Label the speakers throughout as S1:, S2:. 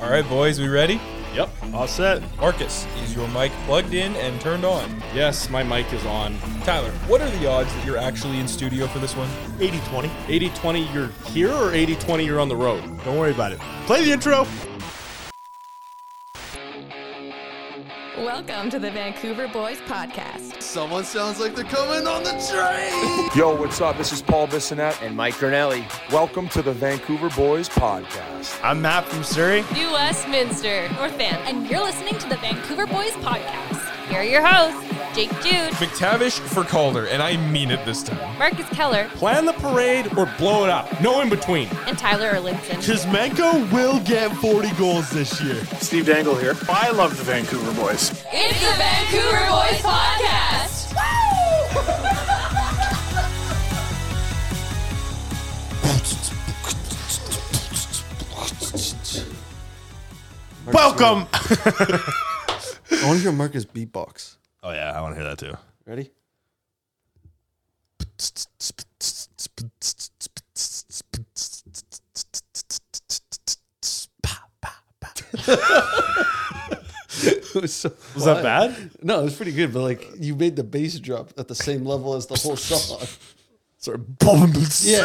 S1: All right, boys, we ready?
S2: Yep, all set.
S1: Marcus, is your mic plugged in and turned on?
S2: Yes, my mic is on.
S1: Tyler, what are the odds that you're actually in studio for this one?
S3: 80 20.
S2: 80 20, you're here, or 80 20, you're on the road?
S3: Don't worry about it. Play the intro.
S4: Welcome to the Vancouver Boys Podcast.
S5: Someone sounds like they're coming on the train.
S6: Yo, what's up? This is Paul Bissonette, and
S7: and Mike Grinelli.
S6: welcome to the Vancouver Boys Podcast.
S3: I'm Matt from Surrey.
S8: New Westminster, North Van.
S9: and you're listening to the Vancouver Boys Podcast. Here are your hosts, Jake Jude,
S1: McTavish for Calder, and I mean it this time.
S9: Marcus Keller,
S2: Plan the parade or blow it up. No in between.
S9: and Tyler Erlinson.
S3: Kismenko will get 40 goals this year.
S10: Steve Dangle here. I love the Vancouver boys.
S8: It's the Vancouver Boys Podcast.
S3: Welcome.
S5: I want to hear Marcus beatbox.
S3: Oh, yeah, I want to hear that too.
S5: Ready? It was so
S3: Was that bad?
S5: No, it was pretty good, but like you made the bass drop at the same level as the whole song.
S3: Sort of
S5: Yeah.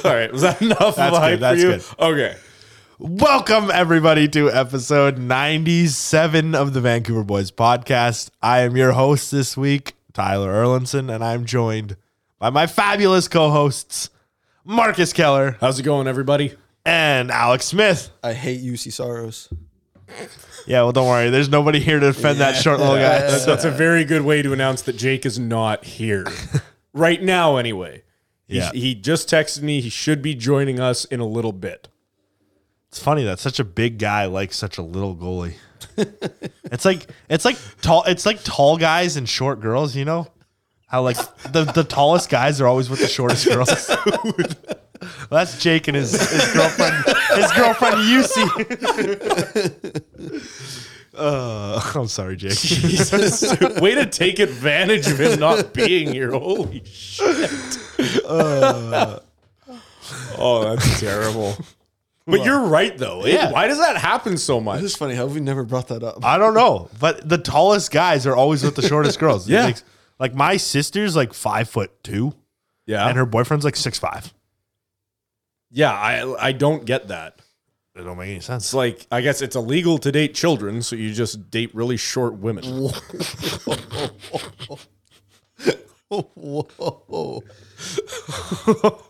S2: All right, was that enough of
S3: That's
S2: a
S3: good,
S2: hype
S3: that's
S2: for you?
S3: good.
S2: Okay.
S3: Welcome, everybody, to episode 97 of the Vancouver Boys Podcast. I am your host this week, Tyler Erlinson, and I'm joined by my fabulous co hosts, Marcus Keller
S2: How's it going, everybody?
S3: and Alex Smith.
S5: I hate UC Soros.
S3: Yeah, well, don't worry. There's nobody here to defend that short little guy.
S2: That's, that's a very good way to announce that Jake is not here. right now, anyway. He's-
S3: Yeah.
S2: He just texted me. He should be joining us in a little bit.
S3: It's funny that such a big guy likes such a little goalie. it's like it's like tall it's like tall guys and short girls, you know? How like the, the tallest guys are always with the shortest girls. well, that's Jake and his, his girlfriend his girlfriend Yusi. uh, I'm sorry, Jake.
S2: way to take advantage of him not being here. Holy shit. oh, that's terrible. But you're right, though. It-
S3: Yeah.
S2: why does that happen so
S5: It
S2: much?
S5: is funny how we never brought that up.
S3: I don't know, but the tallest guys are always with the shortest girls.
S2: Yeah.
S3: Like, like my sister's like five foot two,
S2: Yeah.
S3: and her boyfriend's like six five.
S2: yeah, I, I don't get that.
S3: It don't make any sense.
S2: It's like, I guess it's illegal to date children, so you just date really short women.
S5: Whoa.
S3: Oh,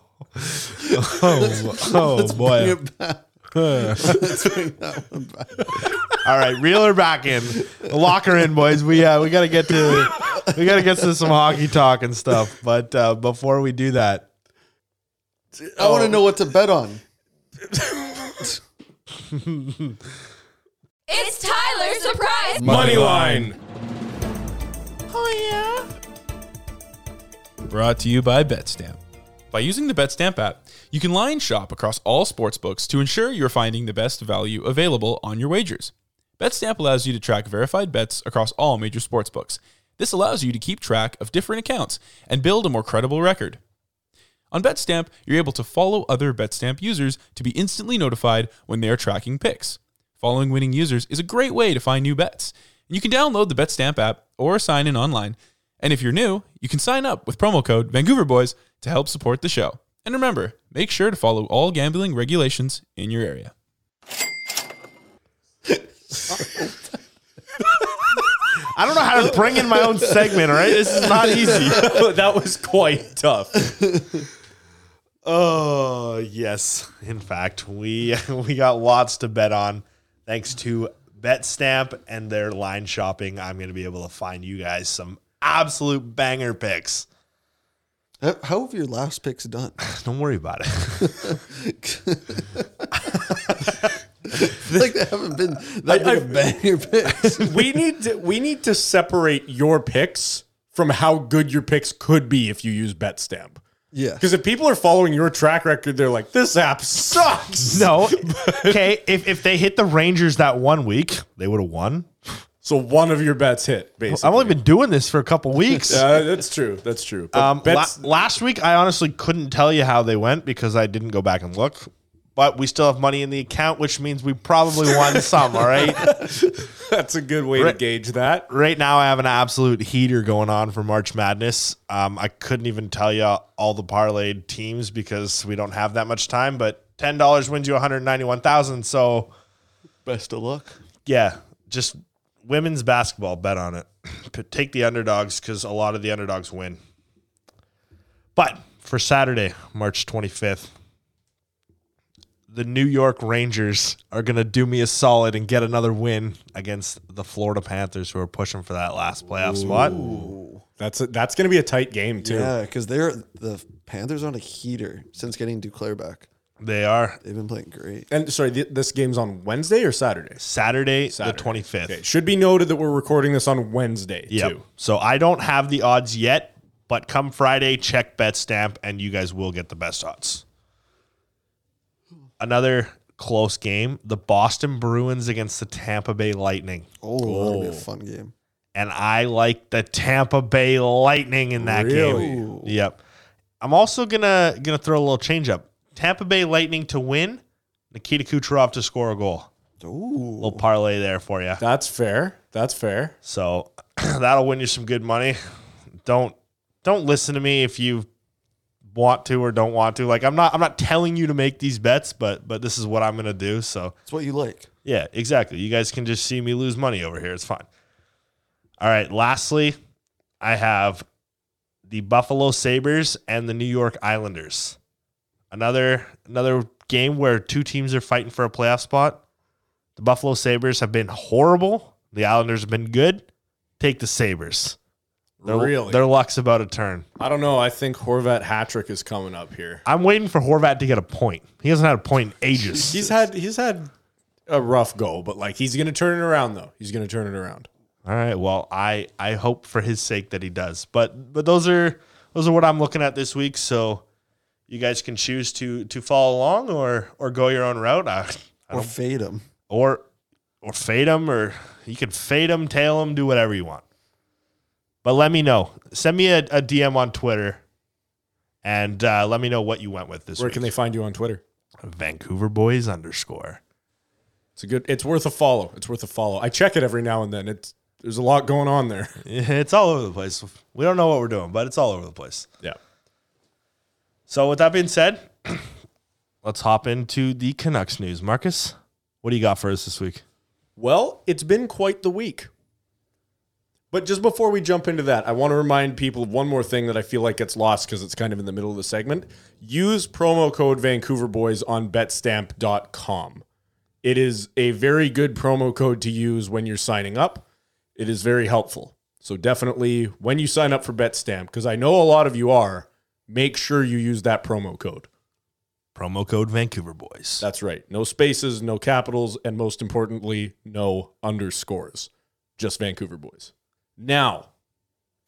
S3: oh
S5: Bring
S3: boy.
S5: it back. That one back.
S3: All right, reel her back in. Lock her in, boys. We uh, we gotta get to we gotta get to some hockey talk and stuff. But uh, before we do that,
S5: I want to know what to bet on.
S8: It's Tyler's surprise.
S2: Moneyline.
S1: Brought to you by Betstamp. By using the Betstamp app, you can line shop across all sportsbooks to ensure you're finding the best value available on your wagers. Betstamp allows you to track verified bets across all major sportsbooks. This allows you to keep track of different accounts and build a more credible record. On Betstamp, you're able to follow other Betstamp users to be instantly notified when they are tracking picks. Following winning users is a great way to find new bets. You can download the Betstamp app or sign in online. And if you're new, you can sign up with promo code VancouverBoys to help support the show. And remember, make sure to follow all gambling regulations in your area.
S3: I don't know how to bring in my own segment. All right, this is not easy.
S2: that was quite tough.
S3: Oh yes, in fact, we we got lots to bet on, thanks to BetStamp and their line shopping. I'm gonna be able to find you guys some absolute banger picks.
S5: How- How have your last picks done?
S3: Don't worry about it.
S5: like they haven't been that
S2: I-
S5: big of banger picks.
S2: we need to, we need to separate your picks from how good your picks could be if you use Betstamp.
S5: Yeah.
S2: Because if people are following your track record, they're like, "This app sucks."
S3: No. okay. If, if they hit the Rangers that one week, they would have won.
S2: So one of your bets hit, basically.
S3: I've only been doing this for a couple weeks.
S2: Uh, that's true. That's true. But
S3: Um, la-
S2: bets,
S3: last week, I honestly couldn't tell you how they went because I didn't go back and look. But we still have money in the account, which means we probably won some. All right.
S2: that's a good way to gauge that.
S3: Right now, I have an absolute heater going on for March Madness. Um, I couldn't even tell you all the parlayed teams because we don't have that much time. But ten dollars wins you one hundred ninety-one thousand. So
S5: Best of luck.
S3: yeah, just women's basketball. Bet on it. P- Take the underdogs because a lot of the underdogs win. But for Saturday, March 25th, the New York Rangers are going to do me a solid and get another win against the Florida Panthers, who are pushing for that last playoff spot.
S2: That's a, that's going to be a tight game too.
S5: Yeah, because they're the Panthers on a heater since getting Duclair back.
S3: They are
S5: They've been playing great.
S2: And sorry, th- this game's on Wednesday or Saturday.
S3: Saturday,
S2: Saturday.
S3: the 25th.
S2: It should be noted that we're recording this on Wednesday
S3: Yep.
S2: too.
S3: So I don't have the odds yet, but come Friday, check bet stamp, and you guys will get the best odds. Another close game: the Boston Bruins against the Tampa Bay Lightning,
S5: Oh, that'll be a fun game.
S3: and I like the Tampa Bay Lightning in that
S2: Really?
S3: game. Yep. I'm also gonna gonna throw a little change up: Tampa Bay Lightning to win, Nikita Kucherov to score a goal.
S5: Ooh,
S3: Little parlay there for you.
S2: That's fair. That's fair.
S3: So that'll win you some good money. Don't don't listen to me if you want to or don't want to. Like I'm not I'm not telling you to make these bets, but but this is what I'm gonna do. So
S5: that's what you like.
S3: yeah, exactly. You guys can just see me lose money over here. It's fine. All right. Lastly, I have the Buffalo Sabres and the New York Islanders. Another another game where two teams are fighting for a playoff spot. The Buffalo Sabres have been horrible. The Islanders have been good. Take the Sabres. Their,
S2: Really?
S3: Their luck's about to turn.
S2: I don't know. I think Horvat Hattrick is coming up here.
S3: I'm waiting for Horvat to get a point. He hasn't had a point in ages.
S2: He's had he's had a rough go, but like he's going to turn it around though. He's going to turn it around.
S3: All right. Well, I I hope for his sake that he does. But but those are those are what I'm looking at this week. So you guys can choose to to follow along or or go your own route. I, I
S5: Or
S3: don't,
S5: fade them.
S3: or or fade him or you can fade him, tail him, do whatever you want. But let me know. Send me a, a DM on Twitter and uh, let me know what you went with this
S2: Where
S3: week.
S2: can they find you on Twitter?
S3: Vancouver boys underscore.
S2: It's a good. It's worth a follow. It's worth a follow. I check it every now and then. It's there's a lot going on there.
S3: It's all over the place. We don't know what we're doing, but it's all over the place.
S2: Yeah.
S3: So with that being said, let's hop into the Canucks news. Marcus, what do you got for us this week?
S2: Well, it's been quite the week. But just before we jump into that, I want to remind people of one more thing that I feel like gets lost because it's kind of in the middle of the segment. Use promo code Vancouver Boys on betstamp.com. It is a very good promo code to use when you're signing up. It is very helpful. So definitely when you sign up for Betstamp, because I know a lot of you are, make sure you use that promo code.
S3: Promo code Vancouver Boys.
S2: That's right. No spaces, no capitals, and most importantly, no underscores. Just Vancouver boys. Now,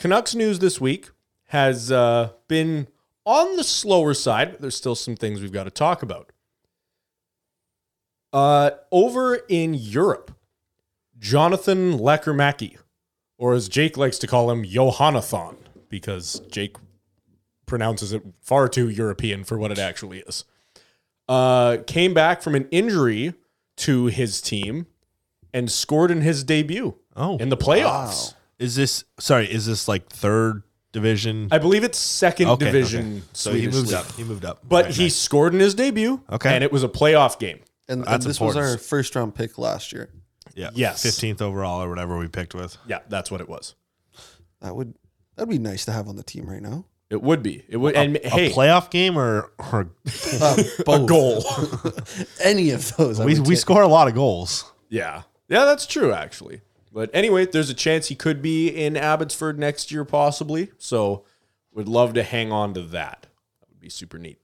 S2: Canucks news this week has uh, been on the slower side, but there's still some things we've got to talk about. Uh, over in Europe, Jonathan Lackermacki, or as Jake likes to call him, Johanathon, because Jake pronounces it far too European for what it actually is uh, came back from an injury to his team and scored in his debut
S3: Oh,
S2: in the playoffs.
S3: Is this sorry? Is this like third division?
S2: I believe it's second
S3: Okay,
S2: division.
S3: okay. So he
S2: Swedish
S3: moved
S2: league.
S3: up. He moved up.
S2: But
S3: Right,
S2: he
S3: nice.
S2: scored in his debut.
S3: Okay.
S2: And it was a playoff game.
S5: And, and
S3: That's
S5: this was our
S3: important.
S5: first round pick last year.
S3: yeah,
S2: yes.
S3: fifteenth overall or whatever we picked with.
S2: Yeah, that's what it was.
S5: That would that'd be nice to have on the team right now.
S2: It would be. It would and
S3: a
S2: hey, Uh,
S3: playoff game or, or
S2: a goal.
S5: Any of those, I
S3: we
S5: would
S3: we
S5: take.
S3: score a lot of goals.
S2: yeah. Yeah, that's true actually. But anyway, there's a chance he could be in Abbotsford next year possibly. So would love to hang on to that. That would be super neat.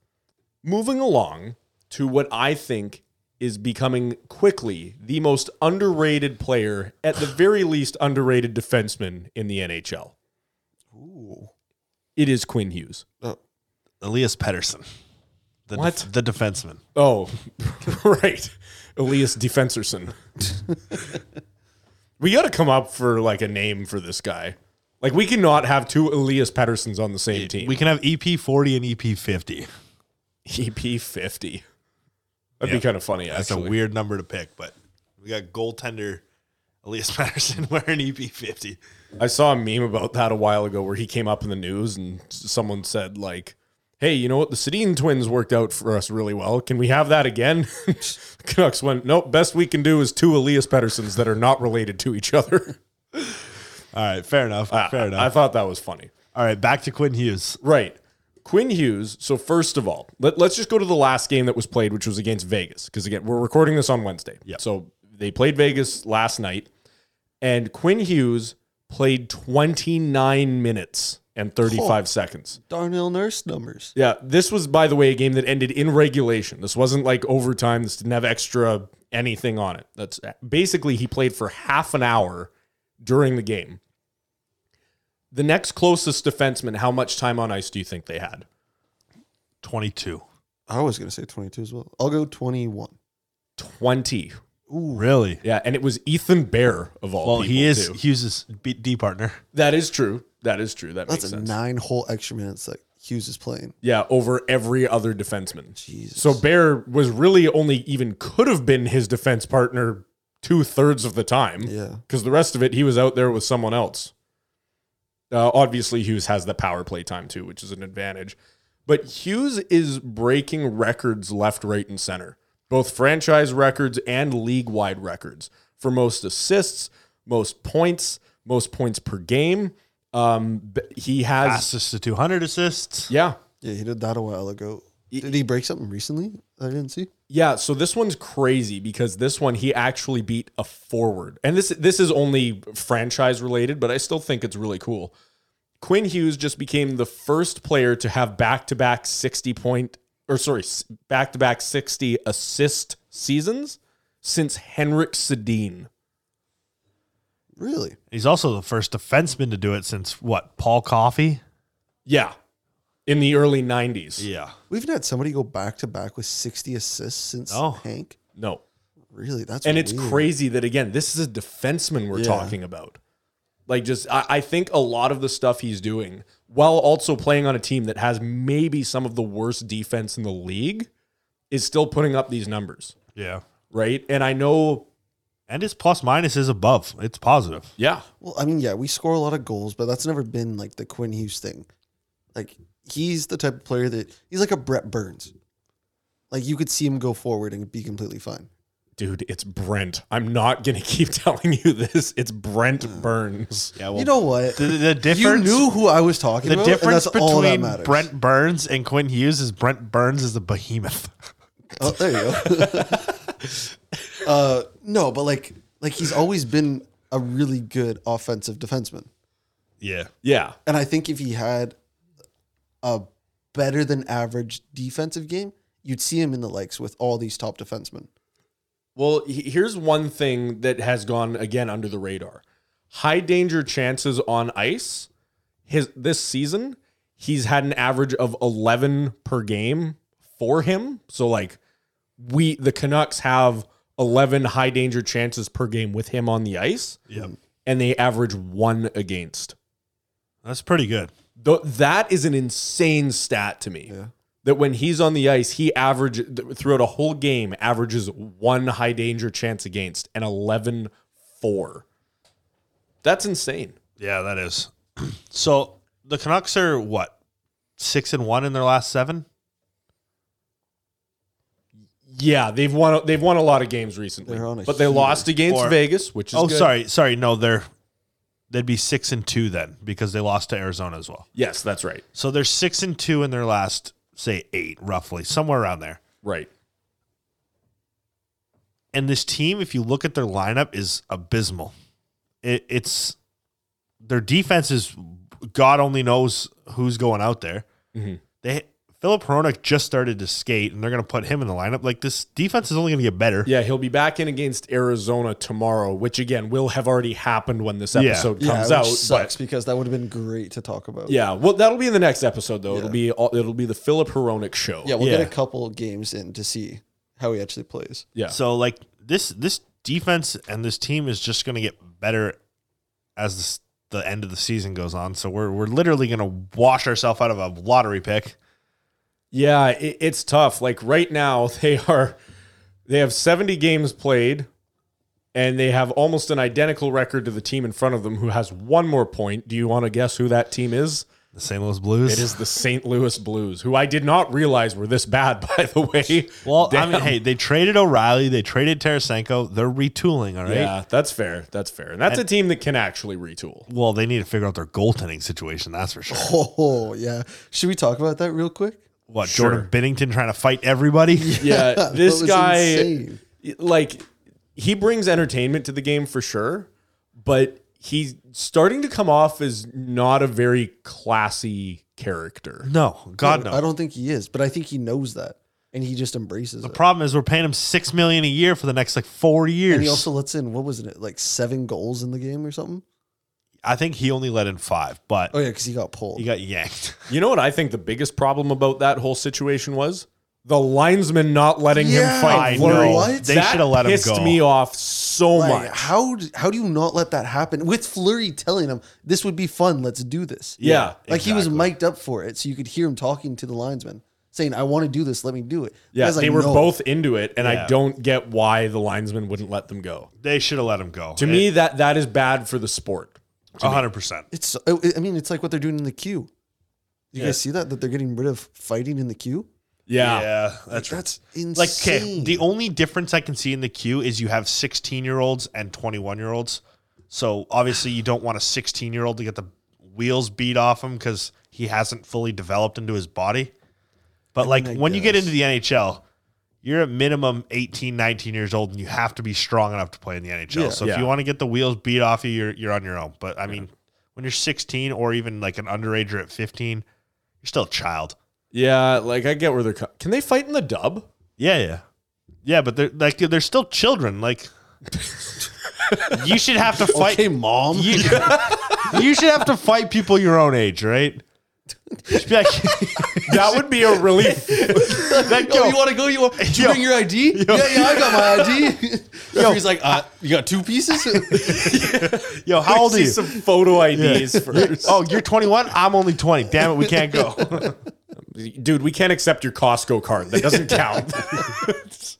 S2: Moving along to what I think is becoming quickly the most underrated player, at the very least underrated defenseman in the NHL. It is Quinn Hughes.
S5: Uh,
S3: Elias Pettersson, the
S2: What?
S3: def- the defenseman.
S2: Oh, right. Elias Defenserson. We got to come up for like a name for this guy. Like we cannot have two Elias Pattersons on the same team.
S3: We can have EP forty and EP fifty.
S2: EP fifty. That'd
S3: Yeah.
S2: be kind of funny.
S3: That's
S2: actually.
S3: a weird number to pick, but we got goaltender Elias Patterson wearing EP fifty.
S2: I saw a meme about that a while ago where he came up in the news and s- someone said like, "Hey, you know what? The Sedin twins worked out for us really well. Can we have that again?" Canucks went, "Nope. Best we can do is two Elias Pettersons that are not related to each other."
S3: All right, fair enough. fair enough.
S2: I thought that was funny.
S3: All right, back to Quinn Hughes.
S2: Right. Quinn Hughes. So first of all, let, us just go to the last game that was played, which was against Vegas. Because again, we're recording this on Wednesday.
S3: Yep.
S2: So they played Vegas last night, and Quinn Hughes played 29 minutes and 35 seconds.
S5: Darnell Nurse numbers.
S2: Yeah, this was, by the way, a game that ended in regulation. This wasn't like overtime. This didn't have extra anything on it. That's basically he played for half an hour during the game. The next closest defenseman, how much time on ice do you think they had?
S3: Twenty two.
S5: I was going to say 22 as well. I'll go 21.
S2: 20.
S3: Ooh, really?
S2: Yeah, and it was Ethan Bear of all
S3: Well,
S2: people.
S3: he is
S2: too.
S3: Hughes' B- D partner.
S2: That is true. That is true. That makes
S5: That's a
S2: sense.
S5: nine whole extra minutes that Hughes is playing.
S2: yeah, over every other defenseman.
S5: Jesus.
S2: So Bear was really only even could have been his defense partner two thirds of the time.
S5: Yeah.
S2: Because the rest of it, he was out there with someone else. Uh, obviously, Hughes has the power play time too, which is an advantage. But Hughes is breaking records left, right, and center, both franchise records and league wide records for most assists, most points, most points per game. Um, b- he has,
S3: Fastest to two hundred assists.
S2: yeah,
S5: Yeah, he did that a while ago. Did he break something recently? I didn't see.
S2: Yeah, so this one's crazy because this one he actually beat a forward. And this this is only franchise related, but I still think it's really cool. Quinn Hughes just became the first player to have back-to-back 60 point or sorry, s- back-to-back 60 assist seasons since Henrik Sedin.
S5: Really?
S3: He's also the first defenseman to do it since what? Paul Coffey.
S2: Yeah. In the early 90s.
S3: Yeah.
S5: We've had somebody go back to back with 60 assists since
S3: Oh.
S5: Hank.
S2: No.
S5: Really? That's
S2: And it's
S5: weird.
S2: crazy that again, this is a defenseman we're
S5: Yeah.
S2: talking about. Like just I, I think a lot of the stuff he's doing, while also playing on a team that has maybe some of the worst defense in the league, is still putting up these numbers.
S3: Yeah.
S2: Right. And I know
S3: And his plus minus is above. It's positive.
S2: yeah.
S5: Well, I mean, yeah, we score a lot of goals, but that's never been like the Quinn Hughes thing. Like he's the type of player that he's like a Brett Burns. Like you could see him go forward and be completely fine.
S2: Dude, it's Brent. I'm not gonna keep telling you this. It's Brent Burns.
S3: Yeah. Well,
S5: You know what?
S3: the, the
S5: you
S3: difference.
S5: knew who I was talking
S3: the
S5: about. and
S3: difference
S5: that's all that
S3: between
S5: matters.
S3: Brent Burns and Quinn Hughes is Brent Burns is the behemoth.
S5: Oh, there you go. uh, no, but like, like he's always been a really good offensive defenseman,
S3: Yeah.
S2: Yeah.
S5: and I think if he had a better than average defensive game, you'd see him in the likes with all these top defensemen.
S2: Well, he- here's one thing that has gone again under the radar. High danger chances on ice. His this season, he's had an average of 11 per game for him. So like we the Canucks have 11 high danger chances per game with him on the ice.
S3: Yep.
S2: And they average 1 against.
S3: That's pretty good.
S2: Th- that is an insane stat to me. That when he's on the ice, he average th- throughout a whole game averages one high danger chance against and 11 4. That's insane.
S3: Yeah, that is. so the Canucks are what six and one in their last seven.
S2: Yeah, they've won they've won a lot of games recently.
S5: They're on a
S2: But they lost against
S3: Or-
S2: Vegas, which is
S3: Oh,
S2: good.
S3: sorry, sorry. No, they're they'd be six and two then because they lost to Arizona as well.
S2: Yes, that's right.
S3: So they're six and two in their last say eight, roughly somewhere around there.
S2: Right.
S3: And this team, if you look at their lineup, is abysmal. It, it's their defense is God only knows who's going out there.
S2: Mhm.
S3: They Philip Hronik just started to skate, and they're going to put him in the lineup. Like this defense is only going to get better.
S2: Yeah, he'll be back in against Arizona tomorrow, which again will have already happened when this
S3: Yeah.
S2: episode comes
S5: which
S2: out. but-
S5: sucks because that would have been great to talk about.
S2: Yeah, well, that'll be in the next episode though. It'll
S5: Yeah.
S2: be all, it'll be the Philip Heronic show.
S5: yeah, we'll
S3: Yeah.
S5: get a couple games in to see how he actually plays.
S2: yeah.
S3: So like this this defense and this team is just going to get better as this, the end of the season goes on. So we're we're literally going to wash ourselves out of a lottery pick.
S2: Yeah, it, it's tough. Like right now, they are they have 70 games played, and they have almost an identical record to the team in front of them, who has one more point. Do you want to guess who that team is?
S3: The St. Louis Blues.
S2: It is the St. Louis Blues, who I did not realize were this bad. By the way,
S3: Well, I
S2: Damn.
S3: mean, hey, they traded O'Reilly, they traded Tarasenko. They're retooling, all right.
S2: yeah, that's fair. That's fair, and that's a team that can actually retool.
S3: Well, they need to figure out their goaltending situation. That's for sure.
S5: Oh yeah. Should we talk about that real quick?
S3: What
S2: Sure.
S3: Jordan Binnington trying to fight everybody?
S2: Yeah, this
S5: was
S2: guy,
S5: insane.
S2: like, he brings entertainment to the game for sure, but he's starting to come off as not a very classy character.
S3: No, God no.
S5: I don't think he is, but I think he knows that, and he just embraces it.
S3: Problem is, we're paying him six million a year for the next like four years.
S5: And he also lets in what was it like seven goals in the game or something?
S3: I think he only let in five, but
S5: Oh yeah, because he got pulled.
S3: he got yanked.
S2: You know what I think the biggest problem about that whole situation was? The linesman not letting
S5: Yeah,
S2: him fight
S5: I
S2: Fleury.
S5: know. What?
S3: They
S2: That
S3: shoulda let him
S2: pissed
S3: go.
S2: me off so
S5: Like,
S2: much.
S5: how d- how do you not let that happen with Flurry telling him this would be fun? Let's do this.
S2: Yeah,
S5: like he was mic'd up for it, so you could hear him talking to the linesman saying, "I want to do this. Let me do it." The
S2: Yeah,
S5: guy's like,
S2: they were
S5: "No."
S2: both into it, and
S3: Yeah.
S2: I don't get why the linesman wouldn't let them go.
S3: They should have let him go.
S2: To me, that that is bad for the sport.
S3: hundred percent.
S5: It's I I mean, it's like what they're doing in the queue. You
S2: Yeah.
S5: guys see that that they're getting rid of fighting in the queue?
S2: Yeah.
S3: Yeah, that's right.
S5: That's insane.
S3: Like, okay, the only difference I can see in the queue is you have 16 year olds and 21 year olds. So obviously, you don't want a 16 year old to get the wheels beat off him because he hasn't fully developed into his body. But, like,
S5: I
S3: when you get
S5: guess.
S3: into the NHL, you're at minimum 18, 19 years old, and you have to be strong enough to play in the NHL.
S5: Yeah.
S3: so if
S2: Yeah.
S3: you want to get the wheels beat off you, you're, you're on your own. But I mean, when you're 16 or even like an underager at 15, you're still a child.
S2: Yeah, like I get where they're. Co- Can they fight in the dub?
S3: Yeah, yeah, yeah. But they're like they're still children. Like you should have to fight.
S5: okay, mom.
S3: you, you should have to fight people your own age, right? You should be like-
S2: That would be a relief.
S3: like,
S5: Oh,
S3: yo,
S5: you want to go? You want? Did you
S3: Yo.
S5: bring your ID? Yeah, yeah, I got my ID. Referee's like, uh, you got two pieces.
S3: yo, how old are
S2: See
S3: you?
S2: some photo IDs first.
S3: oh, you're 21. I'm only 20. Damn it, we can't go.
S2: dude, we can't accept your Costco card. That doesn't count.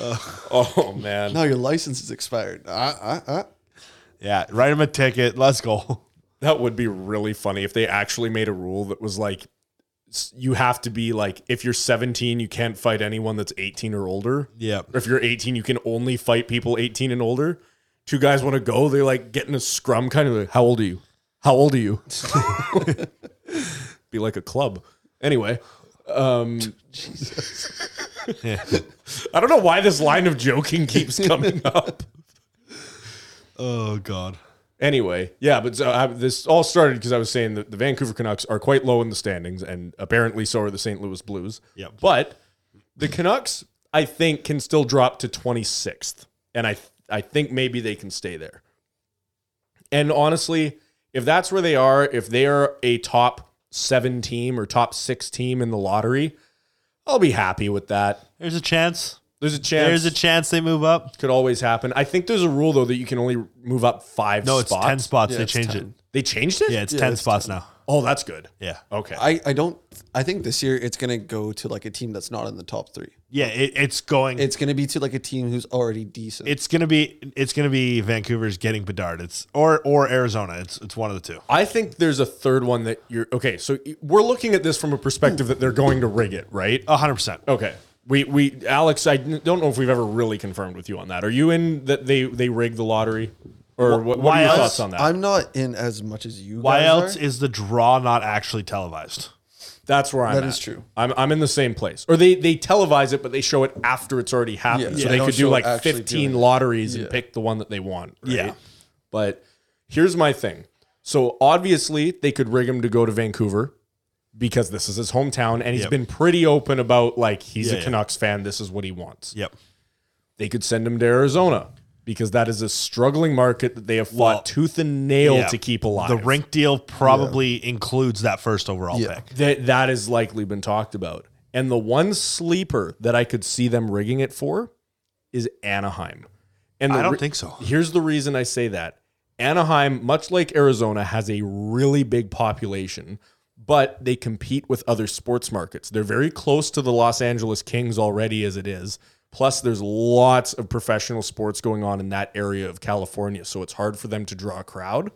S2: oh man.
S5: no, your license is expired. Uh, uh, uh.
S3: yeah, write him a ticket. Let's go.
S2: That would be really funny if they actually made a rule that was like s- you have to be like if you're 17 you can't fight anyone that's 18 or older.
S3: Yep.
S2: Or if you're 18 you can only fight people 18 and older. Two guys want to go, they like get in a scrum kind of like, how old are you? How old are you? be like a club. Anyway, um
S3: Yeah.
S2: I don't know why this line of joking keeps coming up.
S3: Oh God.
S2: Anyway, yeah, but so I, this all started because I was saying that the Vancouver Canucks are quite low in the standings, and apparently so are the St. Louis Blues.
S3: Yep.
S2: But the Canucks, I think, can still drop to 26th, and I I think maybe they can stay there. And honestly, if that's where they are, if they are a top seven team or top six team in the lottery, I'll be happy with that.
S3: There's a chance.
S2: There's a chance.
S3: There's a chance they move up.
S2: Could always happen. I think there's a rule though that you can only move up five.
S3: No, Oh, it's
S2: spots.
S3: ten spots.
S5: Yeah,
S3: they
S5: it's
S3: changed
S5: 10.
S2: They changed it.
S3: it. Yeah, it's
S5: Yeah,
S3: ten
S5: it's
S3: spots now.
S2: Oh, that's good.
S3: Yeah.
S2: Okay.
S5: I, I don't. I think this year it's gonna go to like a team that's not in the top three.
S3: Yeah, it, it's going.
S5: It's gonna be to like a team who's already decent.
S3: It's gonna be it's gonna be Vancouver's getting Bedard. It's or or Arizona. It's it's one of the two.
S2: I think there's a third one that you're okay. So we're looking at this from a perspective that they're going to rig it, right?
S3: hundred percent.
S2: Okay. We we Alex, I n- don't know if we've ever really confirmed with you on that. Are you in that they they rig the lottery, or what, what
S3: why
S2: are your
S3: else?
S2: thoughts on that?
S5: I'm not in as much as you.
S3: Why
S5: guys
S3: else
S5: Are.
S3: is the draw not actually televised?
S2: That's where I'm.
S5: That
S2: at.
S5: is true.
S2: I'm I'm in the same place. Or they they televise it, but they show it after it's already happened, so
S5: Yeah. Yeah,
S2: they
S5: don't
S2: could do
S5: show it
S2: like
S5: actually
S2: 15
S5: doing it.
S2: lotteries
S5: Yeah.
S2: and pick the one that they want. Right?
S3: Yeah.
S2: But here's my thing. So obviously they could rig him to go to Vancouver because this is his hometown, and he's
S3: Yep.
S2: been pretty open about like he's
S3: Yeah,
S2: a
S3: yeah.
S2: Canucks fan. This is what he wants.
S3: Yep.
S2: They could send him to Arizona because that is a struggling market that they have fought
S3: Well,
S2: tooth and nail
S3: Yeah.
S2: to keep alive.
S3: The rink deal probably includes that first overall
S5: Yeah.
S3: pick.
S2: that that has likely been talked about. And the one sleeper that I could see them rigging it for is Anaheim And the
S3: I don't
S2: re-
S3: think so.
S2: Here's the reason I say that. Anaheim, much like Arizona, has a really big population, but they compete with other sports markets. They're very close to the Los Angeles Kings already as it is. Plus, there's lots of professional sports going on in that area of California, so it's hard for them to draw a crowd.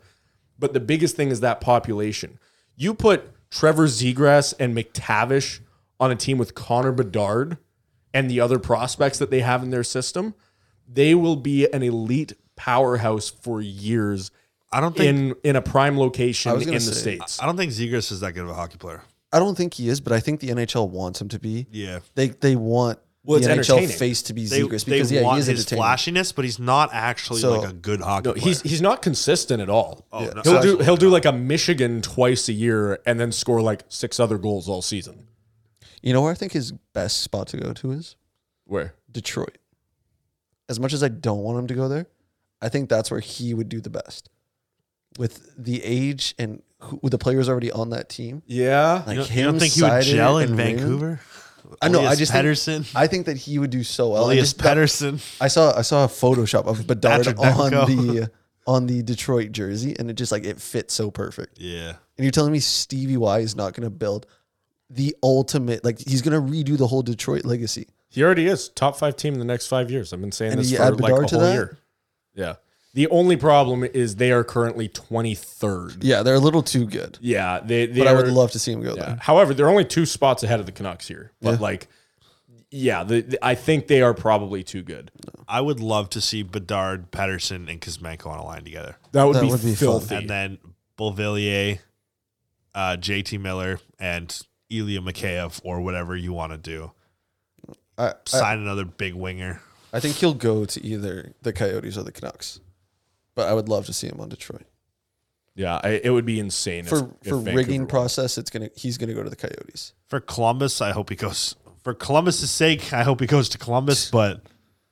S2: But the biggest thing is that population. You put Trevor Zegras and McTavish on a team with Connor Bedard and the other prospects that they have in their system, they will be an elite powerhouse for years
S3: I don't think
S2: in in a prime
S5: I
S2: location
S5: was
S2: in
S5: gonna
S2: the
S5: say,
S2: states.
S3: I don't think Zegers is that good of a hockey player.
S5: I don't think he is, but I think the NHL wants him to be.
S3: Yeah.
S5: They they want
S2: Well,
S5: the
S2: it's
S5: NHL
S2: entertaining.
S5: face to be
S3: They,
S5: Zegers
S3: they
S5: because yeah,
S3: want
S5: he is
S3: his
S5: entertaining.
S3: flashiness, but he's not actually
S5: So-
S3: like a good hockey
S2: No,
S3: player.
S2: he's he's not consistent at all.
S3: Oh, no,
S2: he'll do
S3: absolutely
S2: he'll do like a Michigan twice a year and then score like six other goals all season.
S5: You know where I think his best spot to go to is
S2: Where?
S5: Detroit. As much as I don't want him to go there, I think that's where he would do the best. With the age and who, with the players already on that team,
S2: Yeah.
S5: like
S3: you don't,
S5: him,
S3: you don't think he would
S5: Seider,
S3: gel in
S5: and Raymond,
S3: Vancouver?
S5: I know. I
S3: Elias
S5: just
S3: Pettersson.
S5: Think, I think that he would do so well. I
S3: Elias
S5: just got-
S3: Pettersson.
S5: I saw I saw a Photoshop of Bedard
S3: Patrick
S5: on
S3: Demko.
S5: the on the Detroit jersey, and it just like it fits so perfect.
S3: Yeah.
S5: And you're telling me Stevie Y is not going to build the ultimate? Like he's going to redo the whole Detroit legacy.
S2: He already is top five team in the next five years. I've been saying
S5: And
S2: this
S5: you
S2: for
S5: add
S2: like a
S5: Bedard to
S2: whole
S5: that?
S2: year. Yeah. The only problem is they are currently twenty third.
S5: Yeah, they're a little too good,
S2: Yeah, they, they
S5: but I would
S2: are-
S5: love to see him go
S2: Yeah.
S5: there.
S2: However, they're only two spots ahead of the Canucks here. But
S5: Yeah.
S2: like, yeah, the, the- I think they are probably too good.
S3: I would love to see Bedard, Patterson, and Kuzmenko on a line together.
S2: That would
S5: That
S2: be
S5: would be fun.
S2: filthy.
S3: And then Beauvillier, uh, JT Miller, and Ilya Mikheyev, or whatever you want to do.
S5: I, I,
S3: Sign another big winger.
S5: I think he'll go to either the Coyotes or the Canucks, but I would love to see him on Detroit
S2: yeah, I, it would be insane if-
S5: for
S2: if
S5: for
S2: Vancouver
S5: rigging
S2: won.
S5: process. It's gonna he's gonna go to the Coyotes.
S3: For Columbus, I hope he goes. For Columbus's sake, I hope he goes to Columbus, but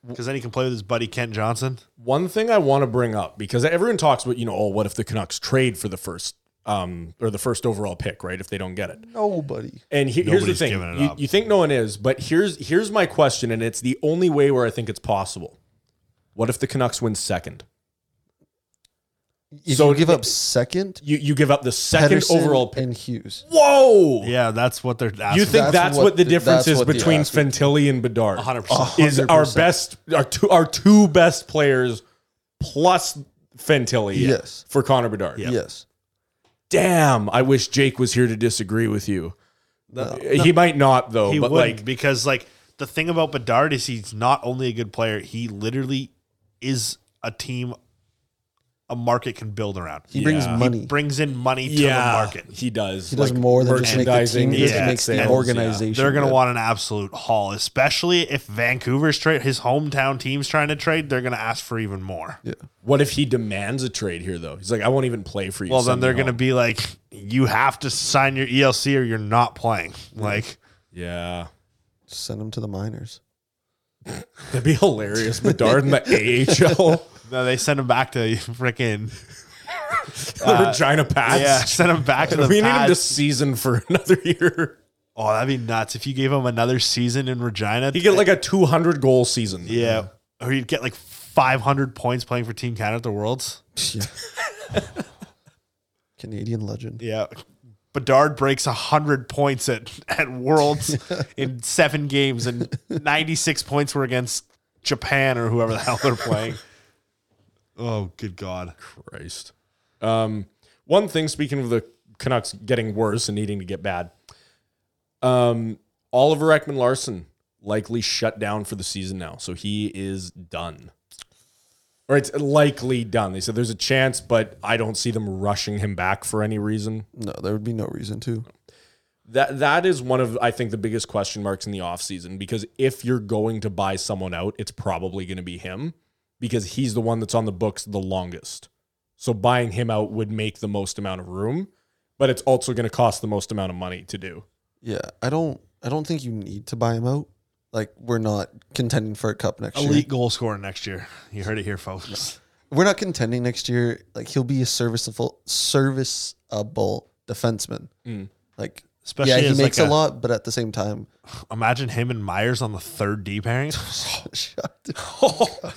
S3: because then he can play with his buddy Kent Johnson.
S2: One thing I want to bring up because everyone talks about you know, oh, what if the Canucks trade for the first um or the first overall pick, right? If they don't get it,
S5: Nobody.
S2: And he- here's the
S3: Nobody's
S2: thing:
S3: giving it
S2: you,
S3: up.
S2: you think no one is, but here's here's my question, and it's the only way where I think it's possible. What if the Canucks win second?
S5: If
S2: So
S5: you give
S2: it-
S5: up second,
S2: You you give up the second
S5: Pettersson
S2: overall pick.
S5: and Hughes.
S2: Whoa!
S3: Yeah, that's what they're asking.
S2: you think that's,
S5: That's
S2: what,
S5: what-
S2: the difference is
S5: that's what the
S2: between
S5: ask is.
S2: Fantilli and Bedard?
S3: 100%.
S2: Is our
S5: 100%.
S2: best our two our two best players plus Fantilli?
S5: Yes.
S2: for Connor Bedard.
S5: Yes.
S2: Damn, I wish Jake was here to disagree with you. he might not though,
S3: he
S2: but
S3: would
S2: like
S3: like because like the thing about Bedard is he's not only a good player, he literally is a team a market can build around.
S5: He brings
S2: Yeah. He
S5: money.
S3: brings in money to the market.
S2: He does.
S5: He does more than just make the team. He
S3: yeah,
S5: just makes the
S3: sales,
S5: organization.
S3: They're gonna
S5: good.
S3: want an absolute haul, especially if Vancouver's trade his hometown team's trying to trade. They're gonna ask for even more.
S2: What if he demands a trade here though? He's like, I won't even play for you.
S3: Well, then
S2: Send me
S3: they're gonna
S2: home."
S3: be like, you have to sign your ELC or you're not playing. Like
S2: yeah.
S5: send him to the minors.
S2: That'd be hilarious. Bedard in the AHL,
S3: no, they send him back to freaking
S2: the Regina Pats.
S3: Uh, yeah, send him back to the.
S2: we need him to
S3: pads.
S2: season for another year.
S3: Oh, that'd be nuts if you gave him another season in Regina.
S2: He get like a 200 goal season.
S3: yeah, or he'd get like 500 points playing for Team Canada at the Worlds.
S5: Yeah. Canadian legend.
S3: Yeah, Bedard breaks 100 points at at Worlds in seven games, and 96 points were against Japan or whoever the hell they're playing. oh, good God!
S2: Christ. Um, one thing, speaking of the Canucks getting worse and needing to get bad, um, Oliver Ekman Larson likely shut down for the season now. So he is done. Or it's likely done. They said there's a chance, but I don't see them rushing him back for any reason.
S5: No, there would be no reason to.
S2: That that is one of I think the biggest question marks in the offseason because if you're going to buy someone out, it's probably going to be him because he's the one that's on the books the longest. So buying him out would make the most amount of room, but it's also going to cost the most amount of money to do.
S5: Yeah, I don't. I don't think you need to buy him out. Like we're not contending for a cup next year.
S3: Elite goal scorer next year. You heard it here, folks.
S5: We're not contending next year. Like he'll be a serviceable, serviceable defenseman. Like
S3: Especially
S5: Yeah, he
S3: as
S5: makes
S3: like
S5: a lot, but at the same time,
S3: Imagine him and Myers on the third D pairing.
S5: shut the-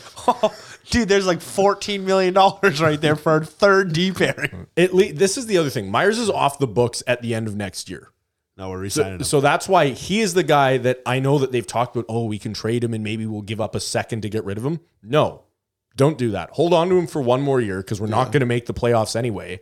S3: Dude, there's like $14 million right there for our third D pairing.
S2: At least this is the other thing. Myers is off the books at the end of next year.
S3: No, we're
S2: So,
S3: resigning him.
S2: so that's why he is the guy that I know that they've talked about. Oh, we can trade him and maybe we'll give up a second to get rid of him. No, don't do that. Hold on to him for one more year because we're not going to make the playoffs anyway,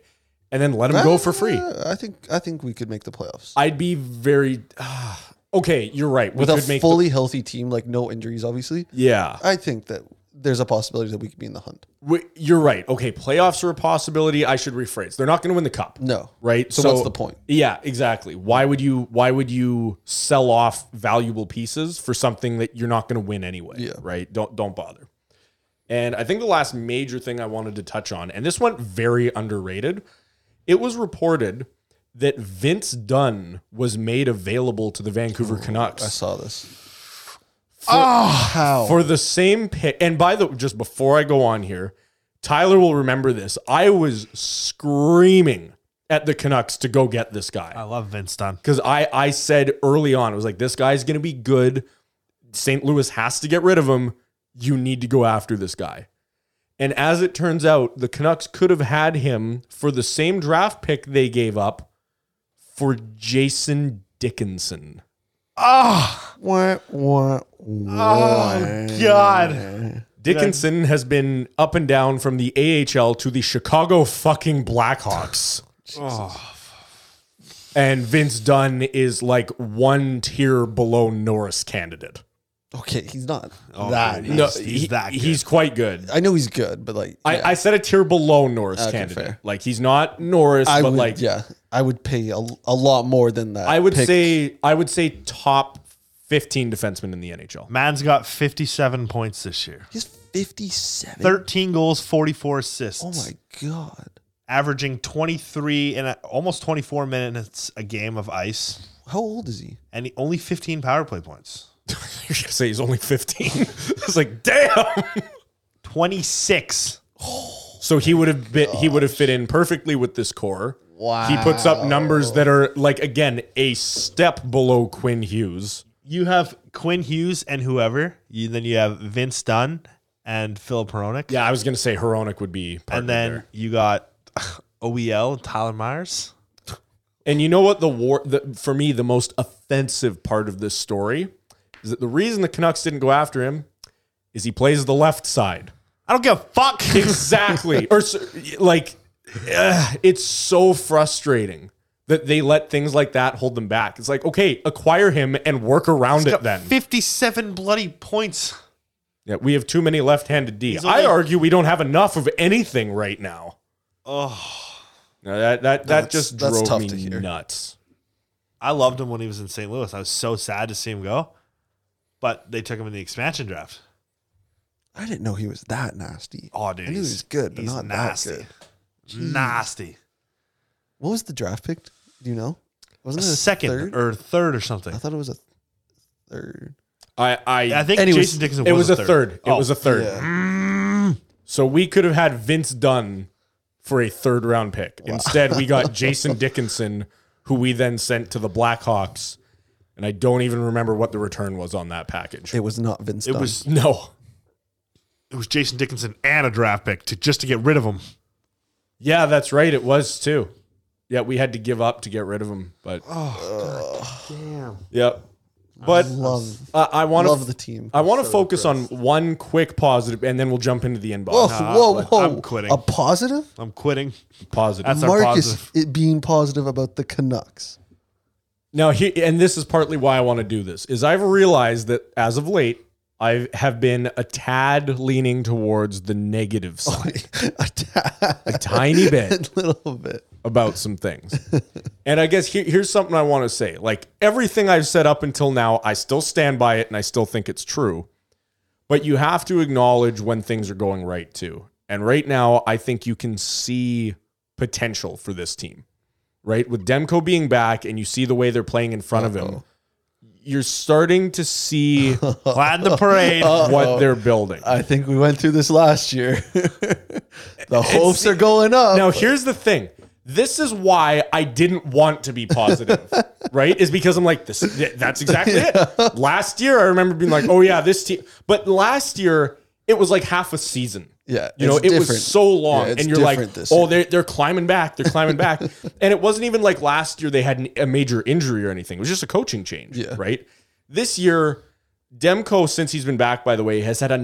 S2: and then let him go for free.
S5: Uh, I think I think we could make the playoffs
S2: I'd be very okay. You're right. We
S5: with
S2: could
S5: a
S2: make
S5: fully healthy team, like no injuries, obviously.
S2: the, yeah.
S5: I think that there's a possibility that we could be in the hunt.
S2: We, you're right. Okay, playoffs are a possibility. I should rephrase. They're not going to win the cup.
S5: No.
S2: right?
S5: So what's the point?
S2: Yeah, exactly. Why would you why would you sell off valuable pieces for something that you're not going to win anyway?
S5: Yeah.
S2: Right? Don't don't bother. And I think the last major thing I wanted to touch on, and this went very underrated, it was reported that Vince Dunn was made available to the Vancouver Canucks
S5: I saw this.
S2: for the same pick. And by the just before I go on here, Tyler will remember this. I was screaming at the Canucks to go get this
S3: I
S2: guy
S3: love Vince Dunn.
S2: because I I said early on I was like this guy's gonna be good. St. Louis has to get rid of him. You need to go after this guy. And as it turns out, the Canucks could have had him for the same draft pick they gave up for Jason Dickinson.
S5: Wah, wah, wah.
S3: God.
S2: Dickinson has been up and down from the AHL to the Chicago fucking Blackhawks. And Vince Dunn is like one tier below Norris candidate.
S5: Okay, he's not
S3: Oh,
S5: that.
S3: he's-
S5: No.
S2: he-
S3: that good.
S2: he's quite good.
S5: I know he's good, but like yeah,
S2: I, I said a tier below Norris
S5: Okay,
S2: candidate.
S5: fair.
S2: Like he's not Norris,
S5: I
S2: but
S5: would,
S2: like
S5: yeah, I would pay a, a lot more than that.
S2: I would
S5: pick.
S2: say I would say top fifteen defenseman in the NHL.
S3: Man's got 57 points this year.
S5: he's fifty-seven.
S3: 13 goals, 44 assists.
S5: Oh my god!
S3: Averaging 23 and uh, almost 24 minutes a game of ice
S5: How old is he?
S3: and he- only 15 power play points.
S2: You're gonna say he's only fifteen. it's like damn.
S3: 26.
S2: So he would have bit he would have fit in perfectly with this core. Wow. He puts up numbers that are like again a step below Quinn Hughes.
S3: You have Quinn Hughes and whoever. You, then you have Vince Dunn and Phil Peronic.
S2: Yeah, I was gonna say Heronic would be part
S3: and then
S2: there.
S3: you got OEL and Tyler Myers.
S2: And you know what the war the, for me the most offensive part of this story is that the reason the Canucks didn't go after him is he plays the left side.
S3: I don't give a fuck.
S2: Exactly. or so, like ugh, it's so frustrating that they let things like that hold them back. It's like, okay, acquire him and work around
S3: He's
S2: it
S3: got
S2: then.
S3: 57 bloody points.
S2: Yeah, we have too many left-handed D.
S3: He's
S2: I
S3: only-
S2: argue we don't have enough of anything right now.
S3: Oh,
S2: No, that that that
S5: That's-
S2: just
S5: that's
S2: drove
S5: tough
S2: me
S5: to hear.
S2: nuts.
S3: I loved him when he was in St. Louis. I was so sad to see him go, but they took him in the expansion draft.
S5: I didn't know he was that nasty.
S3: Oh, dude,
S5: I knew he
S3: he's-
S5: was good, but
S3: he's
S5: not
S3: nasty.
S5: that good.
S3: Nasty.
S5: What was the draft pick? Do you know?
S3: A
S5: Wasn't it a
S3: second
S5: third?
S3: or third or
S5: I
S3: something.
S5: thought it was a third.
S2: I I,
S3: I think
S5: Anyways,
S3: Jason Dickinson
S2: it was a third. It
S3: Oh.
S2: was a third.
S5: Yeah.
S2: Mm. So we could have had Vince Dunn for a third round pick. Instead, we got Jason Dickinson, who we then sent to the Blackhawks. And I don't even remember what the return was on that package.
S5: It was not Vince.
S3: It
S5: Dunn.
S3: was
S2: no.
S3: it was Jason Dickinson and a draft pick to just to get rid of him.
S2: Yeah, that's right. It was too. Yeah, we had to give up to get rid of him. But oh, damn. Yep. But
S5: love.
S2: uh, I want
S5: love
S2: to
S5: the team.
S2: I want to focus on one quick positive, and then we'll jump into the inbox.
S5: Whoa, whoa,
S3: I'm
S5: whoa!
S3: quitting.
S5: A positive?
S3: I'm quitting.
S2: Positive.
S3: That's our
S5: Marcus
S3: positive.
S5: it being positive about the Canucks.
S2: Now, he, and this is partly why I want to do this is I've realized that as of late, I have been a tad leaning towards the negative side
S5: a tad,
S2: tiny
S5: a
S2: bit
S5: little bit.
S2: about some things. and I guess here, here's something I want to say. Like everything I've said up until now, I still stand by it and I still think it's true. But you have to acknowledge when things are going right too. And right now, I think you can see potential for this team. Right? With Demko being back and you see the way they're playing in front of him, you're starting to see
S3: Glad the parade.
S5: Uh,
S2: what they're building.
S5: I think we went through this last year. the hopes are going up.
S2: Now, here's the thing. This is why I didn't want to be positive, right? Is because I'm like, this. th- That's exactly it. Last year, I remember being like, oh yeah, this team. But last year, it was like half a season.
S5: Yeah,
S2: you know, it
S5: it's different.
S2: was so long,
S5: Yeah, it's
S2: and you're like,
S5: different this
S2: oh,
S5: year."
S2: they're they're climbing back, they're climbing back, and it wasn't even like last year they had an- a major injury or anything. It was just a coaching change,
S5: Yeah.
S2: right? This year, Demko, since he's been back, by the way, has had a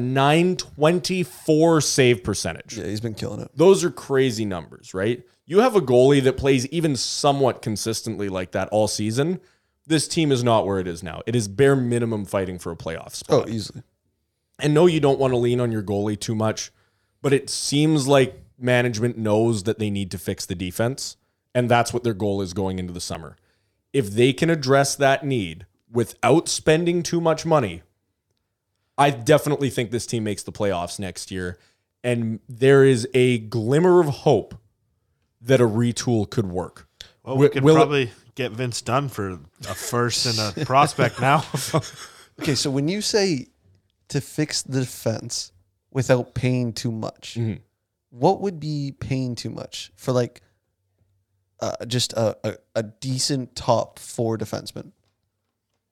S2: 924 save percentage.
S5: Yeah, he's been killing it.
S2: Those are crazy numbers, right? You have a goalie that plays even somewhat consistently like that all season. This team is not where it is now. It is bare minimum fighting for a playoff spot.
S5: Oh, easily.
S2: And no, you don't want to lean on your goalie too much, but it seems like management knows that they need to fix the defense, and that's what their goal is going into the summer. If they can address that need without spending too much money, I definitely think this team makes the playoffs next year. And there is a glimmer of hope that a retool could work.
S3: Well, we
S2: Wi-
S3: could
S2: will it-
S3: probably get Vince Dunn for a first and a prospect now.
S5: Okay, so when you say to fix the defense without paying too much, what would be paying too much for like uh, just a, a, a decent top four defenseman?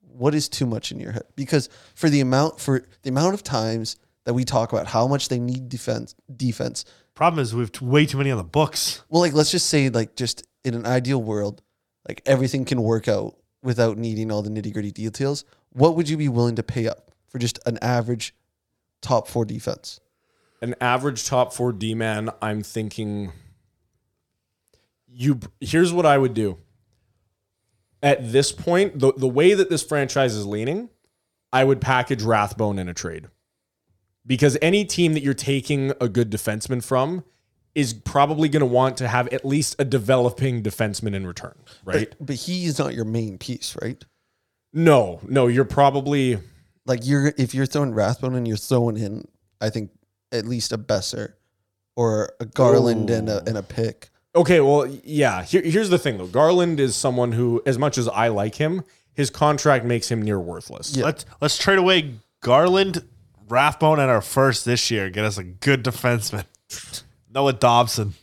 S5: What is too much in your head? Because for the amount for the amount of times that we talk about how much they need defense defense,
S3: Problem is, we've t- way too many on the books.
S5: well, like let's just say like just in an ideal world, like everything can work out without needing all the nitty gritty details. What would you be willing to pay up for just an average top four defense?
S2: an average top four D man, I'm thinking you here's what I would do. At this point, the, the way that this franchise is leaning, I would package Rathbone in a trade. Because any team that you're taking a good defenseman from is probably going to want to have at least a developing defenseman in return, right?
S5: But, but he's not your main piece, right?
S2: no, no, you're probably
S5: Like you're if you're throwing Rathbone and you're throwing in, I think at least a Besser or a Garland and a and a pick.
S2: Okay, well, yeah. Here, here's the thing, though. Garland is someone who, as much as I like him, his contract makes him near worthless.
S5: Yeah.
S3: Let's let's trade away Garland, Rathbone, and our first this year. Get us a good defenseman. Noah Dobson.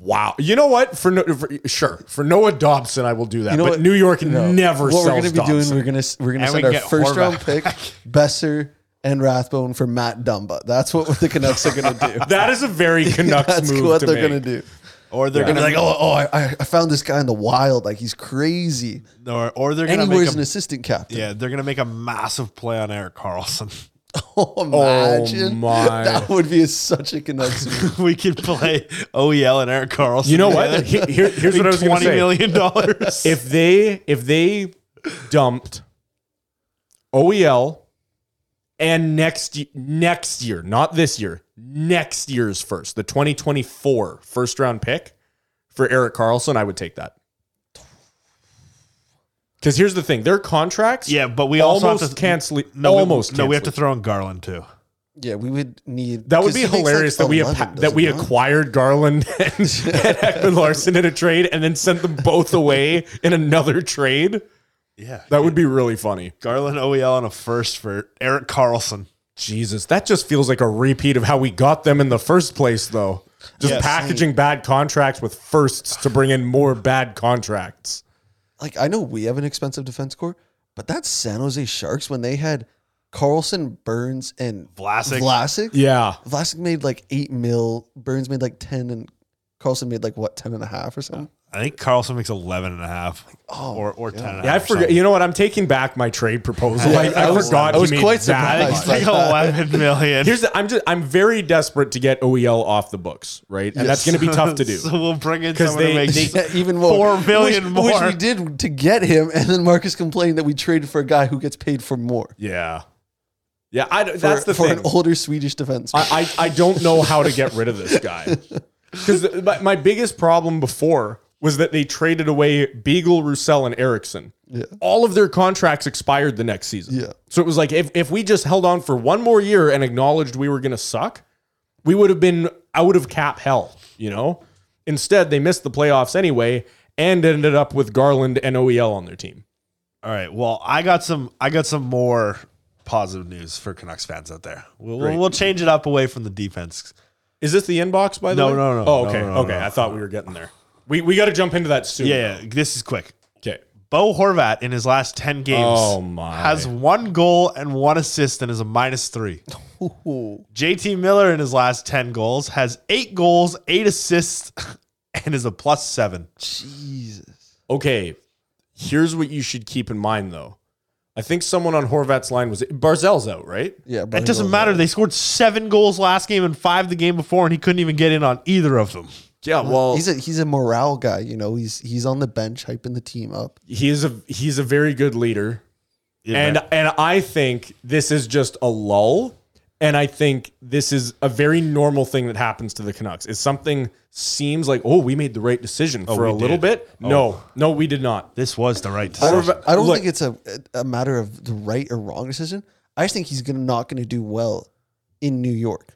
S2: Wow. You know what? For, no, for sure, for Noah Dobson, I will do that.
S5: You know
S2: but
S5: what?
S2: New York
S5: No.
S2: never
S5: What we're
S2: sells
S5: gonna be
S2: Dobson.
S5: doing? We're gonna we're gonna
S3: And we
S5: send our
S3: get
S5: first round
S3: Horvat.
S5: pick, Besser and Rathbone for Matt Dumba. That's what the Canucks are gonna do.
S2: that is a very Canucks
S5: That's
S2: move.
S5: what
S2: to
S5: they're
S2: make.
S5: gonna do.
S3: Or they're gonna
S5: They're like, oh, oh, I, I found this guy in the wild. Like he's crazy.
S3: or, or they're
S5: And
S3: gonna
S5: he
S3: make
S5: wears
S3: a,
S5: an assistant captain.
S3: yeah they're gonna make a massive play on Eric Carlson.
S5: Oh, imagine
S2: my.
S5: that would be such a Canucks. move.
S3: we could play OEL and Eric Carlson.
S2: You know
S3: together.
S2: what? He- here- here's what I was going to
S3: Twenty
S2: say.
S3: million dollars.
S2: If they if they dumped OEL and next y- next year, not this year, next year's first, the 2024 first round pick for Eric Carlson, I would take that. Because here's the thing, their contracts,
S3: yeah, but we
S2: almost
S3: also have to
S2: cancel.
S3: No, we-
S2: almost
S3: no, we have
S2: cancel
S3: to throw in Garland too.
S5: yeah, we would need.
S2: That would
S5: 'cause
S2: be
S5: he makes, like,
S2: hilarious that we
S5: 11,
S2: appa- that
S5: doesn't
S2: we
S5: he?
S2: acquired Garland and, and Ekman Larson in a trade and then sent them both away in another trade.
S3: Yeah,
S2: That would be really funny.
S3: Garland OEL on a first for Eric Carlson.
S2: Jesus, that just feels like a repeat of how we got them in the first place, though. Just
S3: Yes.
S2: packaging bad contracts with firsts to bring in more bad contracts.
S5: Like I know we have an expensive defense core, but that San Jose Sharks when they had Carlson, Burns, and
S3: Vlasic.
S5: Vlasic.
S2: Yeah.
S5: Vlasic made like eight mil. Burns made like ten, and Carlson made like what ten and a half or something.
S3: I think Carlson makes 11 and a half or, or 10 and a half.
S2: Yeah, I
S3: or
S2: forgot.
S3: something.
S2: You know what? I'm taking back my trade proposal. I, I,
S5: I was-
S2: forgot.
S5: I
S2: he
S5: was
S2: made
S5: quite
S2: that
S5: surprised
S2: much.
S5: by
S3: Like 11 million.
S2: Here's the, I'm just I'm very desperate to get OEL off the books, right? And that's going to be tough to do.
S3: so we'll bring in
S2: 'Cause
S3: someone who
S2: they-
S3: makes
S2: they-
S5: Yeah, even more.
S3: Four million
S5: which,
S3: more.
S5: Which we did to get him, and then Marcus complained that we traded for a guy who gets paid for more.
S2: yeah, yeah. I, don't-
S5: For,
S2: that's the
S5: for
S2: thing.
S5: an older Swedish defenseman.
S2: I, I, I don't know how to get rid of this guy. Because my, my biggest problem before was that they traded away Beagle, Roussel, and Erickson.
S5: Yeah.
S2: All of their contracts expired the next season.
S5: Yeah.
S2: So it was like if, if we just held on for one more year and acknowledged we were going to suck, we would have been out of cap hell, you know? Instead, they missed the playoffs anyway and ended up with Garland and OEL on their team.
S3: All right. Well, I got some I got some more positive news for Canucks fans out there. We'll, we'll, we'll change it up away from the defense.
S2: Is this the inbox by the
S3: No,
S2: way?
S3: no, no,
S2: Oh,
S3: no,
S2: okay,
S3: no, no,
S2: okay.
S3: no.
S2: I thought we were getting there. We we got to jump into that soon.
S3: Yeah, yeah, this is quick.
S2: Okay.
S3: Bo Horvat in his last 10 games
S2: Oh, my.
S3: has one goal and one assist and is a minus three. JT Miller in his last 10 goals has eight goals, eight assists, and is a plus seven.
S5: Jesus.
S2: Okay. Here's what you should keep in mind though. I think someone on Horvat's line was Barzell's out, right?
S5: Yeah,
S3: It doesn't matter. They scored seven goals last game and five the game before, and he couldn't even get in on either of them.
S2: Yeah, well,
S5: he's a he's a morale guy. You know, he's he's on the bench hyping the team up.
S2: he is a he's a very good leader. and and I think this is just a lull. And I think this is a very normal thing that happens to the Canucks. Is something seems like, oh, we made the right decision for
S3: we
S2: a little
S3: did.
S2: bit. No, no, we did not.
S3: this was the right
S5: I
S3: decision.
S5: don't, I don't
S2: Look-
S5: think it's a a matter of the right or wrong decision. I just think he's gonna not gonna do well in New York.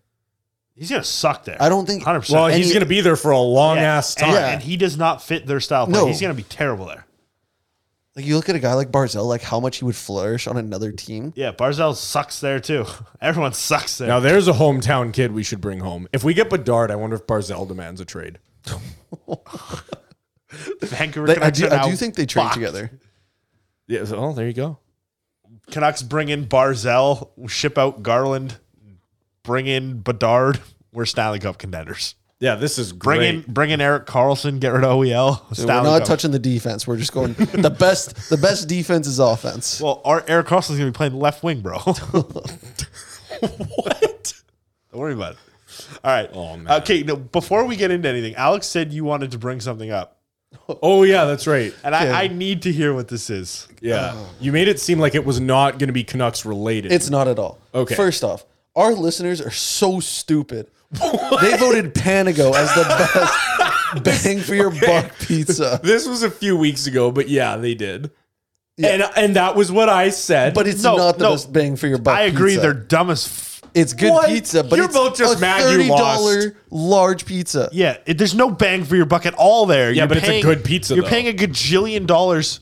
S3: He's going to suck there.
S5: I don't think-
S3: 100%.
S2: Well,
S5: And
S2: he's
S5: he-
S2: going to be there for a long ass time.
S3: And,
S5: Yeah.
S3: and he does not fit their style. Play.
S5: No.
S3: He's going to be terrible there.
S5: Like you look at a guy like Barzell, like how much he would flourish on another team.
S3: Yeah, Barzell sucks there too. Everyone sucks there.
S2: Now there's a hometown kid we should bring home. If we get Bedard, I wonder if Barzell demands a trade.
S3: Vancouver
S5: They- I
S3: Canucks
S5: do
S3: are now
S5: I do think they train
S3: fucked.
S5: together.
S2: Yeah. So, oh, there you go.
S3: Canucks bring in Barzell, ship out Garland, bring in Bedard. We're Stanley Cup contenders.
S2: Yeah, this is great.
S3: Bring in bring in Eric Carlson, get rid of OEL.
S5: We're
S3: Stanley
S5: not
S3: Cup.
S5: touching the defense. We're just going the best. The best defense is offense.
S3: Well, our Eric Carlson's gonna be playing left wing, bro. Don't
S2: what?
S3: worry about it. All right.
S2: Oh, man.
S3: Okay. No, before we get into anything, Alex said you wanted to bring something up,
S2: Oh yeah, that's right.
S3: and I, I need to hear what this is.
S2: Yeah, you made it seem like it was not going to be Canucks related.
S5: It's not at all.
S2: Okay.
S5: First off, our listeners are so stupid. They voted Panago as the best bang for your buck pizza.
S2: This was a few weeks ago, but yeah, they did.
S5: Yeah.
S2: And and that was what I said.
S5: But it's
S3: No,
S5: not the
S3: no.
S5: best bang for your buck.
S3: I agree.
S5: pizza.
S3: They're dumb as. F-
S5: it's good
S2: What?
S5: pizza, but
S2: You're
S5: it's
S2: both just
S5: a
S2: mad you lost.
S5: $30 large pizza.
S3: yeah, it, there's no bang for your buck at all there. Yeah,
S2: but it's a good pizza,
S3: You're
S2: though.
S3: paying a gajillion dollars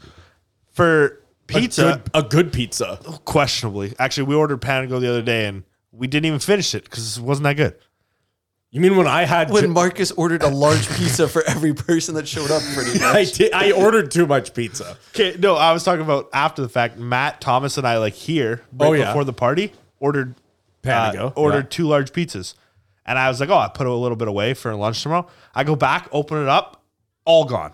S3: for
S2: a
S3: pizza.
S2: good- a good pizza.
S3: questionably. Actually, we ordered Panago the other day and we didn't even finish it because it wasn't that good.
S2: You mean when I had
S5: When Marcus ordered a large pizza for every person that showed up, pretty much.
S2: I did, I ordered too much pizza.
S3: Okay, no, I was talking about after the fact. Matt Thomas and I, like here, right
S2: Oh, yeah.
S3: before the party, ordered
S2: Panago,
S3: uh, ordered
S2: yeah.
S3: two large pizzas, and I was like, oh, I put a little bit away for lunch tomorrow. I go back, open it up, all gone.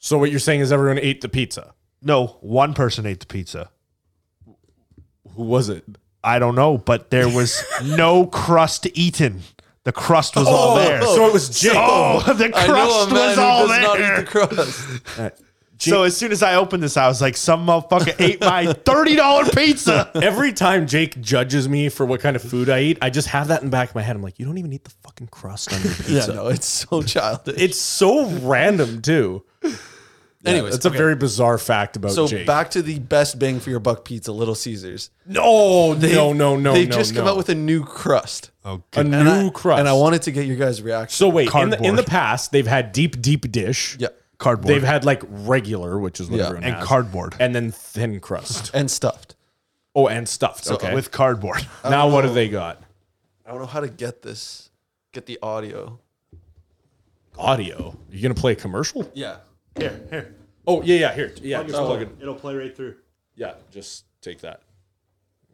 S2: So what you're saying is everyone ate the pizza.
S3: No, one person ate the pizza.
S2: Who was it?
S3: I don't know, but there was no crust eaten. The crust was all there.
S2: So it was Jake.
S3: oh, the
S5: I know a
S3: crust
S5: man
S3: was
S5: who
S3: all
S5: does
S3: there.
S5: not eat the crust.
S3: So as soon as I opened this, I was like, some motherfucker ate my $30 pizza.
S2: Every time Jake judges me for what kind of food I eat, I just have that in the back of my head. I'm like, you don't even eat the fucking crust on your
S5: Yeah,
S2: pizza.
S5: no, it's so childish.
S2: It's so random too.
S5: Anyways,
S2: it's a
S5: okay.
S2: very bizarre fact about
S5: So
S2: Jake.
S5: back to the best bang for your buck pizza, Little Caesars.
S2: no, no,
S5: They've-
S2: no, no.
S5: They've
S2: no,
S5: just come
S2: no.
S5: out with a new crust.
S2: a new
S5: and I,
S2: crust.
S5: And I wanted to get your guys' reaction.
S2: So wait, in the, in
S3: Cardboard.
S2: the past they've had deep, deep dish.
S5: yeah.
S3: Cardboard.
S2: They've had like regular, which is what
S5: Yeah.
S2: everyone
S3: and
S2: has,
S3: cardboard.
S2: and then thin crust.
S5: And stuffed.
S2: Oh, and stuffed. okay.
S3: With cardboard.
S2: now
S5: Oh.
S2: what do they got?
S5: I don't know how to get this. Get the audio.
S2: Audio. You gonna play a commercial?
S5: Yeah.
S3: Here, here.
S2: Oh yeah, yeah. Here, yeah. Just plug it.
S3: It'll play right through.
S2: Yeah, just take that.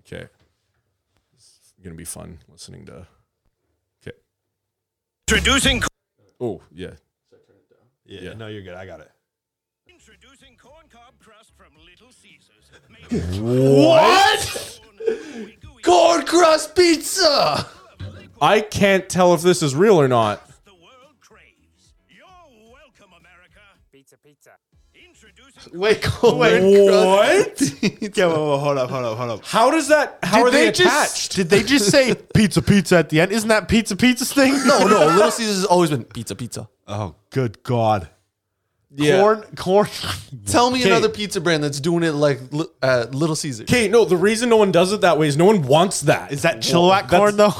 S2: Okay. It's gonna be fun listening to. Okay.
S10: Introducing
S2: Oh yeah.
S3: Yeah, no, you're good. I got it.
S10: Introducing corn cob crust from Little Caesars.
S2: What?
S5: Corn crust pizza.
S2: I can't tell if this is real or not.
S10: the world craves. You're welcome, America. Pizza, pizza. Introducing
S3: Wait,
S2: What?
S3: Yeah, whoa, whoa, hold up, hold up, hold up.
S2: How does that? How are they, attached?
S3: Just, did they just say pizza pizza at the end? Isn't that pizza pizza's thing?
S5: No, no. Little Caesars has always been pizza, pizza.
S3: Oh, good God.
S2: Yeah.
S3: Corn, corn.
S5: Tell me
S2: Okay.
S5: another pizza brand that's doing it like Li- uh, Little Caesars.
S2: Okay, no, the reason no one does it that way is no one wants that.
S3: Is that Chilliwack corn though?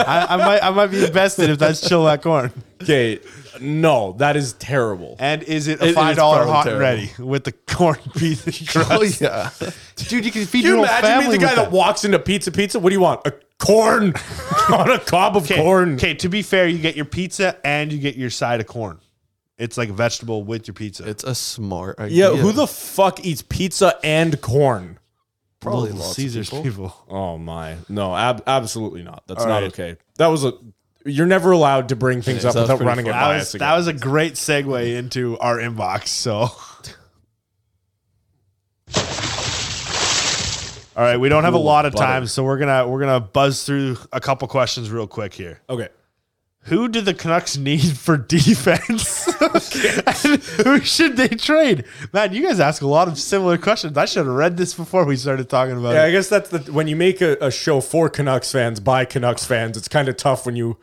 S3: I, I might, I might be invested if that's Chilliwack corn.
S2: okay? No, that is terrible.
S3: And is it
S5: It
S3: a
S5: is
S3: five dollar
S5: probably
S3: hot
S5: terrible.
S3: and ready with the corn pizza crust?
S5: Oh yeah.
S3: Dude, you can
S2: Can
S3: feed
S2: you
S3: your whole
S2: imagine
S3: family.
S2: being the guy
S3: with
S2: that walks into Pizza Pizza? What do you want? A corn on a cob of corn.
S3: Okay, to be fair, you get your pizza and you get your side of corn. It's like a vegetable with your pizza.
S5: It's a smart
S2: Yeah,
S5: idea.
S2: who the fuck eats pizza and corn?
S5: probably
S3: Little
S5: lots of
S3: Caesar's
S5: people.
S2: Oh my. No, ab- absolutely not. That's
S3: All
S2: not
S3: right.
S2: okay. That was a you're never allowed to bring things up
S5: that was
S2: without
S5: pretty
S2: running it
S3: That
S2: by
S3: was
S2: us again.
S3: that was a great segue into our inbox. So, all right, we don't have a
S2: Cool
S3: lot of
S2: butter.
S3: time, so we're gonna we're gonna buzz through a couple questions real quick here.
S2: Okay.
S3: Who do the Canucks need for defense? and who should they trade? Man, you guys ask a lot of similar questions. I should have read this before we started talking about
S2: Yeah,
S3: it.
S2: I guess that's the when you make a, a show for Canucks fans by Canucks fans, it's kind of tough when you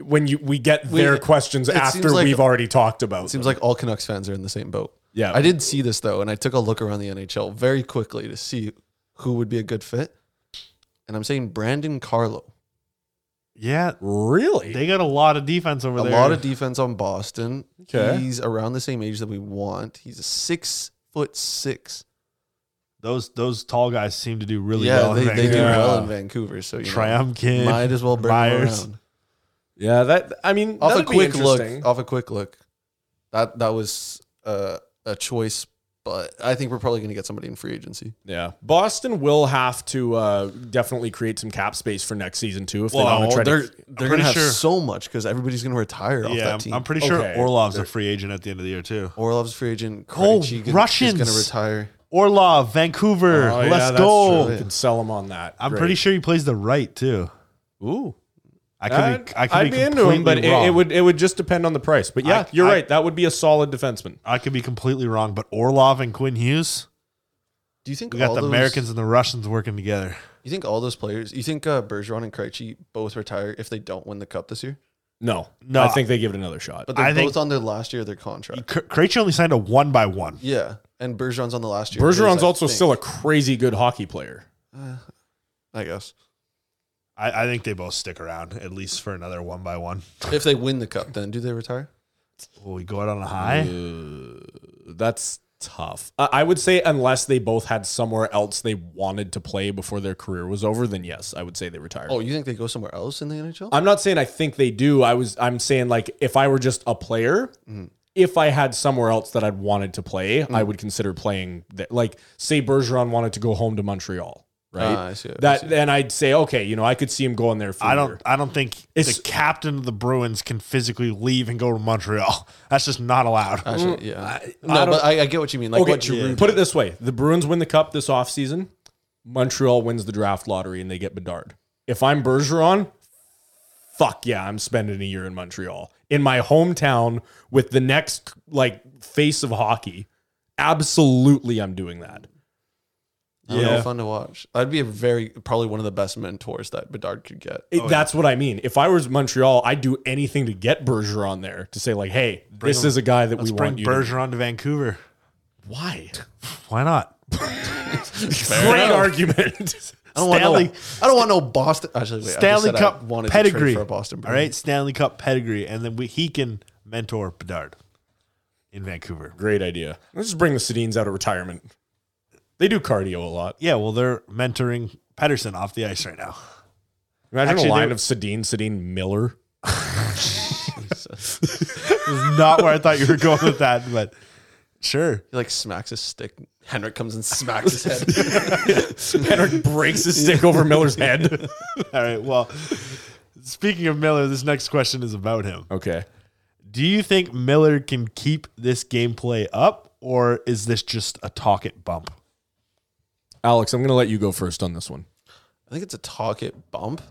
S2: when you we get their questions
S5: it
S2: after
S5: seems like-
S2: we've already talked about.
S5: Seems
S2: them.
S5: like all Canucks fans are in the same boat.
S2: Yeah.
S5: I did see this though, and I took a look around the NHL very quickly to see who would be a good fit. And I'm saying Brandon Carlo.
S3: Yeah,
S2: really
S3: they got a lot of defense over
S5: A
S3: there.
S5: lot of defense on Boston.
S2: Okay.
S5: He's around the same age that we want. He's a six foot six.
S3: those those tall guys seem to do really
S5: yeah,
S3: well.
S5: they,
S3: in
S5: they do
S3: Vancouver.
S5: well in Vancouver. So you know,
S3: Triumkin,
S5: might as well bring
S3: Myers.
S5: him around.
S2: Yeah, that I mean
S5: Off a
S2: that'd be
S5: quick
S2: interesting.
S5: look. Off a quick look. That that was uh, a choice, but I think we're probably going to get somebody in free agency.
S2: Yeah, Boston will have to uh, definitely create some cap space for next season too if they
S3: Well,
S2: want to try
S5: They're
S2: to.
S5: they're
S3: pretty
S5: gonna have
S3: sure-
S5: so much because everybody's gonna retire off
S3: Yeah,
S5: that
S3: I'm,
S5: team.
S3: I'm pretty sure
S2: Okay.
S3: Orlov's a free agent at the end of the year too.
S5: Orlov's a free agent.
S3: Cole,
S5: Krejci gonna-
S3: Russians.
S5: is gonna retire.
S3: Orlov, Vancouver,
S2: Oh, yeah,
S3: let's
S2: that's
S3: go.
S2: true. You can sell them on that.
S3: I'm
S2: Great.
S3: pretty sure he plays the right too.
S2: Ooh,
S3: I could
S2: I'd,
S3: be, I could
S2: I'd
S3: be,
S2: be into him, but it,
S3: completely wrong.
S2: it would it would just depend on the price. But yeah,
S3: I-
S2: you're
S3: I-
S2: right. That would be a solid defenseman.
S3: I could be completely wrong. But Orlov and Quinn Hughes,
S5: Do you think
S3: we got
S5: all
S3: the
S5: those,
S3: Americans and the Russians working together.
S5: You think all those players? You think uh, Bergeron and Krejci both retire if they don't win the cup this year?
S2: No,
S3: No.
S2: I think they give it another shot.
S5: But they're
S3: I
S5: both
S3: think-
S5: on their last year of their contract.
S3: K- Krejci only signed a one by one.
S5: Yeah, and Bergeron's on the last year. of his,
S2: Bergeron's
S5: I
S2: also
S5: think.
S2: still a crazy good hockey player.
S5: I guess
S3: I, I think they both stick around at least for another one by one.
S5: if they win the cup, then do they retire?
S3: Will we go out on a high?
S2: That's tough. I I would say unless they both had somewhere else they wanted to play before their career was over, then yes, I would say they retire.
S5: Oh, you think they go somewhere else in the NHL?
S2: I'm not saying I think they do. I was I'm saying like if I were just a player,
S5: Mm.
S2: if I had somewhere else that I'd wanted to play, I would consider playing that like say Bergeron wanted to go home to Montreal, right?
S5: Ah, I see, I
S2: that
S5: see.
S2: then I'd say, okay, you know, I could see him going there for
S3: I
S2: a
S3: don't.
S2: year.
S3: I don't think
S2: It's-
S3: the captain of the Bruins can physically leave and go to Montreal. That's just not allowed.
S5: Actually, yeah. no,
S2: I
S5: but I, I get what you mean. Like
S2: okay,
S5: what Giroud.
S2: put it this way. The Bruins win the cup this offseason, Montreal wins the draft lottery and they get Bedard. If I'm Bergeron, fuck yeah, I'm spending a year in Montreal. In my hometown with the next like face of hockey. Absolutely I'm doing that.
S5: I don't know,
S2: Yeah.
S5: fun to watch. That'd be a very probably one of the best mentors that Bedard could get.
S3: Oh,
S2: It- that's what I mean. If I was Montreal, I'd do anything to get Bergeron there to say like, "Hey, this
S3: him-
S2: is a guy that
S3: Let's
S2: we
S3: bring
S2: want you." to-
S3: Bergeron to Vancouver.
S2: Why?
S3: Why not?
S2: Great argument.
S5: I don't want
S3: Stanley-
S5: no. I don't want no Boston. Actually, wait, I just
S3: Stanley
S5: said I
S3: Cup
S5: wanted to trade
S3: pedigree.
S5: for a Boston.
S3: All right, Stanley Cup pedigree, and then we, he can mentor Bedard in Vancouver.
S2: Great idea. Let's just bring the Sedines out of retirement. They do cardio a lot.
S3: Yeah, well, they're mentoring Pedersen off the ice right now.
S2: Imagine
S3: Actually,
S2: a line
S3: they-
S2: of Sedin, Sedin, Miller.
S3: It's not where I thought you were going with that, but sure.
S5: He like smacks his stick. Henrik comes and smacks his head.
S2: Henrik breaks his stick over Miller's head.
S3: All right. Well, speaking of Miller, this next question is about him.
S2: Okay.
S3: Do you think Miller can keep this gameplay up, or is this just a talk it bump?
S2: Alex, I'm going to let you go first on this one.
S5: I think it's a talk it bump,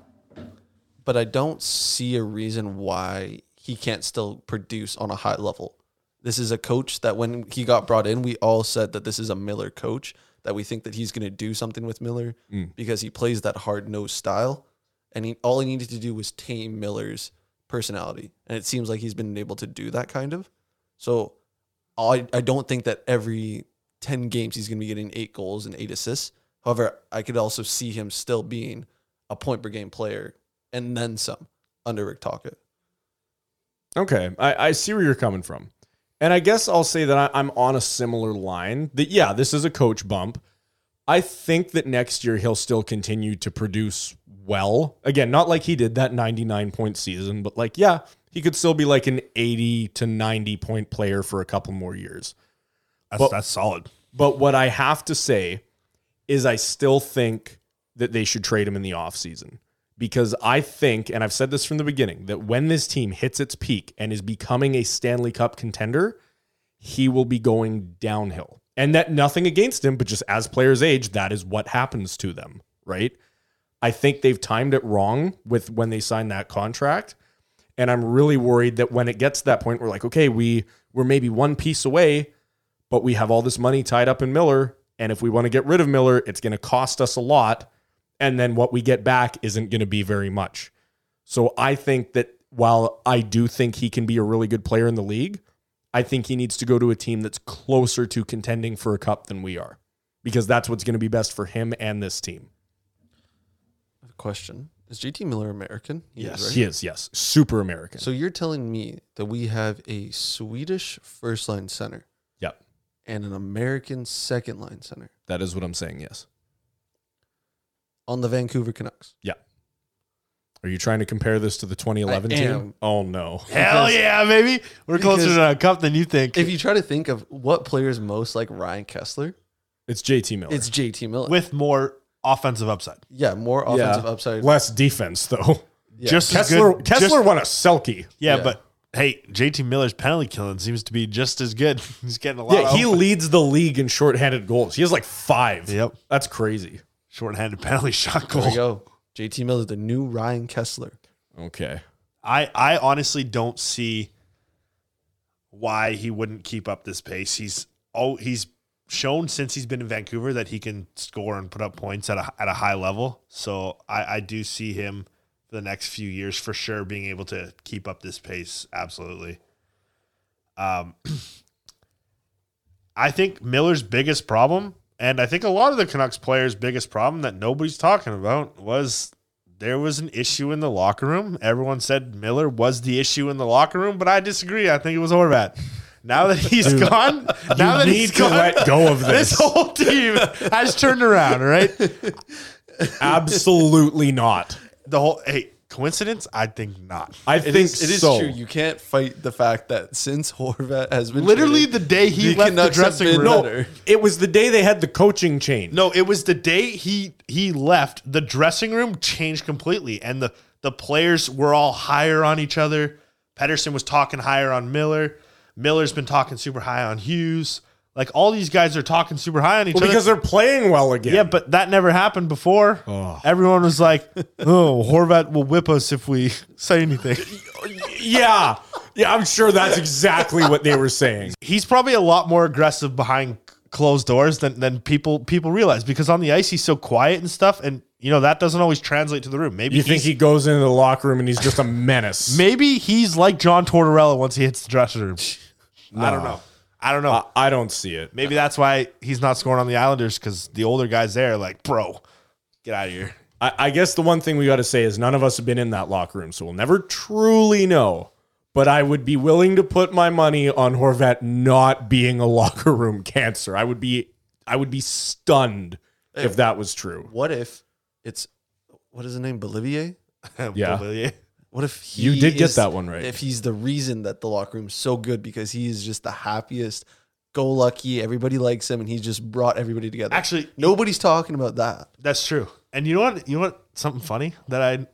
S5: but I don't see a reason why he can't still produce on a high level. This is a coach that when he got brought in, we all said that this is a Miller coach that we think that he's going to do something with Miller because he plays that hard nosed style, and he, all he needed to do was tame Miller's personality, and it seems like he's been able to do that kind of. So, I I don't think that every ten games he's going to be getting eight goals and eight assists. However, I could also see him still being a point per game player and then some under Rick Tockett.
S2: Okay, I, I see where you're coming from, and I guess I'll say that I, I'm on a similar line. That yeah, this is a coach bump. I think that next year he'll still continue to produce well. Again, not like he did that 99 point season, but like, yeah, he could still be like an 80 to 90 point player for a couple more years.
S3: That's,
S2: Well-
S3: that's solid.
S2: But what I have to say is I still think that they should trade him in the offseason because I think, and I've said this from the beginning, that when this team hits its peak and is becoming a Stanley Cup contender, he will be going downhill. And that nothing against him, but just as players age, that is what happens to them, right? I think they've timed it wrong with when they signed that contract. And I'm really worried that when it gets to that point, we're like, okay, we we're maybe one piece away but we have all this money tied up in Miller. And if we want to get rid of Miller, it's going to cost us a lot. And then what we get back isn't going to be very much. So I think that while I do think he can be a really good player in the league, I think he needs to go to a team that's closer to contending for a cup than we are because that's what's going to be best for him and this team.
S5: Question: Is JT Miller American? He is, right?
S2: He is, yes. Super American.
S5: So you're telling me that we have a Swedish first line center
S2: yep.
S5: and an American second line center
S2: That is what I'm saying, yes.
S5: on the Vancouver Canucks.
S2: Yeah. Are you trying to compare this to the 2011
S5: I
S2: team?
S5: am.
S2: Oh, no.
S3: Hell yeah, baby. We're closer
S5: because-
S3: to a cup than you think.
S5: If you try to think of what players most like Ryan Kessler,
S2: It's JT Miller.
S5: it's JT Miller.
S3: with more offensive upside.
S5: yeah, more offensive
S2: Yeah.
S5: upside.
S2: Less defense, though.
S5: Yeah.
S3: Just as
S2: Kessler,
S3: good.
S2: Kessler
S3: just-
S2: won a selkie.
S3: yeah,
S5: Yeah.
S3: but hey, JT Miller's penalty killing seems to be just as good. He's getting a lot.
S2: Yeah, he
S3: of
S2: leads the league in shorthanded goals. He has like five.
S3: Yep.
S2: That's crazy.
S3: shorthanded penalty shot
S5: there we
S3: goal.
S5: go. JT Miller, the new Ryan Kessler.
S2: Okay.
S3: I I honestly don't see why he wouldn't keep up this pace. He's oh he's shown since he's been in Vancouver that he can score and put up points at a at a high level. So I I do see him for the next few years for sure being able to keep up this pace absolutely. Um I think Miller's biggest problem, and I think a lot of the Canucks players' biggest problem that nobody's talking about was there was an issue in the locker room. Everyone said Miller was the issue in the locker room, but I disagree. I think it was Horvat. Now that he's gone, now that he's
S2: Need to
S3: gone,
S2: let go of
S3: this
S2: this.
S3: whole team has turned around. all Right?
S2: Absolutely not.
S3: The whole hey coincidence? I think not.
S2: I
S5: It
S2: think
S5: is- it is
S2: so.
S5: true. You can't fight the fact that since Horvat has been
S3: Literally
S5: traded,
S3: the day he left the
S5: Canucks have
S3: dressing
S5: been
S3: room.
S2: no,
S5: better.
S2: it was the day they had the coaching change.
S3: No, it was the day he he left. The dressing room changed completely, and the the players were all higher on each other. Pedersen was talking higher on Miller. Miller's been talking super high on Hughes. Like all these guys are talking super high on each
S2: Well,
S3: other
S2: because they're playing well again.
S3: yeah, but that never happened before. Everyone was like, "Oh, Horvat will whip us if we say anything."
S2: yeah. Yeah, I'm sure that's exactly what they were saying.
S3: he's probably a lot more aggressive behind closed doors than than people people realize because on the ice he's so quiet and stuff, and you know that doesn't always translate to the room. Maybe
S2: You think
S3: he's-
S2: he goes into the locker room and he's just a menace.
S3: Maybe he's like John Tortorella once he hits the dressing room. I don't know. I don't know.
S2: I- I don't see it.
S3: Maybe that's why he's not scoring on the Islanders because the older guys there are like, bro, get out of here.
S2: I, I guess the one thing we got to say is none of us have been in that locker room, so we'll never truly know. But I would be willing to put my money on Horvat not being a locker room cancer. I would be, I would be stunned if that was true.
S5: What if it's what is the name? Bolivier?
S2: Yeah.
S3: Bolivia.
S5: What if he
S2: You did get
S5: is-
S2: that one right.
S5: If he's the reason that the locker room's so good because he is just the happiest, go lucky, everybody likes him, and he's just brought everybody together.
S3: Actually-
S5: nobody's talking about that.
S3: That's true. And you know what? You know what? Something funny that I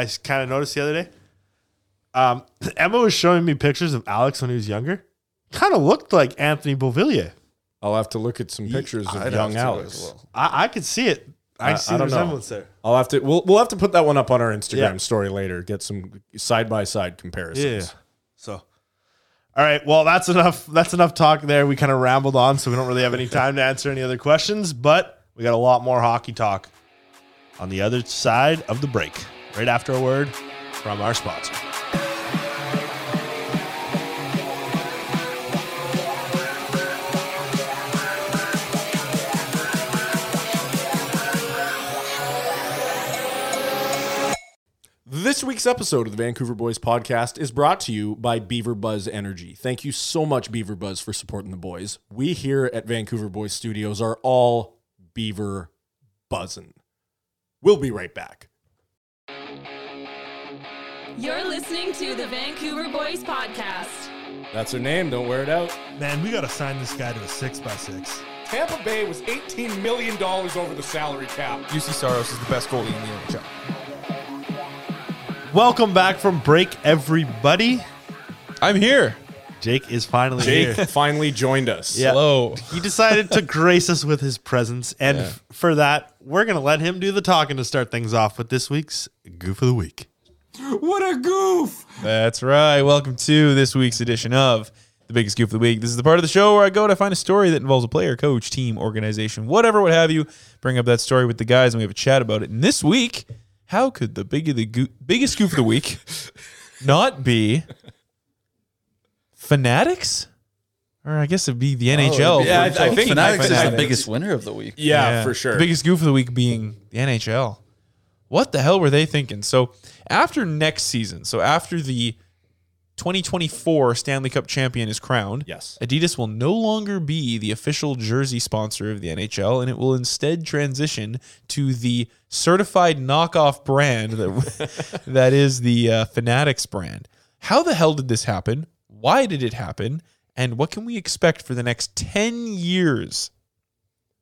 S3: I kind of noticed the other day. Um, Emma was showing me pictures of Alex when he was younger. Kind of looked like Anthony Beauvillier.
S2: I'll have to look at some pictures of
S5: I'd
S2: young
S5: have to
S2: Alex.
S5: as well.
S3: I, I could see it. Uh, I,
S2: I-
S3: see
S2: I don't
S3: the
S2: know.
S3: resemblance there.
S2: I'll have to. We'll, we'll have to put that one up on our Instagram
S3: Yeah.
S2: story later. Get some side by side comparisons.
S3: So, all right. Well, that's enough. That's enough talk there. We kind of rambled on, so we don't really have any time to answer any other questions. But we got a lot more hockey talk on the other side of the break, right after a word from our sponsor.
S2: This week's episode of the Vancouver Boys podcast is brought to you by Beaver Buzz Energy. Thank you so much, Beaver Buzz, for supporting the boys. We here at Vancouver Boys Studios are all Beaver buzzing. We'll be right back.
S4: You're listening to the Vancouver Boys Podcast.
S2: That's their name. Don't wear it out.
S3: Man, we got to sign this guy to a six by six.
S2: Tampa Bay was $18 million over the salary cap.
S1: UC Saros is the best goalie in the NHL.
S3: Welcome back from break, everybody.
S1: I'm here.
S3: Jake is finally
S2: Jake
S3: here.
S2: finally joined us.
S3: Yeah.
S1: Hello.
S3: He decided to grace us with his presence, and f- for that, we're gonna let him do the talking to start things off with this week's goof of the week.
S2: What a goof!
S1: That's right. Welcome to this week's edition of The Biggest Goof of the Week. This is the part of the show where I go to find a story that involves a player, coach, team, organization, whatever, what have you. Bring up that story with the guys and we have a chat about it. And this week, how could the big of the goo- biggest goof of the week not be Fanatics? Or I guess it'd be
S5: Oh,
S1: the NHL.
S2: yeah, I- I think-
S1: Fanatics
S2: I
S5: Fanatics
S2: think-
S5: is
S1: Fanatics.
S5: the biggest winner of the week.
S2: Yeah,
S1: Yeah.
S2: for sure.
S1: The biggest goof of the week being the NHL. What the hell were they thinking? So after next season, so after the 2024 Stanley Cup champion is crowned,
S2: Yes.
S1: Adidas will no longer be the official jersey sponsor of the NHL, and it will instead transition to the certified knockoff brand that that is the uh, Fanatics brand. How the hell did this happen? Why did it happen? And what can we expect for the next 10 years?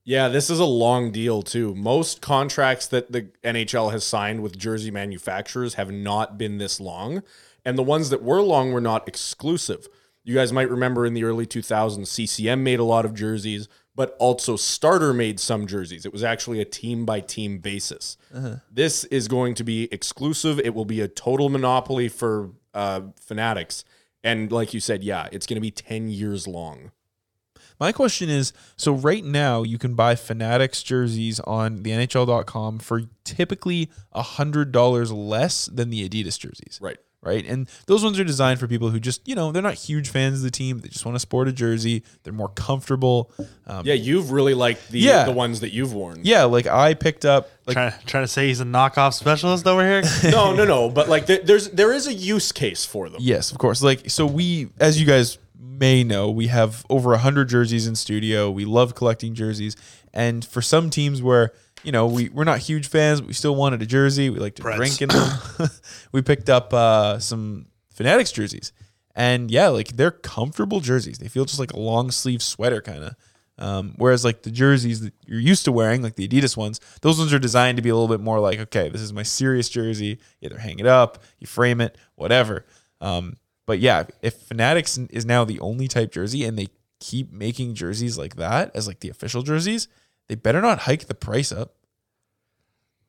S2: Yeah, this is a long deal too. Most contracts that the NHL has signed with jersey manufacturers have not been this long, and the ones that were long were not exclusive. You guys might remember in the early 2000s, CCM made a lot of jerseys, but also Starter made some jerseys. It was actually a team by team basis.
S1: Uh-huh.
S2: This is going to be exclusive. It will be a total monopoly for uh, Fanatics. And like you said, yeah, it's going to be 10 years long.
S1: My question is so right now you can buy Fanatics jerseys on the NHL.com for typically $100 less than the Adidas jerseys.
S2: Right.
S1: Right. And those ones are designed for people who just, you know, they're not huge fans of the team. They just want to sport a jersey. They're more comfortable. Um,
S2: Yeah, you've really liked the,
S1: Yeah.
S2: the ones that you've worn.
S1: yeah. Like I picked up, like,
S3: trying, trying to say he's a knockoff specialist over here.
S2: no, no, no. But like, there, there's there is a use case for them.
S1: yes, of course. Like, so we, as you guys may know, we have over 100 jerseys in studio. We love collecting jerseys. And for some teams where, you know, we, we're not huge fans, but we still wanted a jersey. We like to
S3: Preds.
S1: drink in them. we picked up uh, some Fanatics jerseys. And yeah, like they're comfortable jerseys. They feel just like a long sleeve sweater kind of. Um, whereas like the jerseys that you're used to wearing, like the Adidas ones, those ones are designed to be a little bit more like, okay, this is my serious jersey. You either hang it up, you frame it, whatever. Um, but yeah, if Fanatics is now the only type jersey and they keep making jerseys like that as like the official jerseys, they better not hike the price up.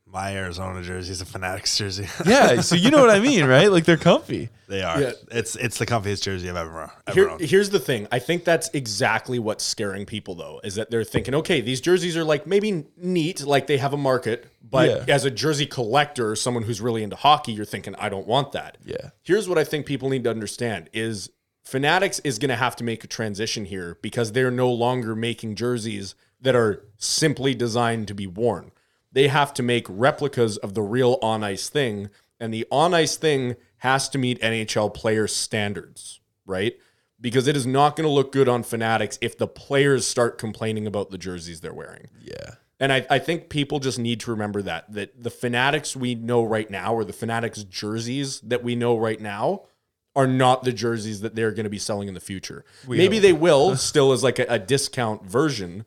S3: My Arizona jersey is a Fanatics jersey.
S1: Yeah, so you know what I mean, right? Like they're comfy.
S3: they are.
S2: Yeah.
S3: It's it's the comfiest jersey I've ever, ever
S2: Here,
S3: owned.
S2: here's the thing. I think that's exactly what's scaring people, though, is that they're thinking, okay, these jerseys are like maybe neat, like they have a market, but
S1: Yeah.
S2: as a jersey collector, someone who's really into hockey, you're thinking, I don't want that.
S1: Yeah.
S2: Here's what I think people need to understand is Fanatics is going to have to make a transition here because they're no longer making jerseys that are simply designed to be worn. They have to make replicas of the real on ice thing, and the on ice thing has to meet NHL player standards, right? Because it is not going to look good on Fanatics if the players start complaining about the jerseys they're wearing.
S1: Yeah.
S2: And I, I think people just need to remember that that the fanatics we know right now, or the fanatics jerseys that we know right now, are not the jerseys that they're going to be selling in the future. Maybe they will still as like a, a discount version,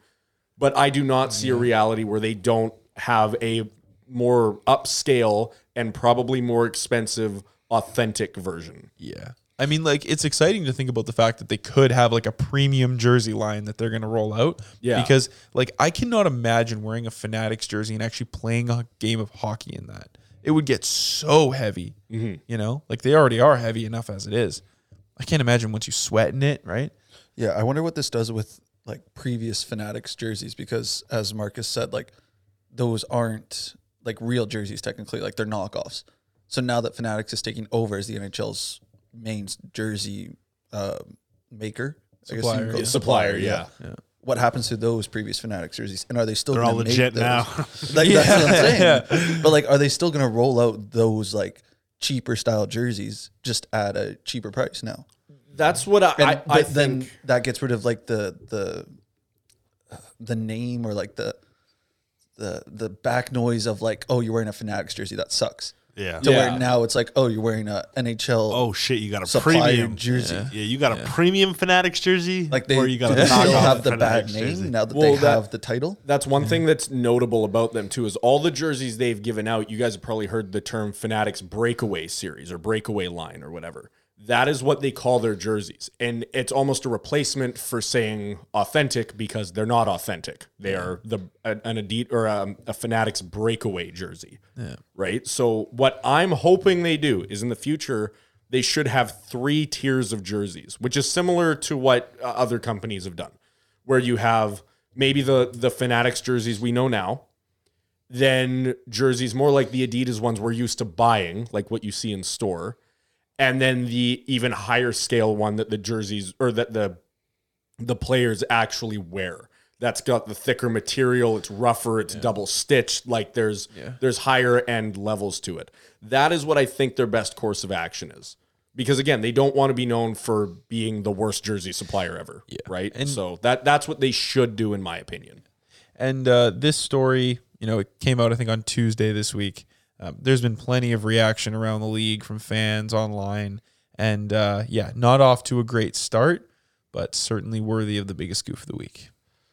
S2: but I do not see a reality where they don't have a more upscale and probably more expensive authentic version.
S1: Yeah. I mean, like, it's exciting to think about the fact that they could have like a premium jersey line that they're going to roll out.
S2: Yeah.
S1: Because, like, I cannot imagine wearing a Fanatics jersey and actually playing a game of hockey in that. It would get so heavy, you know? Like, they already are heavy enough as it is. I can't imagine once you sweat in it, right?
S5: Yeah, I wonder what this does with like previous Fanatics jerseys because as Marcus said, like those aren't like real jerseys technically, like they're knockoffs. So now that Fanatics is taking over as the NHL's main jersey uh, maker, I guess you
S1: Supplier.
S5: can call it,
S2: Supplier, yeah.
S5: What happens to those previous Fanatics jerseys? And are they still
S3: They're
S5: gonna
S3: all
S5: make
S3: legit
S5: those?
S3: now.
S5: Like, That's what I'm saying. But like, are they still going to roll out those like cheaper style jerseys just at a cheaper price now?
S2: That's what I,
S5: and
S2: I,
S5: but
S2: I
S5: then
S2: think.
S5: that gets rid of like the the the name or like the the the back noise of like oh you're wearing a fanatics jersey that sucks
S3: Yeah.
S5: To
S2: Yeah.
S5: where now it's like, oh, you're wearing a NHL.
S3: Oh shit! You got a
S5: Supplier
S3: premium
S5: jersey.
S3: Yeah, you got a premium Fanatics jersey.
S5: like they,
S3: or you got
S5: do they
S3: a
S5: still
S3: knockoff
S5: have the bad
S3: Fanatics
S5: name
S3: jersey.
S5: now that
S2: Well,
S5: they
S2: that-
S5: have the title.
S2: That's one thing that's notable about them too is all the jerseys they've given out. You guys have probably heard the term Fanatics breakaway series or breakaway line or whatever. That is what they call their jerseys, and it's almost a replacement for saying authentic because they're not authentic. They are the an Adidas or um, a Fanatics breakaway jersey, yeah. right? So what I'm hoping they do is in the future they should have three tiers of jerseys, which is similar to what uh, other companies have done where you have maybe the the Fanatics jerseys we know now, then jerseys more like the Adidas ones we're used to buying, like what you see in store, and then the even higher scale one that the jerseys or that the the players actually wear. That's got the thicker material, it's rougher, it's double stitched, like there's there's higher end levels to it. That is what I think their best course of action is. Because again, they don't want to be known for being the worst jersey supplier ever, right?
S1: And-
S2: so that that's what they should do in my opinion.
S1: And uh, this story, you know, it came out I think on Tuesday this week. Um, there's been plenty of reaction around the league from fans online, and uh, yeah, not off to a great start, but certainly worthy of the biggest goof of the week.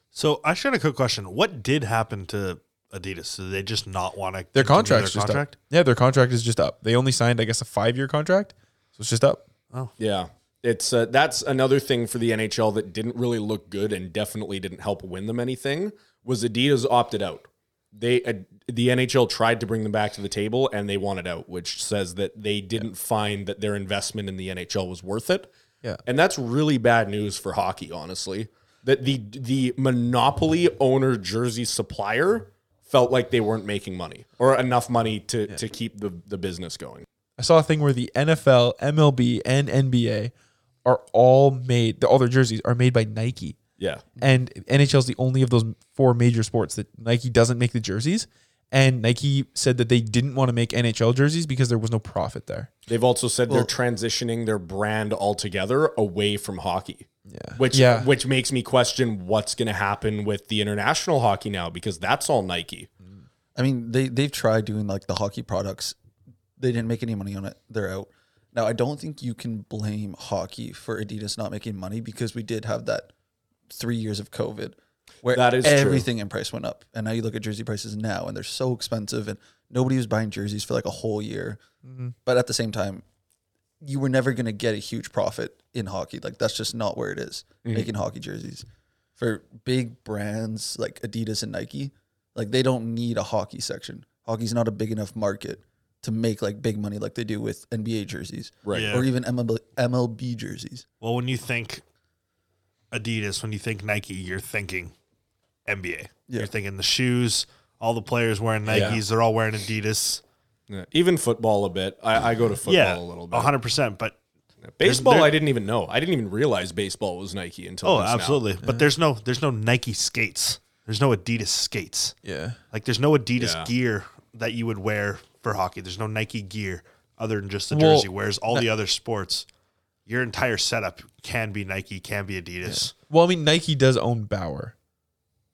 S3: So I actually had a quick question. What did happen to Adidas? Did they just not want to
S1: Their contract's just up. Yeah, their contract is just up. They only signed, I guess, a five-year contract, so it's just up.
S2: Yeah. It's uh, that's another thing for the NHL that didn't really look good and definitely didn't help win them anything was Adidas opted out. They uh, the NHL tried to bring them back to the table and they wanted out, which says that they didn't find that their investment in the NHL was worth it.
S1: Yeah.
S2: And that's really bad news for hockey, honestly. That the the monopoly owner jersey supplier felt like they weren't making money or enough money to to keep the the business going.
S1: I saw a thing where the NFL, MLB, and NBA are all made. All their jerseys are made by Nike.
S2: Yeah.
S1: and NHL is the only of those four major sports that Nike doesn't make the jerseys. And Nike said that they didn't want to make NHL jerseys because there was no profit there.
S2: They've also said they're transitioning their brand altogether away from hockey. Yeah. Which
S1: Yeah.
S2: which makes me question what's going to happen with the international hockey now because that's all Nike.
S5: I mean, they they've tried doing like the hockey products. They didn't make any money on it. They're out. Now, I don't think you can blame hockey for Adidas not making money because we did have that three years of COVID where
S2: That is true.
S5: everything in price went up. And now you look at jersey prices now and they're so expensive and nobody was buying jerseys for like a whole year.
S2: Mm-hmm.
S5: But at the same time, you were never going to get a huge profit in hockey. Like that's just not where it is,
S2: Mm-hmm.
S5: making hockey jerseys for big brands like Adidas and Nike. Like they don't need a hockey section. Hockey's not a big enough market to make like big money like they do with NBA jerseys,
S2: Right.
S3: Yeah.
S5: Or even MLB, MLB jerseys.
S3: Well, when you think Adidas, when you think Nike, you're thinking NBA.
S5: Yeah.
S3: You're thinking the shoes, all the players wearing Nikes,
S2: Yeah.
S3: they're all wearing Adidas.
S2: Even football a bit. I, I go to football
S3: yeah, Uh,
S2: a little bit.
S3: 100%. But
S2: Baseball
S3: They're-
S2: I didn't even know. I didn't even realize baseball was Nike until
S3: oh,
S2: just now.
S3: absolutely. But there's no there's no Nike skates. There's no Adidas skates.
S1: Yeah.
S3: Like there's no Adidas
S2: Yeah.
S3: gear that you would wear for hockey. There's no Nike gear other than just the
S1: Well,
S3: jersey. Whereas all the other sports, your entire setup can be Nike, can be Adidas.
S1: Well, I mean, Nike does own Bauer,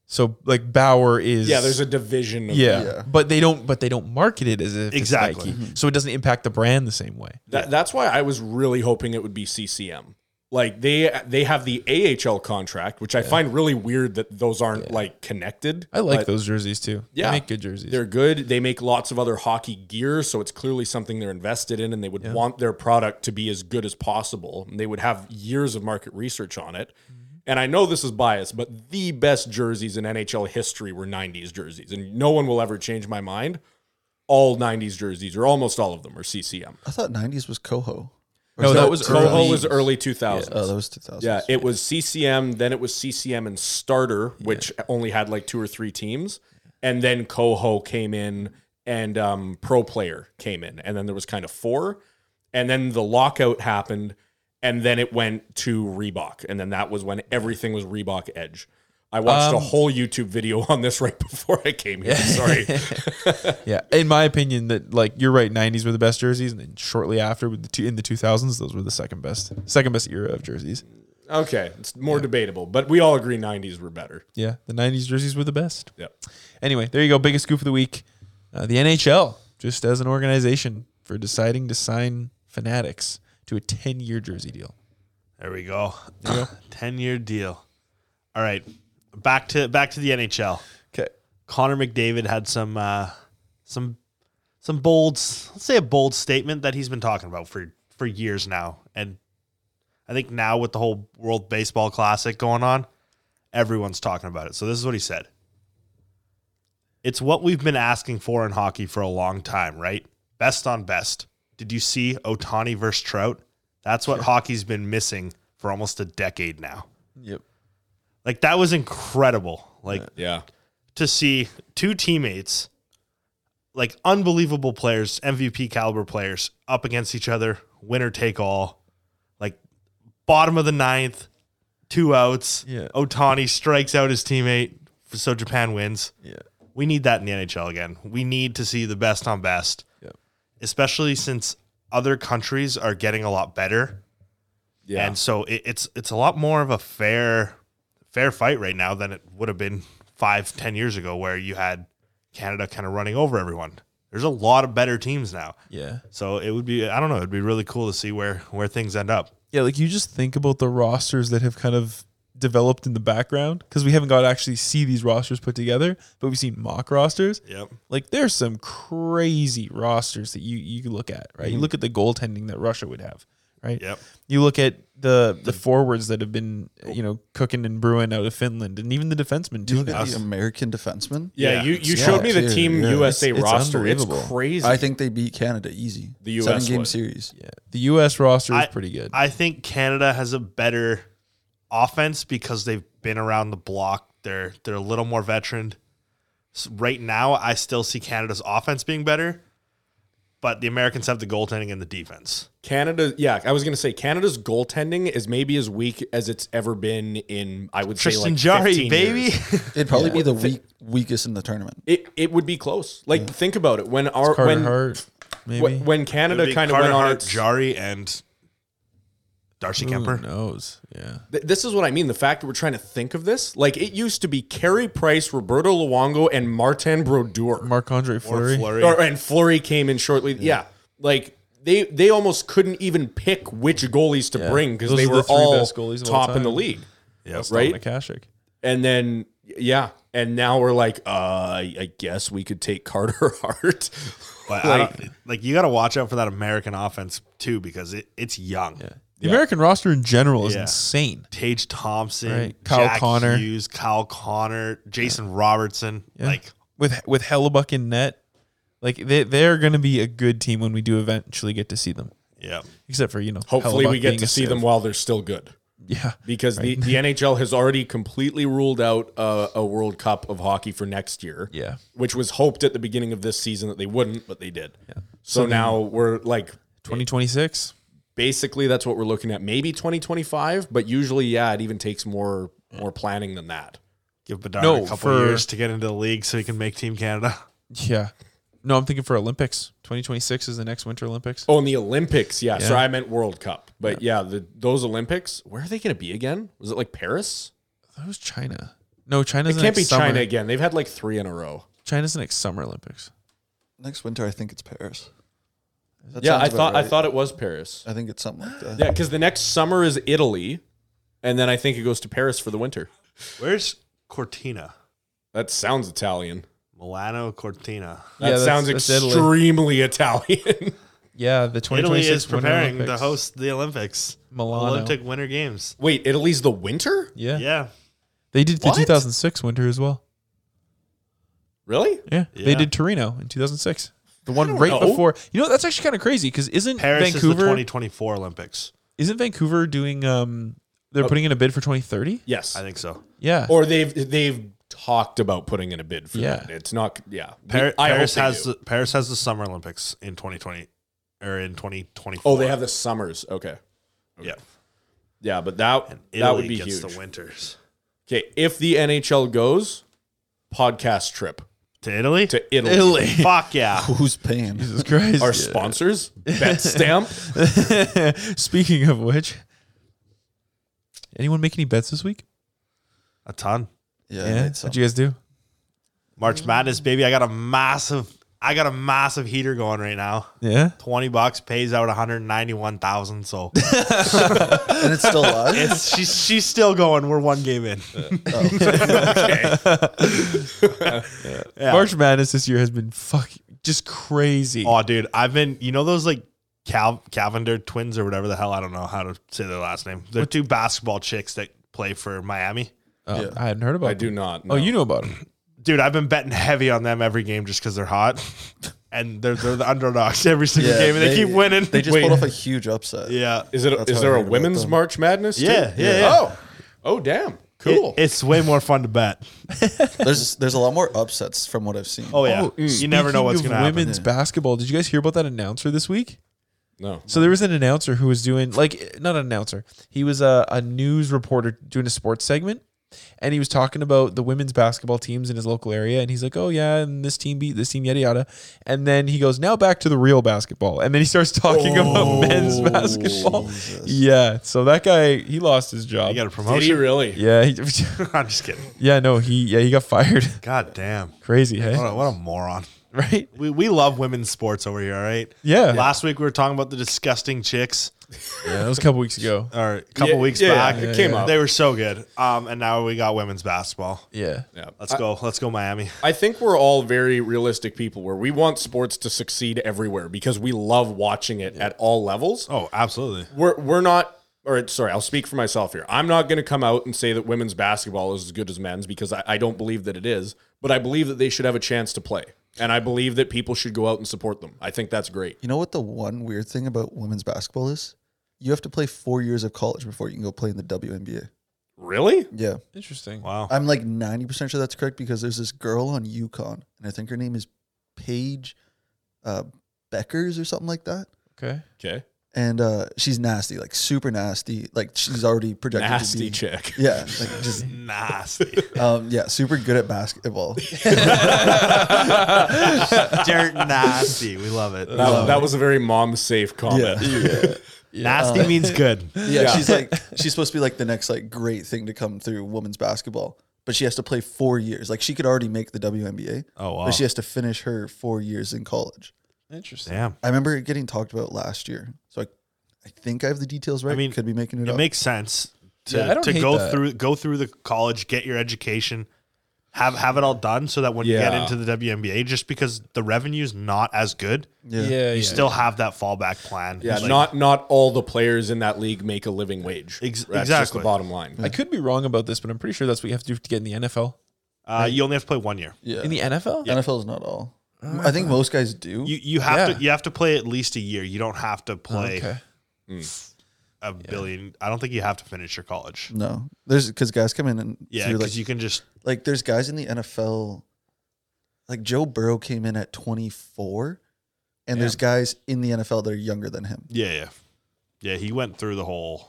S1: so like Bauer is
S2: Yeah, there's a division of
S1: yeah,
S5: Yeah.
S1: but they don't but they don't market it as if
S3: Exactly.
S1: exactly,
S2: Mm-hmm.
S1: so it doesn't impact the brand the same way.
S2: That, That's why I was really hoping it would be CCM. Like they they have the AHL contract, which I find really weird that those aren't like connected.
S1: I like
S2: But-
S1: those jerseys too.
S2: Yeah.
S1: they make good jerseys.
S2: They're good. They make lots of other hockey gear, so it's clearly something they're invested in, and they would want their product to be as good as possible. And they would have years of market research on it. And I know this is biased, but the best jerseys in NHL history were 90s jerseys, and no one will ever change my mind. All 90s jerseys, or almost all of them, are CCM.
S5: I thought 90s was Coho. Or
S1: No,
S5: is
S1: that was
S2: Coho
S1: early.
S2: was early 2000s.
S5: Oh, that was 2000.
S2: Yeah, it was CCM, then it was CCM and Starter, which only had like two or three teams, and then Coho came in and um, Pro Player came in, and then there was kind of four, and then the lockout happened, and then it went to Reebok, and then that was when everything was Reebok Edge. I watched a
S1: Um,
S2: whole YouTube video on this right before I came here. Sorry.
S1: yeah, in my opinion, that like you're right. '90s were the best jerseys, and then shortly after, with the two, in the 2000s, those were the second best, second best era of jerseys.
S2: okay, it's more debatable, but we all agree 90s were better.
S1: Yeah, the '90s jerseys were the best.
S2: Yep.
S1: Anyway, there you go. Biggest scoop of the week. Uh, the NHL just as an organization for deciding to sign Fanatics to a 10 year jersey deal.
S3: There we go. Ten year deal. All right. Back to back to the NHL.
S1: Okay.
S3: Connor McDavid had some uh, some some bold s- let's say a bold statement that he's been talking about for for years now. And I think now with the whole World Baseball Classic going on, everyone's talking about it. So this is what he said. It's what we've been asking for in hockey for a long time, right? Best on best. Did you see Otani versus Trout? That's what hockey's been missing for almost a decade now.
S1: Yep.
S3: Like that was incredible. Like
S2: Yeah.
S3: to see two teammates, like unbelievable players, MVP caliber players, up against each other, winner take all, like bottom of the ninth, two outs.
S1: Yeah.
S3: Otani strikes out his teammate, so Japan wins.
S1: Yeah.
S3: We need that in the NHL again. We need to see the best on best,
S1: Yeah.
S3: especially since other countries are getting a lot better
S2: Yeah.
S3: and so it, it's it's a lot more of a fair fair fight right now than it would have been five ten years ago, where you had Canada kind of running over everyone. There's a lot of better teams now,
S1: Yeah.
S3: so it would be I don't know it'd be really cool to see where where things end up.
S1: Yeah. Like you just think about the rosters that have kind of developed in the background because we haven't got to actually see these rosters put together, but we've seen mock rosters.
S3: Yep.
S1: Like there's some crazy rosters that you you could look at, right? You look at the goaltending that Russia would have, right?
S3: Mm-hmm. Yep. Mm. Oh.
S1: You look at the the forwards that have been you know cooking and brewing out of Finland, and even the defensemen
S5: Do you
S1: too.
S5: look
S1: Now.
S5: at the American defensemen?
S2: yeah,
S3: Yeah.
S2: You you
S5: Yeah,
S2: showed me the
S5: dude,
S2: team
S5: yeah.
S2: USA
S1: It's- it's
S2: roster. It's,
S1: unbelievable.
S2: crazy.
S5: I think they beat Canada easy.
S2: The US
S5: seven game
S2: would.
S5: series.
S1: Yeah, the U.S. roster is
S3: I-
S1: pretty good.
S3: I think Canada has a better offense because they've been around the block. They're they're a little more veteran. S- Right now, I still see Canada's offense being better, but the Americans have the goaltending and the defense.
S2: Canada. Yeah, I was gonna say Canada's goaltending is maybe as weak as it's ever been in. I would
S3: Tristan
S2: say like
S3: Jarry,
S2: 15 years.
S3: baby.
S5: It'd probably be the weak, weakest in the tournament.
S2: It it would be close. Like think about it. When our
S1: Carter
S2: when
S1: Hart, maybe.
S2: when, when
S3: It'd
S2: Canada
S3: be
S2: kind of
S3: Carter
S2: went on
S3: Hart,
S2: its
S3: Jari and Darcy Kemper.
S1: Who knows? Yeah.
S2: Th- This is what I mean. The fact that we're trying to think of this, like it used to be Carey Price, Roberto Luongo, and Martin Brodeur,
S1: Marc Andre Fleury.
S3: Fleury.
S2: or, and Flurry came in shortly. Yeah. like they they almost couldn't even pick which goalies to
S1: Yeah.
S2: bring because
S1: Those
S2: they
S1: are the
S2: were
S1: three
S2: all
S1: best goalies of all
S2: top in the
S1: time.
S2: league,
S3: Yep.
S2: right?
S1: Mikashik.
S2: And then yeah, and now we're like, uh, I I guess we could take Carter Hart.
S3: But I don't- like you got to watch out for that American offense too because it, it's young.
S1: The American roster in general is
S3: Yeah.
S1: insane.
S3: Tage Thompson,
S1: Right.
S3: Kyle
S1: Kyle
S3: Jack Connor,
S1: Connor.
S3: Hughes, Kyle Connor, Jason Robertson. Like
S1: With with Hellebuck in net, like they they're going to be a good team when we do eventually get to see them.
S3: yeah,
S1: Except for you know,
S2: Hopefully, we
S1: Hellebuck
S2: get
S1: being
S2: to
S1: a
S2: see
S1: sieve.
S2: them while they're still good.
S1: Yeah,
S2: because the, the NHL has already completely ruled out uh, a World Cup of hockey for next year.
S1: Yeah.
S2: Which was hoped at the beginning of this season that they wouldn't, but they did. Yeah. So, now we're like,
S1: twenty twenty six.
S2: basically, that's what we're looking at. Maybe 2025, but usually, yeah, it even takes more more planning than that.
S3: give Bedard
S1: No,
S3: a couple
S1: for-
S3: years to get into the league so he can make Team Canada.
S1: Yeah, no, I'm thinking for Olympics. Twenty twenty six is the next Winter Olympics.
S2: Oh, and the Olympics. Yeah.
S1: Yeah.
S2: Sorry, I meant World Cup. But yeah, the, those Olympics, where are they going to be again? Was it like Paris?
S1: That was China. No, China's
S2: It can't
S1: next
S2: be
S1: summer.
S2: China again. They've had like three in a row.
S1: China's the next Summer Olympics.
S5: Next winter, I think it's Paris. That
S2: yeah,
S5: sounds
S2: I
S5: about
S2: thought I
S5: right.
S2: thought it was Paris.
S5: I think it's something like that.
S2: Yeah, because the next summer is Italy, and then I think it goes to Paris for the winter.
S3: Where's Cortina?
S2: That sounds Italian.
S3: Milano Cortina.
S2: That
S1: Yeah, that's-
S2: sounds
S1: that's Italy.
S2: extremely Italian.
S1: Yeah, the
S3: Italy
S1: 2026
S3: is
S1: Winter
S3: preparing to
S1: Olympics.
S3: host the Olympics.
S1: Milano.
S3: Olympic Winter Games.
S2: Wait, Italy's the winter?
S1: Yeah.
S3: Yeah.
S1: they did the
S2: What?
S1: 2006 winter as well.
S2: Really?
S1: Yeah,
S3: Yeah.
S1: they did Torino in 2006. The one right
S2: know.
S1: before. You know that's actually kind of crazy because isn't
S3: Paris is the
S1: Vancouver
S3: 2024 Olympics.
S1: isn't Vancouver doing um they're putting in a bid for 2030?
S2: Yes.
S3: I think so.
S1: Yeah.
S2: Oh. Or they've they've talked about putting in a bid for
S1: Yeah.
S2: that. It's not. Yeah. We-
S3: Par-
S2: I hope
S3: Paris
S2: they
S3: has
S2: do.
S3: the, Paris has the Summer Olympics in 2020 or in 2024.
S2: oh, they have the summers. Okay.
S3: yeah.
S2: Yeah, but that
S3: And Italy
S2: that would be
S3: gets
S2: huge.
S3: the winters
S2: Okay, if the NHL goes, podcast trip
S3: to Italy.
S2: to Italy.
S3: Fuck yeah.
S5: Who's paying?
S1: Jesus Christ.
S2: Our sponsors, Bet Stamp.
S1: Speaking of which, anyone make any bets this week?
S3: A ton.
S5: Yeah, I
S1: Yeah.
S5: made some.
S1: What'd you guys do?
S3: March Madness, baby. I got a massive I got a massive heater going right now.
S1: Yeah.
S3: 20 bucks pays out 191,000. So
S5: and it's still alive.
S3: it's, she's, she's still going. We're one game in.
S1: March Madness this year has been fucking just crazy.
S3: Oh, dude, I've been. You know those like Cal Cavender twins or whatever the hell. I don't know how to say their last name. They're two basketball chicks that play for Miami.
S1: Oh, I hadn't heard about.
S2: I do
S1: them.
S2: not. know.
S1: Oh, you know about them.
S3: Dude, I've been betting heavy on them every game just because they're hot, and they're they're the underdogs every single
S5: Yeah,
S3: game, and they, keep winning.
S5: They just
S3: Wait.
S5: pulled off a huge upset.
S3: yeah.
S2: Is it?
S5: That's
S2: Is
S5: how
S2: there
S5: I
S2: a
S5: heard about
S2: women's
S5: them.
S2: March Madness? too?
S3: Yeah, yeah, yeah.
S2: Oh, oh, damn, cool.
S3: It- it's way more fun to bet.
S5: There's there's a lot more upsets from what I've seen.
S3: Oh yeah,
S1: Oh,
S2: mm.
S3: you never know
S1: speaking
S3: what's
S1: of
S3: gonna happen.
S1: Women's basketball. Did you guys hear about that announcer this week?
S2: no,
S1: So there was an announcer who was doing like not an announcer. He was a, a news reporter doing a sports segment, and he was talking about the women's basketball teams in his local area. And he's like, "Oh yeah, and this team beat this team, yada yada." And then he goes, "Now back to the real basketball," and then he starts talking about men's basketball. Yeah. So that guy, he lost his
S3: You
S1: job.
S3: got a
S2: did he
S3: promotion?
S2: really?
S1: yeah. He,
S3: I'm just kidding.
S1: yeah. No. He. Yeah. He got fired.
S3: God damn.
S1: Crazy.
S3: What
S1: Hey.
S3: a, what a moron.
S1: Right.
S3: We, we love women's sports over here, all right?
S1: Yeah.
S3: Last week we were talking about the disgusting chicks.
S1: Yeah. That was a couple weeks ago.
S3: or a couple
S2: Yeah,
S3: weeks
S2: yeah,
S3: back.
S2: it came up.
S3: They were so good. Um, and now we got women's basketball.
S1: Yeah.
S2: Yeah.
S3: Let's go. Let's go, Miami.
S2: I think we're all very realistic people where we want sports to succeed everywhere because we love watching it at all levels.
S3: Oh, absolutely.
S2: We're we're not or sorry, I'll speak for myself here. I'm not going to come out and say that women's basketball is as good as men's because I, I don't believe that it is, but I believe that they should have a chance to play. And I believe that people should go out and support them. I think that's great.
S5: You know what the one weird thing about women's basketball is? You have to play four years of college before you can go play in the WNBA.
S2: Really?
S5: Yeah.
S1: Interesting.
S3: Wow.
S5: I'm like 90% sure that's correct because there's this girl on UConn, and I think her name is Paige uh, Beckers or something like that.
S1: Okay.
S2: Okay.
S5: And uh, she's nasty, like super nasty. Like she's already projected to
S2: Nasty
S5: be.
S2: chick.
S5: Yeah, like just
S3: Nasty.
S5: um, yeah, super good at basketball.
S3: Dirt nasty. We love it.
S2: That, that was a very mom safe comment.
S3: Nasty means good.
S5: Yeah, she's like she's supposed to be like the next like great thing to come through women's basketball, but she has to play four years. Like she could already make the WNBA.
S3: Oh, wow.
S5: But she has to finish her four years in college.
S1: Interesting.
S3: Damn.
S5: I remember it getting talked about last year. So I, I think I have the details right.
S3: mean,
S5: could be making it,
S3: It
S5: up.
S3: makes sense to,
S1: Yeah, I don't
S3: to
S1: hate
S3: go
S1: that.
S3: through go through the college, get your education, have have it all done so that when you get
S2: Yeah.
S3: into the WNBA, just because the revenue's not as good,
S5: yeah.
S1: Yeah.
S3: you still have that fallback plan.
S2: Yeah,
S3: Like,
S2: not not all the players in that league make a living wage.
S3: Ex-
S2: That's just the
S3: exactly.
S2: bottom line.
S1: I could be wrong about this, but I'm pretty sure that's what you have to do to get in the NFL.
S3: uh, you only have to play one year.
S5: Yeah.
S1: In the NFL?
S5: NFL is not all. I think most guys do.
S3: You you have
S1: Yeah.
S3: to you have to play at least a year. You don't have to play
S1: Okay.
S3: a billion. I don't think you have to finish your college.
S5: no, there's because guys come in and
S3: Yeah,
S5: through,
S3: because
S5: like
S3: you can just
S5: like there's guys in the NFL, like Joe Burrow came in at 24, and there's guys in the NFL that are younger than him.
S3: yeah yeah yeah. He went through the whole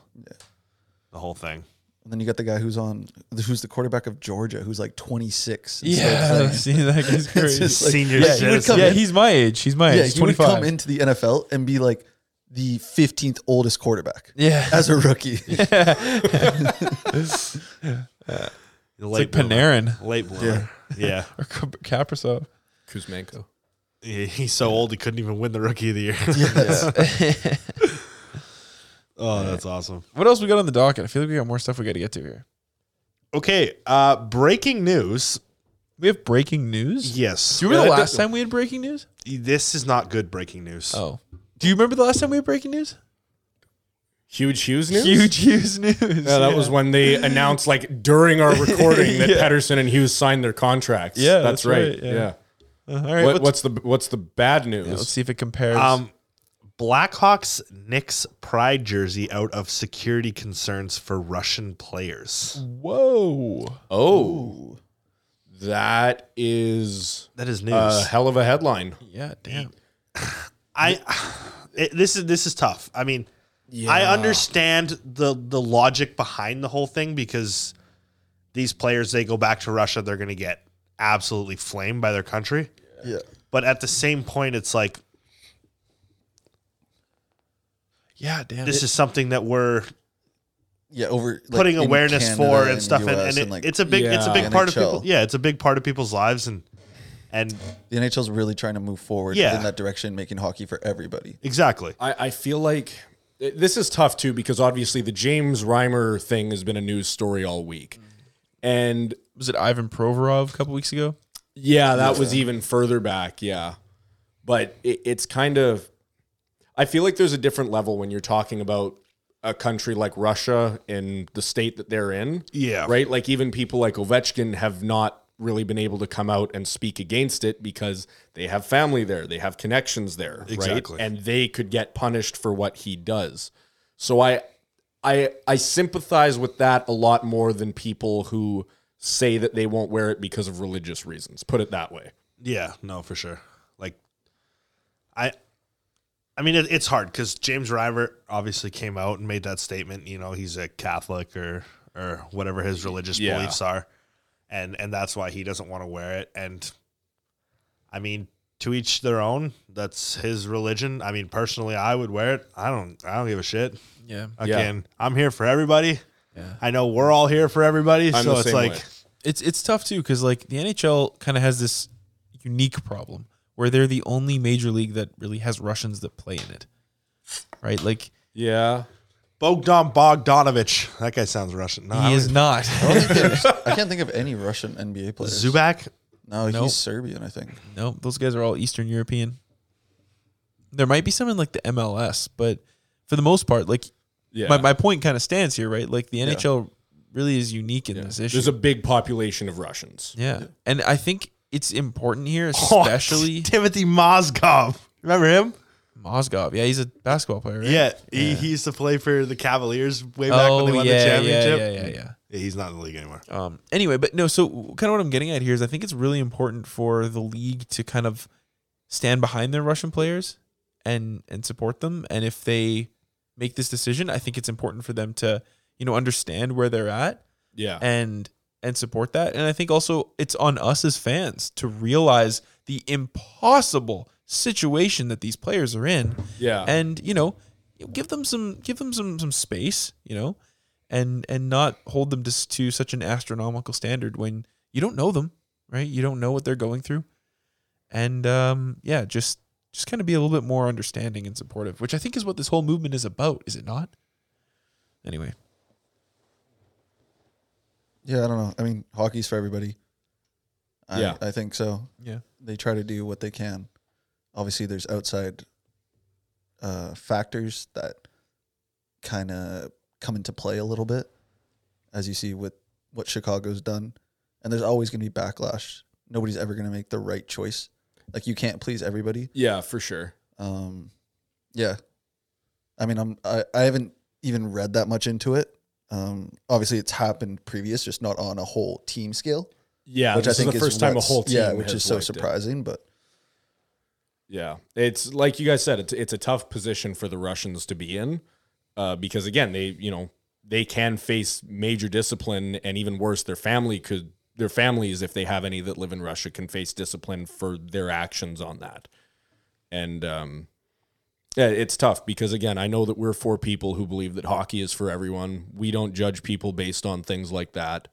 S3: the whole thing.
S5: And then you got the guy who's on, who's the quarterback of Georgia, who's like 26. and still
S1: Yeah.
S5: playing.
S1: See, that guy's
S5: It's
S1: crazy.
S5: just like-
S3: Senior
S5: yeah, he would
S3: citizen.
S5: come
S1: yeah,
S5: in-
S1: he's my age. He's my
S5: yeah,
S1: age.
S5: he would
S1: 25.
S5: come into the NFL and be like the 15th oldest quarterback
S1: yeah.
S5: as a rookie.
S3: The
S1: it's like
S3: late bloomer.
S1: Panarin
S3: late bloomer. Yeah.
S1: or Ka- Kaprasov.
S2: Kuzmenko.
S3: Yeah, he's so old he couldn't even win the rookie of the year. oh, that's awesome.
S1: What else we got on the docket? I feel like we got more stuff we got to get to here.
S3: Okay, uh, breaking news.
S1: We have breaking news.
S3: Yes,
S1: Do you remember
S2: Yeah,
S1: the
S2: that
S1: last time we had breaking news?
S3: this is not good breaking news.
S1: Oh. Do you remember the last time we had breaking news?
S2: Huge Hughes news?
S1: Huge Hughes news.
S2: Yeah, that was when they announced, like during our recording, that
S1: Yeah.
S2: Pederson and Hughes signed their contracts.
S1: Yeah,
S2: that's,
S1: that's
S2: right.
S1: right, yeah.
S2: Yeah.
S1: Uh, all right.
S2: What,
S1: let's,
S2: what's the what's the bad news?
S1: yeah, let's see if it compares.
S3: Um, Blackhawks Knicks pride jersey out of security concerns for Russian players.
S1: Whoa.
S2: Oh, that is
S3: That is news.
S2: a hell of a headline.
S1: Yeah, damn.
S3: I it, this is this is tough. I mean, I understand the the logic behind the whole thing because these players they go back to Russia, they're going to get absolutely flamed by their country.
S5: yeah.
S3: But at the same point, it's like
S1: Yeah, damn.
S3: this is something that we're
S5: Yeah. Over like,
S3: putting
S5: in
S3: awareness
S5: Canada
S3: for and stuff, and,
S5: US
S3: and it,
S5: like,
S3: it's a big it's a big
S2: Yeah.
S3: part of
S5: NHL.
S3: people. Yeah, it's a big part of people's lives, and And
S5: The NHL's really trying to move forward
S3: Yeah.
S5: in that direction, making hockey for everybody.
S3: exactly.
S2: I, I feel like eh, this is tough too because obviously the James Reimer thing has been a news story all week. And
S1: Was it Ivan Provorov a couple weeks ago?
S2: yeah, that was even further back. Yeah. But it, it's kind of, I feel like there's a different level when you're talking about a country like Russia and the state that they're in.
S3: Yeah.
S2: Right? Like even people like Ovechkin have not really been able to come out and speak against it because they have family there, they have connections there,
S3: Exactly.
S2: right? And they could get punished for what he does. So I I I sympathize with that a lot more than people who say that they won't wear it because of religious reasons. Put it that way.
S3: Yeah, no, for sure. Like, I, I mean, it, it's hard because James Reimer obviously came out and made that statement. You know, he's a Catholic or or whatever his religious
S2: Yeah.
S3: beliefs are, and and that's why he doesn't want to wear it. And I mean, to each their own. That's his religion. I mean, personally, I would wear it. I don't. I don't give a shit.
S1: Yeah.
S2: Yeah.
S3: Again, I'm here for everybody.
S1: Yeah.
S3: I know we're all here for everybody.
S2: I'm
S3: so
S2: the
S3: it's
S2: same
S3: like,
S2: way.
S1: It's it's tough too because like the NHL kind of has this unique problem where they're the only major league that really has Russians that play in it, right? Like
S2: Yeah.
S3: Bogdan Bogdanovich. That guy sounds Russian. No, I
S1: he
S3: don't
S1: is not.
S5: I, don't think there's- I can't think of any Russian NBA players.
S3: Zubak.
S5: No,
S1: Nope.
S5: he's Serbian, I think.
S1: no, those guys are all Eastern European. There might be some in like the MLS, but for the most part, like
S2: Yeah.
S1: my, my point kind of stands here, right? Like the NHL really is unique in this issue.
S2: There's a big population of Russians.
S1: yeah, and I think it's important here,
S3: Oh,
S1: especially
S3: Timothy Mozgov. Remember him?
S1: Mozgov. Yeah, he's a basketball player. Right?
S3: Yeah, he, he used to play for the Cavaliers way back
S1: Oh
S3: when they won
S1: yeah,
S3: the championship.
S1: yeah, yeah, yeah, yeah.
S3: He's not in the league anymore.
S1: Um, anyway, but no, so kind of what I'm getting at here is I think it's really important for the league to kind of stand behind their Russian players and and support them. And if they make this decision, I think it's important for them to you know understand where they're at
S2: Yeah.
S1: and and support that. And I think also it's on us as fans to realize the impossible situation that these players are in
S2: yeah.
S1: and you know give them some give them some some space you know and and not hold them to, s- to such an astronomical standard when you don't know them right you don't know what they're going through and um yeah just just kind of be a little bit more understanding and supportive which i think is what this whole movement is about is it not anyway
S5: Yeah, I don't know. I mean, hockey's for everybody. I,
S2: Yeah.
S5: I think so.
S1: yeah
S5: They try to do what they can. Obviously, there's outside uh, factors that kind of come into play a little bit, as you see with what Chicago's done. And there's always going to be backlash. Nobody's ever going to make the right choice. Like you can't please everybody.
S2: yeah, for sure.
S5: Um, yeah, I mean, I'm I, I haven't even read that much into it. Um, obviously, it's happened previous, just not on a whole team scale,
S2: Yeah.
S5: which
S2: Uh,
S5: I
S2: this
S5: think
S2: is the first time a
S5: what's-
S2: whole team
S5: yeah, which
S2: has
S5: is so
S2: liked it.
S5: surprising. But
S2: Yeah, it's like you guys said, it's it's a tough position for the Russians to be in, uh, because again, they you know they can face major discipline, and even worse, their family could their families, if they have any that live in Russia, can face discipline for their actions on that, and um, yeah, it's tough because again, I know that we're for people who believe that hockey is for everyone. We don't judge people based on things like that,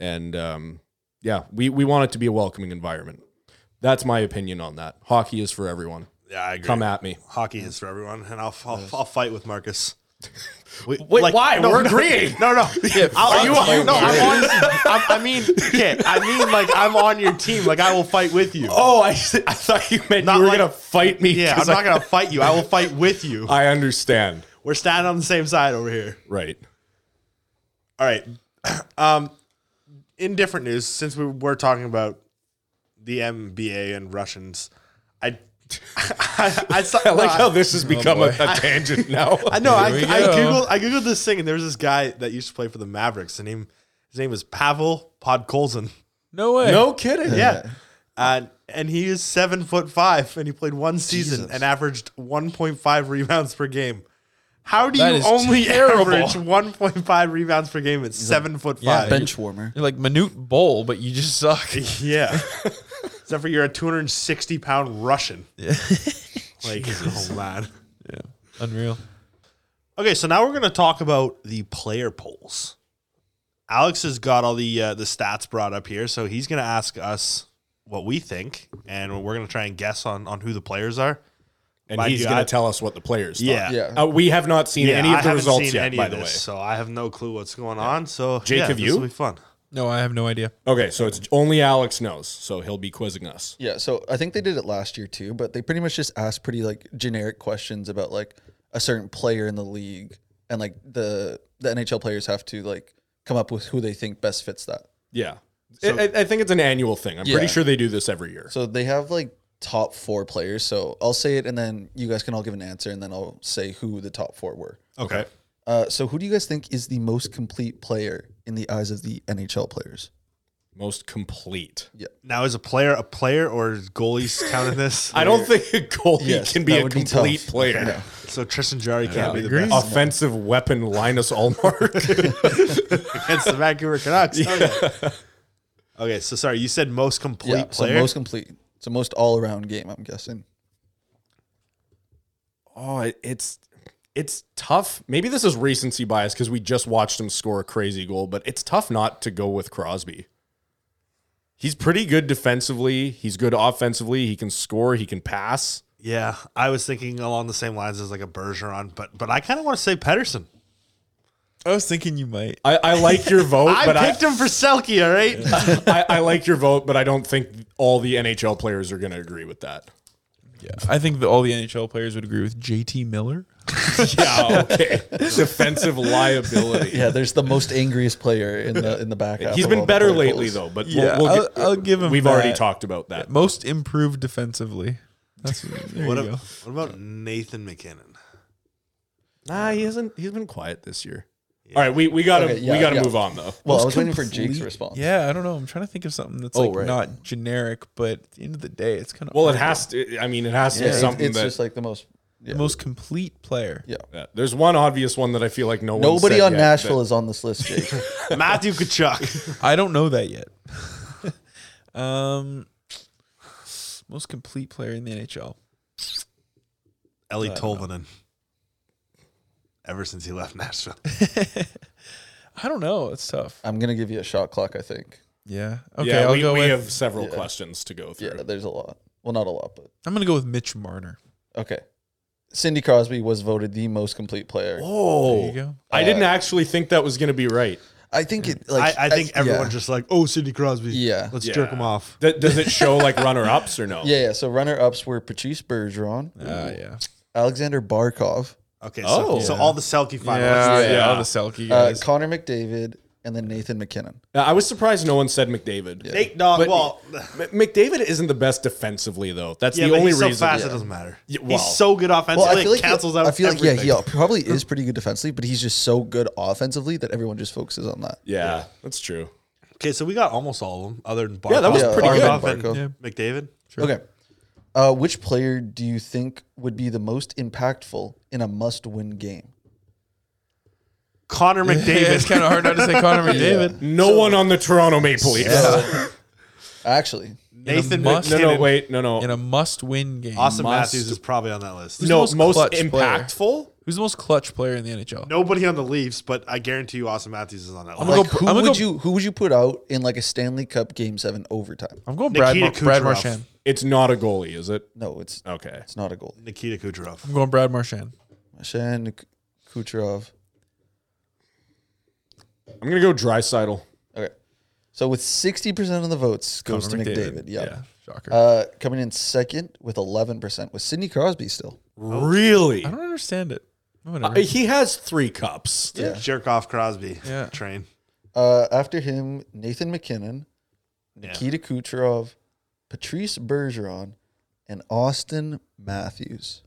S2: and um, yeah, we we want it to be a welcoming environment. That's my opinion on that. Hockey is for everyone.
S3: Yeah, I agree.
S2: Come at me.
S3: Hockey is for everyone, and I'll I'll, I'll fight with Marcus. We-
S2: Wait, why? We're
S3: no,
S2: agreeing.
S3: No, no. I'll-
S2: you
S3: I'll-
S2: are
S3: no, I'm on, I'm, I mean, okay, I mean, like I'm on your team. Like I will fight with you.
S2: Oh, I, I thought you meant
S3: Not
S2: you were
S3: like-
S2: gonna fight me.
S3: yeah,
S2: 'cause
S3: I'm not
S2: I- Uh,
S3: gonna fight you. I will fight with you.
S2: I understand.
S3: We're standing on the same side over here.
S2: Right.
S3: All right. Um, in different news, since we were talking about the MBA and Russians, I I, I, saw,
S2: I like how this has become a, a tangent now.
S3: I know I,
S1: Here we
S3: I
S1: go.
S3: googled I googled this thing and there was this guy that used to play for the Mavericks. The name his name was Pavel Podkolzin.
S1: no way
S2: no kidding.
S3: Yeah. And and he is seven foot five, and he played one season
S5: Jesus.
S3: and averaged one point five rebounds per game. How do
S1: That
S3: you
S1: is
S3: only
S1: terrible.
S3: average one point five rebounds per game at seven foot five?
S5: bench warmer.
S1: you're like minute bowl but you just suck
S3: Yeah. Except for you're a 260 pound Russian. Yeah. like, oh man.
S1: unreal
S3: Okay, so now we're gonna talk about the player polls. Alex has got all the uh, the stats brought up here, so he's gonna ask us what we think, and we're gonna try and guess on on who the players are.
S2: And
S3: Mind
S2: he's
S3: you,
S2: going
S3: I-
S2: to tell us what the players thought.
S3: Yeah.
S5: Yeah.
S2: Uh, we have not seen
S3: Yeah,
S2: any of
S3: I
S2: the
S3: haven't
S2: results
S3: seen
S2: yet,
S3: any
S2: by
S3: of
S2: the way.
S3: this, so I have no clue what's going on. So
S2: Jake,
S3: yeah,
S2: have
S3: this
S2: you?
S3: will be fun.
S1: No, I have no idea.
S2: Okay, so it's only Alex knows, so he'll be quizzing us.
S5: Yeah, so I think they did it last year too, but they pretty much just asked pretty like generic questions about like a certain player in the league, and like the the NHL players have to like come up with who they think best fits that.
S2: Yeah. I, I- I think it's an annual thing. I'm
S5: Yeah.
S2: pretty sure they do this every year.
S5: So they have like top four players. So I'll say it, and then you guys can all give an answer, and then I'll say who the top four were.
S2: okay.
S5: Uh, so who do you guys think is the most complete player in the eyes of the NHL players?
S2: Most complete.
S3: Now is a player a player or is goalies counting this?
S2: I don't think a goalie
S5: Yes,
S2: can be
S5: that
S2: a
S5: would be
S2: complete
S5: tough.
S2: player.
S3: so Tristan Jari can't be the
S2: Agreed.
S3: best
S2: Offensive weapon Linus Allmark.
S3: against the Vancouver Canucks. Okay. Okay, so sorry, you said most complete
S5: yeah, so
S3: player.
S5: most complete. It's the most all around game, I'm guessing.
S2: oh, it- it's it's tough. Maybe this is recency bias because we just watched him score a crazy goal, but it's tough not to go with Crosby. He's pretty good defensively. He's good offensively. He can score. He can pass.
S3: yeah, I was thinking along the same lines as like a Bergeron, but but I kind of want to say Pedersen.
S1: I was thinking you might.
S2: I, I like your vote,
S3: I
S2: but I,
S3: picked him for Selkie. All right.
S2: I, I like your vote, but I don't think all the NHL players are going to agree with that.
S1: Yeah, I think that all the NHL players would agree with JT Miller.
S2: Yeah, okay. Defensive liability.
S5: Yeah, there's the most angriest player in the in the back. half
S2: He's
S5: of all
S2: been
S5: the
S2: better
S5: player
S2: lately,
S5: goals.
S2: though. But
S1: Yeah,
S2: we'll, we'll
S1: I'll- I'll give him
S2: We've already
S1: that.
S2: talked about that.
S1: Most improved defensively. That's there
S3: what,
S1: you
S3: a-
S1: go.
S3: what about Nathan McKinnon?
S2: Nah, he hasn't. He's been quiet this year. All right, we we got to
S5: Okay, yeah,
S2: we got to
S5: yeah.
S2: move on though.
S5: Well, I
S1: Most
S5: was waiting for Jake's
S1: complete-
S5: response.
S1: Yeah, I don't know. I'm trying to think of something that's
S5: Oh,
S1: like
S5: right.
S1: not generic, but at the end of the day, it's kind of
S2: Well, it has to. I mean, it has to
S5: Yeah,
S2: be
S5: it's-
S2: something
S5: it's
S2: that.
S5: just like the most. Yeah.
S1: the most complete player.
S5: Yeah.
S2: yeah. There's one obvious one that I feel like no one.
S5: Nobody
S2: said
S5: on
S2: yet,
S5: Nashville
S2: that-
S5: is on this list, Jake.
S3: Matthew Kachuk.
S1: I don't know that yet. um, most complete player in the NHL.
S3: Ellie Tolvanen. Ever since he left Nashville.
S1: I don't know. It's tough.
S5: I'm gonna give you a shot clock. I think.
S1: Yeah. Okay.
S2: yeah,
S1: I'll
S2: we,
S1: go
S2: we
S1: with.
S2: have several
S5: Yeah.
S2: questions to go through.
S5: Yeah, there's a lot. Well, not a lot, but
S1: I'm gonna go with Mitch Marner.
S5: okay. Cindy Crosby was voted the most complete player.
S1: There you
S2: oh,
S1: go.
S2: I didn't actually think that was going to be right.
S5: I think it. Like,
S3: I, I think everyone's
S5: yeah.
S3: just like, oh, Sidney Crosby.
S5: Yeah.
S3: Let's
S2: Yeah.
S3: jerk him off.
S2: That, does it show like runner ups or no?
S5: Yeah, yeah. So runner ups were Patrice Bergeron,
S1: Ah, yeah.
S5: Alexander Barkov,
S3: Okay.
S2: Oh.
S3: So, so
S1: Yeah.
S3: all the Selkie
S1: Yeah,
S3: finalists.
S1: yeah.
S2: yeah.
S1: All the Selkie
S5: uh,
S1: guys.
S5: Connor McDavid, and then Nathan McKinnon.
S2: Now, I was surprised no one said McDavid.
S3: Nate Dogg.
S2: But-
S3: well,
S2: M- McDavid isn't the best defensively though. That's
S3: yeah,
S2: the
S3: but
S2: only
S3: he's
S2: reason.
S3: so fast it
S2: Yeah.
S3: doesn't matter.
S2: well-
S3: he's so good offensively.
S5: I feel
S3: it
S5: like
S3: cancels
S5: he,
S3: out.
S5: I feel like
S3: everything.
S5: yeah, he probably is pretty good defensively, but he's just so good offensively that everyone just focuses on that.
S2: Yeah, that's true.
S3: Okay, so we got almost all of them, other than Barkov.
S2: Yeah, that was pretty good.
S3: Barkov and
S5: Barkov.
S3: McDavid.
S5: Okay. Uh, which player do you think would be the most impactful in a must-win game?
S3: Connor
S1: Yeah,
S3: McDavid.
S1: it's kind of hard not to say Connor McDavid.
S2: No one on the Toronto Maple Leafs.
S5: Actually,
S3: Nathan
S1: In a must-
S2: No,
S3: McKinnon.
S2: no, wait, no, no.
S1: In a must-win game.
S3: Austin
S2: must-
S3: Matthews is probably on that list.
S1: Who's
S2: no,
S1: the
S2: most
S1: clutch
S2: impactful.
S1: Player? Who's the most clutch player in the NHL?
S3: Nobody on the Leafs, but I guarantee you Austin Matthews is on that list.
S1: gonna
S5: like,
S1: go-
S5: who
S1: I'm gonna
S5: would
S1: go-
S5: you who would you put out in like a Stanley Cup Game Seven overtime?
S1: I'm going Brad,
S3: Nikita
S1: Mar- Brad
S3: Kucherov.
S1: Marchand.
S2: It's not a goalie, is it?
S5: No, it's
S2: Okay.
S5: it's not a goal.
S3: Nikita Kucherov.
S1: I'm going Brad Marchand.
S5: Shan Kucherov.
S2: I'm gonna go Drysidle.
S5: Okay, so with sixty percent of the votes goes
S1: Connor
S5: to McDavid. Yeah.
S1: Shocker.
S5: Uh, coming in second with eleven percent was Sidney Crosby still.
S3: Oh.
S2: Really?
S1: I don't understand it.
S2: Uh, he has three cups.
S5: Yeah.
S3: Jerk off Crosby
S1: Yeah.
S3: train.
S5: Uh, after him, Nathan McKinnon,
S3: Yeah.
S5: Nikita Kucherov, Patrice Bergeron, and Austin Matthews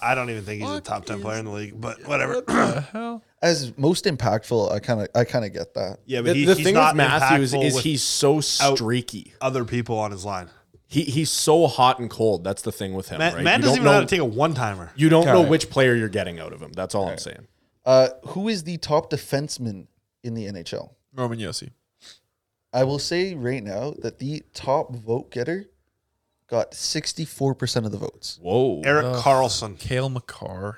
S3: I don't even think he's a top ten player in the league, but whatever.
S1: the hell?
S5: as most impactful. I kind of I kind of get that.
S3: yeah,
S2: The,
S3: but he,
S2: the
S3: he's
S2: thing
S3: not
S2: with Matthews
S3: impactful
S2: is
S3: with
S2: he's so streaky.
S3: other people on his line.
S2: He he's so hot and cold. That's the thing with him.
S3: Man,
S2: right?
S3: man
S2: You
S3: doesn't
S2: don't
S3: even know how
S2: know-
S3: to take a one timer.
S2: You don't know
S1: Okay.
S2: which player you're getting out of him. That's all I'm saying.
S5: Uh, who is the top defenseman in the NHL?
S1: Roman Yossi.
S5: I will say right now that the top vote getter got 64% of the votes.
S2: Whoa.
S3: Eric Carlson.
S1: Kale McCarr.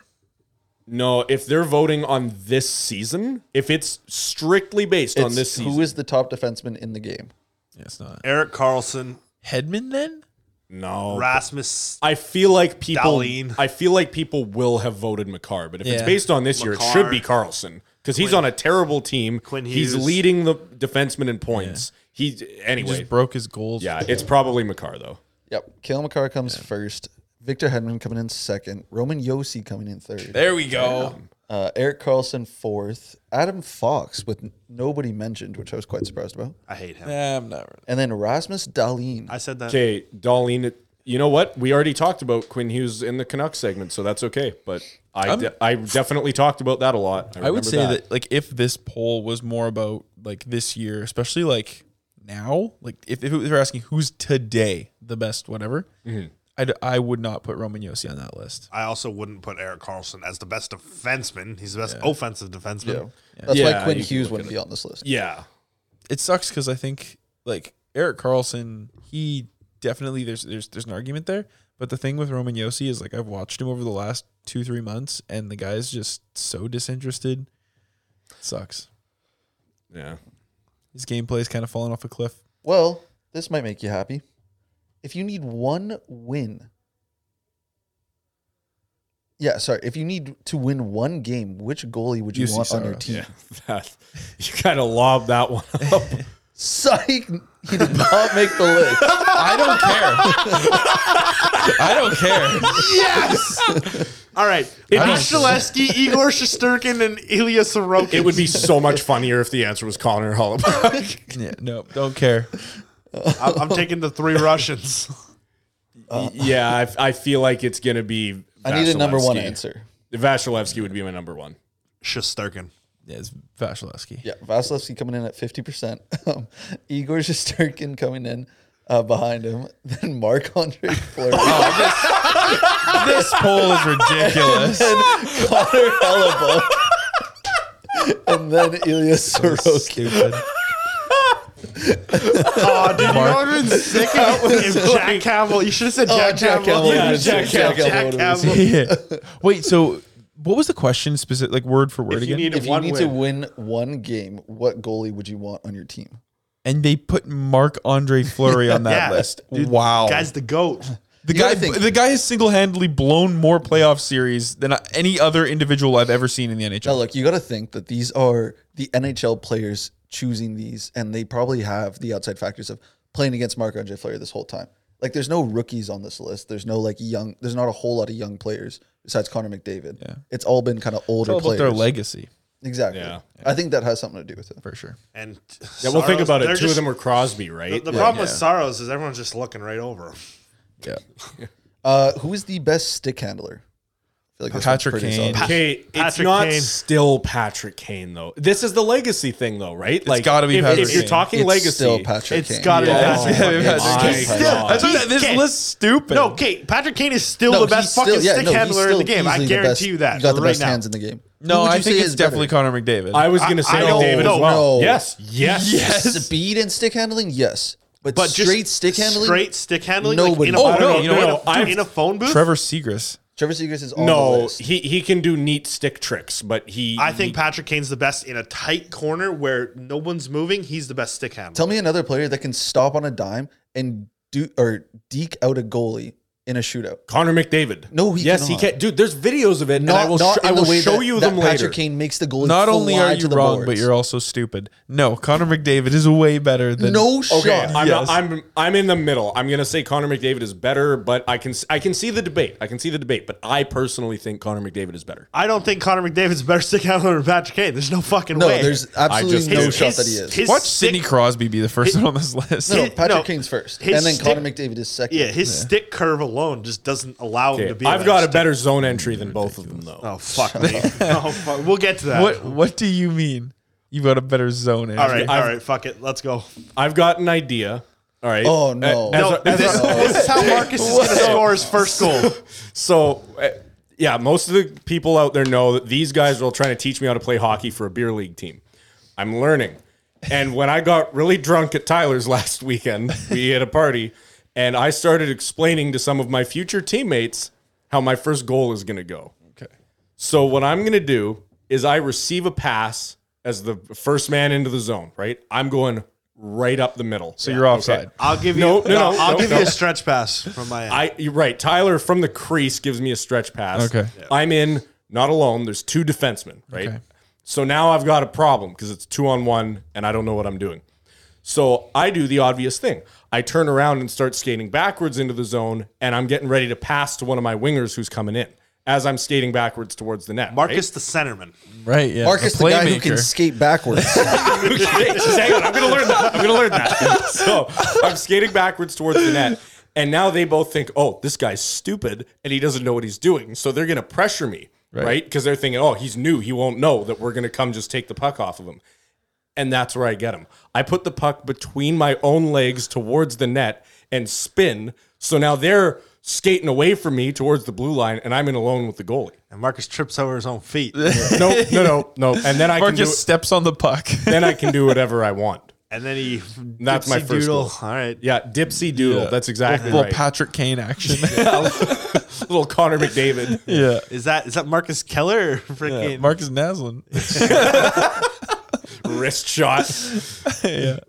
S2: No, if they're voting on this season, if it's strictly based on
S5: It's
S2: this season,
S5: Who is the top defenseman in the game?
S1: Yeah, it's not.
S3: Eric Carlson.
S1: Headman then?
S2: No.
S3: Rasmus.
S2: I feel like people.
S3: Dahlin.
S2: I feel like people will have voted McCarr, but if it's
S1: Yeah.
S2: based on this year, it
S3: McCarr.
S2: should be Carlson because he's on a terrible team.
S3: Quinn
S2: he's
S3: Hughes.
S2: leading the defenseman in points. He
S1: He
S2: anyway.
S1: just broke his goals.
S2: yeah, it's probably McCarr though.
S5: Yep. Kale McCarr comes first. Victor Hedman coming in second. Roman Yossi coming in third.
S1: There we go.
S5: Uh, Eric Carlson fourth. Adam Fox with n- nobody mentioned, which I was quite surprised about.
S3: I hate him.
S1: Nah, I'm not.
S5: And then Rasmus Dahlin.
S3: I said that.
S2: Okay, Darlene. You know what? We already talked about Quinn Hughes in the Canucks segment, so that's okay. But I, de- I definitely talked about that a lot.
S1: I would
S2: remember
S1: say that. like if this poll was more about like this year, especially like now, like if, if they're asking who's today the best whatever, I'd, I would not put Roman Yossi on that list.
S3: I also wouldn't put Eric Carlson as the best defenseman. He's the best offensive defenseman.
S5: That's
S2: Yeah,
S5: why Quinn
S2: you can
S5: Hughes
S2: look
S5: wouldn't
S2: at
S5: be on this list.
S2: Yeah,
S1: It sucks because I think like Eric Carlson, he definitely there's there's there's an argument there, but the thing with Roman Yossi is like I've watched him over the last two three months, and the guy's just so disinterested. sucks.
S2: yeah.
S1: His gameplay's kind of fallen off a cliff.
S5: Well, this might make you happy. If you need one win, yeah, sorry. If you need to win one game, which goalie would you
S1: UC
S5: want on your
S1: Saros.
S5: team?
S2: That you kind of lobbed that one up.
S5: Psych! He did not make the list.
S1: I don't care. I don't care.
S3: All right. It'd be Shaleski, Igor Shesterkin, and Ilya Sorokin.
S2: it would be so much funnier if the answer was Connor Hollaback.
S1: Yeah, no, don't care.
S3: I'm, I'm taking the three Russians.
S2: yeah, I, I feel like it's gonna be.
S5: I need a number one
S2: Vasilevsky.
S5: answer.
S2: Vasilevsky would be my number one.
S3: Shesterkin.
S1: Yeah, it's Vasilevsky.
S5: Yeah, Vasilevsky coming in at 50%. Um, Igor Shesterkin coming in uh, behind him. Then Marc-Andre Fleury.
S1: This poll is ridiculous.
S5: Connor Hellebuck. and then Ilya Sorokin.
S1: Stupid.
S3: Oh, dude, you know what would have been sick if Jack Cavill. You should have said Jack
S5: Jack
S3: Cavill.
S5: Cavill.
S3: Yeah,
S5: would've
S3: Jack
S5: been sick. Jack
S3: Cavill. Jack
S5: Cavill would've been sick.
S3: Cavill.
S1: Yeah. Wait, so what was the question specific like word for word
S2: If you
S1: again?
S2: need
S5: If you
S2: one
S5: need
S2: win.
S5: to win one game, what goalie would you want on your team?
S1: and they put Marc Andre Fleury on that
S3: Yeah,
S1: list.
S3: dude,
S1: wow.
S3: Guy's the GOAT.
S1: the
S5: You gotta
S1: guy
S5: think-
S1: the guy has single-handedly blown more playoff series than any other individual I've ever seen in the
S5: Now,
S1: NHL.
S5: look, you got to think that these are the NHL players choosing these, and they probably have the outside factors of playing against Marco and Jay Fleury this whole time. Like, there's no rookies on this list. There's no like young. There's not a whole lot of young players besides Connor McDavid. Yeah. It's all been kind of
S1: It's
S5: older
S1: all about
S5: players.
S1: their legacy,
S5: Exactly.
S2: Yeah.
S5: I think that has something to do with it.
S1: for sure.
S3: And
S2: Yeah, well, think
S3: Saros-
S2: about it.
S3: they're
S2: Two
S3: just-
S2: of them were Crosby, right?
S3: The problem with Soros is everyone's just looking right over him.
S1: Yeah.
S5: Uh, who is the best stick handler? I feel like this one's
S1: Patrick
S5: pretty
S1: Kane.
S5: solid.
S2: Okay, it's
S3: Patrick
S2: not
S3: Kane.
S2: still Patrick Kane though. This is the legacy thing though, right? It's
S1: gotta be
S2: if,
S1: Patrick
S2: if you're
S1: Kane.
S2: talking
S5: It's
S2: legacy.
S5: still Patrick
S3: It's
S5: Kane.
S3: got to
S2: Yeah.
S3: be
S1: Oh
S3: Patrick.
S2: Yeah,
S1: Patrick
S2: my
S1: Kane.
S2: God.
S3: Still-
S1: That's what- this
S3: Kane.
S1: list's stupid.
S3: No, okay, Patrick Kane is still the best
S5: he's
S3: fucking
S5: still- yeah,
S3: stick
S5: no, he's
S3: handler in the
S5: still
S3: game. I
S5: easily the
S3: guarantee
S5: best-
S3: you that
S5: Got the
S3: right
S5: best
S3: now.
S5: hands in the game.
S1: No,
S5: Who would
S1: I
S5: you
S1: think
S5: say
S1: it's
S5: is better?
S1: definitely Connor McDavid.
S2: I was gonna
S3: I-
S2: say
S3: I don't
S2: David as
S3: know.
S2: well.
S5: No.
S2: Yes, yes,
S5: Speed and stick handling, yes, but,
S3: But just
S5: straight stick handling,
S3: Straight stick handling. Like
S5: Nobody-
S3: in a,
S1: Oh,
S3: I don't
S1: no,
S3: know,
S1: you know
S3: in a-
S1: what?
S3: dude,
S2: I've-
S3: in a phone booth.
S1: Trevor Segris.
S5: Trevor Segris is on the
S2: No,
S5: list.
S2: he he can do neat stick tricks, but he
S3: I think Patrick Kane's the best in a tight corner where no one's moving. He's the best stick handler.
S5: Tell me another player that can stop on a dime and do or deke out a goalie in a shootout.
S2: Connor McDavid.
S5: No, he
S2: yes, he
S5: cannot.
S2: can. Dude, there's videos of it, and I will sh- I
S5: in the
S2: will
S5: way
S2: show
S5: that-
S2: you
S5: that
S2: them
S5: Patrick
S2: later.
S5: Kane makes the goalie.
S1: Not only
S5: fly
S1: are
S5: to
S1: you
S5: the
S1: wrong,
S5: boards.
S1: but you're also stupid. No, Connor McDavid is way better than
S5: no shot.
S2: Okay, I'm,
S1: Yes.
S2: I'm I'm in the middle. I'm gonna say Connor McDavid is better, but I can I can see the debate. I can see the debate, but I personally think Connor McDavid is better.
S3: I don't think Connor McDavid's a better stick handler than Patrick Kane. There's no fucking
S5: no,
S3: way.
S5: there's
S2: just
S5: absolutely
S2: do.
S5: no
S2: His-
S5: shot that he is.
S3: his
S1: Watch
S3: stick-
S1: Sidney Crosby be the first one on this list.
S5: no,
S3: his-
S5: Patrick
S3: no,
S5: Kane's first,
S3: his
S5: and then
S3: stick-
S5: Connor McDavid is second.
S3: Yeah, his stick curve alone just doesn't allow him
S2: Okay,
S3: to be.
S2: I've
S3: better
S2: got a
S3: stick-
S2: better zone entry than both of them, though.
S3: Oh fuck me! oh fuck. We'll get to that.
S1: What What do you mean? You got a better zone. Andrew.
S3: All right, all
S2: I've-
S3: right. Fuck it. Let's go.
S2: I've got an idea. All right.
S5: Oh, no.
S2: Uh, as
S5: No,
S2: a- as
S3: this,
S2: a-
S3: this is how Marcus is going to score his first goal.
S2: so, uh, yeah, most of the people out there know that these guys are all trying to teach me how to play hockey for a beer league team. I'm learning. And when I got really drunk at Tyler's last weekend, we had a party, and I started explaining to some of my future teammates how my first goal is going to go. Okay. So what I'm going to do is I receive a pass as the first man into the zone, right? I'm going right up the middle.
S1: So you're offside.
S3: I'll give you.
S2: No, no, no,
S3: I'll
S2: no,
S3: give
S2: no.
S3: you a stretch pass from my end.
S2: I you're right. Tyler from the crease gives me a stretch pass.
S1: Okay.
S2: I'm in, not alone. There's two defensemen, right?
S1: Okay.
S2: So now I've got a problem because it's two on one and I don't know what I'm doing. So I do the obvious thing. I turn around and start skating backwards into the zone, and I'm getting ready to pass to one of my wingers who's coming in as I'm skating backwards towards the net.
S3: Marcus, the centerman.
S1: Right. Yeah.
S5: Marcus,
S1: A
S5: the guy who can
S1: playmaker.
S5: skate backwards.
S2: right? Just hang on, I'm gonna learn that. I'm gonna learn that. So I'm skating backwards towards the net. And now they both think, oh, this guy's stupid and he doesn't know what he's doing. So they're gonna pressure me, right? Because they're thinking, oh, he's new. He won't know that we're gonna come just take the puck off of him. And that's where I get him. I put the puck between my own legs towards the net and spin. So now they're skating away from me towards the blue line, and I'm in alone with the goalie.
S3: And Marcus trips over his own feet.
S2: No, no, no, no. And then I can do,
S1: Marcus steps on the puck.
S2: then I can do whatever I want.
S3: and then he.
S2: That's my
S3: dipsy
S2: first
S3: doodle.
S2: goal.
S3: All right.
S2: Yeah, Dipsy Doodle.
S1: Yeah.
S2: That's exactly
S1: Little
S2: right.
S1: Patrick Kane action.
S2: Little Connor McDavid.
S1: yeah.
S3: Is that is that Marcus Keller? or Freaking
S1: Marcus Naslin.
S2: Wrist shot.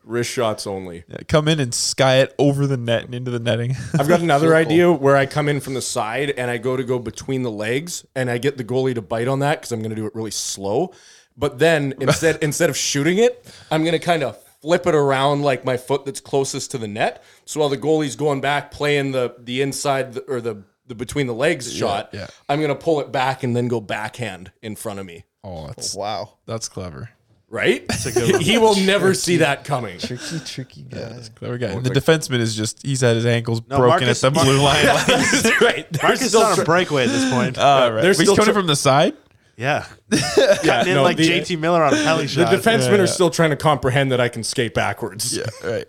S2: Wrist shots only.
S1: Yeah, come in and sky it over the net and into the netting.
S2: I've got another idea where I come in from the side and I go to go between the legs and I get the goalie to bite on that because I'm going to do it really slow. But then instead instead of shooting it, I'm going to kind of flip it around like my foot that's closest to the net. So while the goalie's going back playing the the inside the, or the the between the legs shot,
S1: yeah.
S2: I'm going to pull it back and then go backhand in front of me.
S1: oh, that's
S5: wow.
S1: that's clever.
S2: Right? he will never see that coming.
S5: Tricky, tricky guys.
S1: Clever guy. And the defenseman is just he's had his ankles broken
S3: Marcus-
S1: at the blue line.
S2: right.
S3: Marcus is on a breakaway at this point.
S1: All right.
S2: They're
S1: He's
S2: still
S1: coming
S2: tr-
S1: from the side.
S3: yeah.
S2: yeah,
S3: And
S2: no,
S3: like
S2: the, uh,
S3: JT Miller on a penalty
S2: The
S3: shot.
S2: defensemen are still trying to comprehend that I can skate backwards.
S1: Right.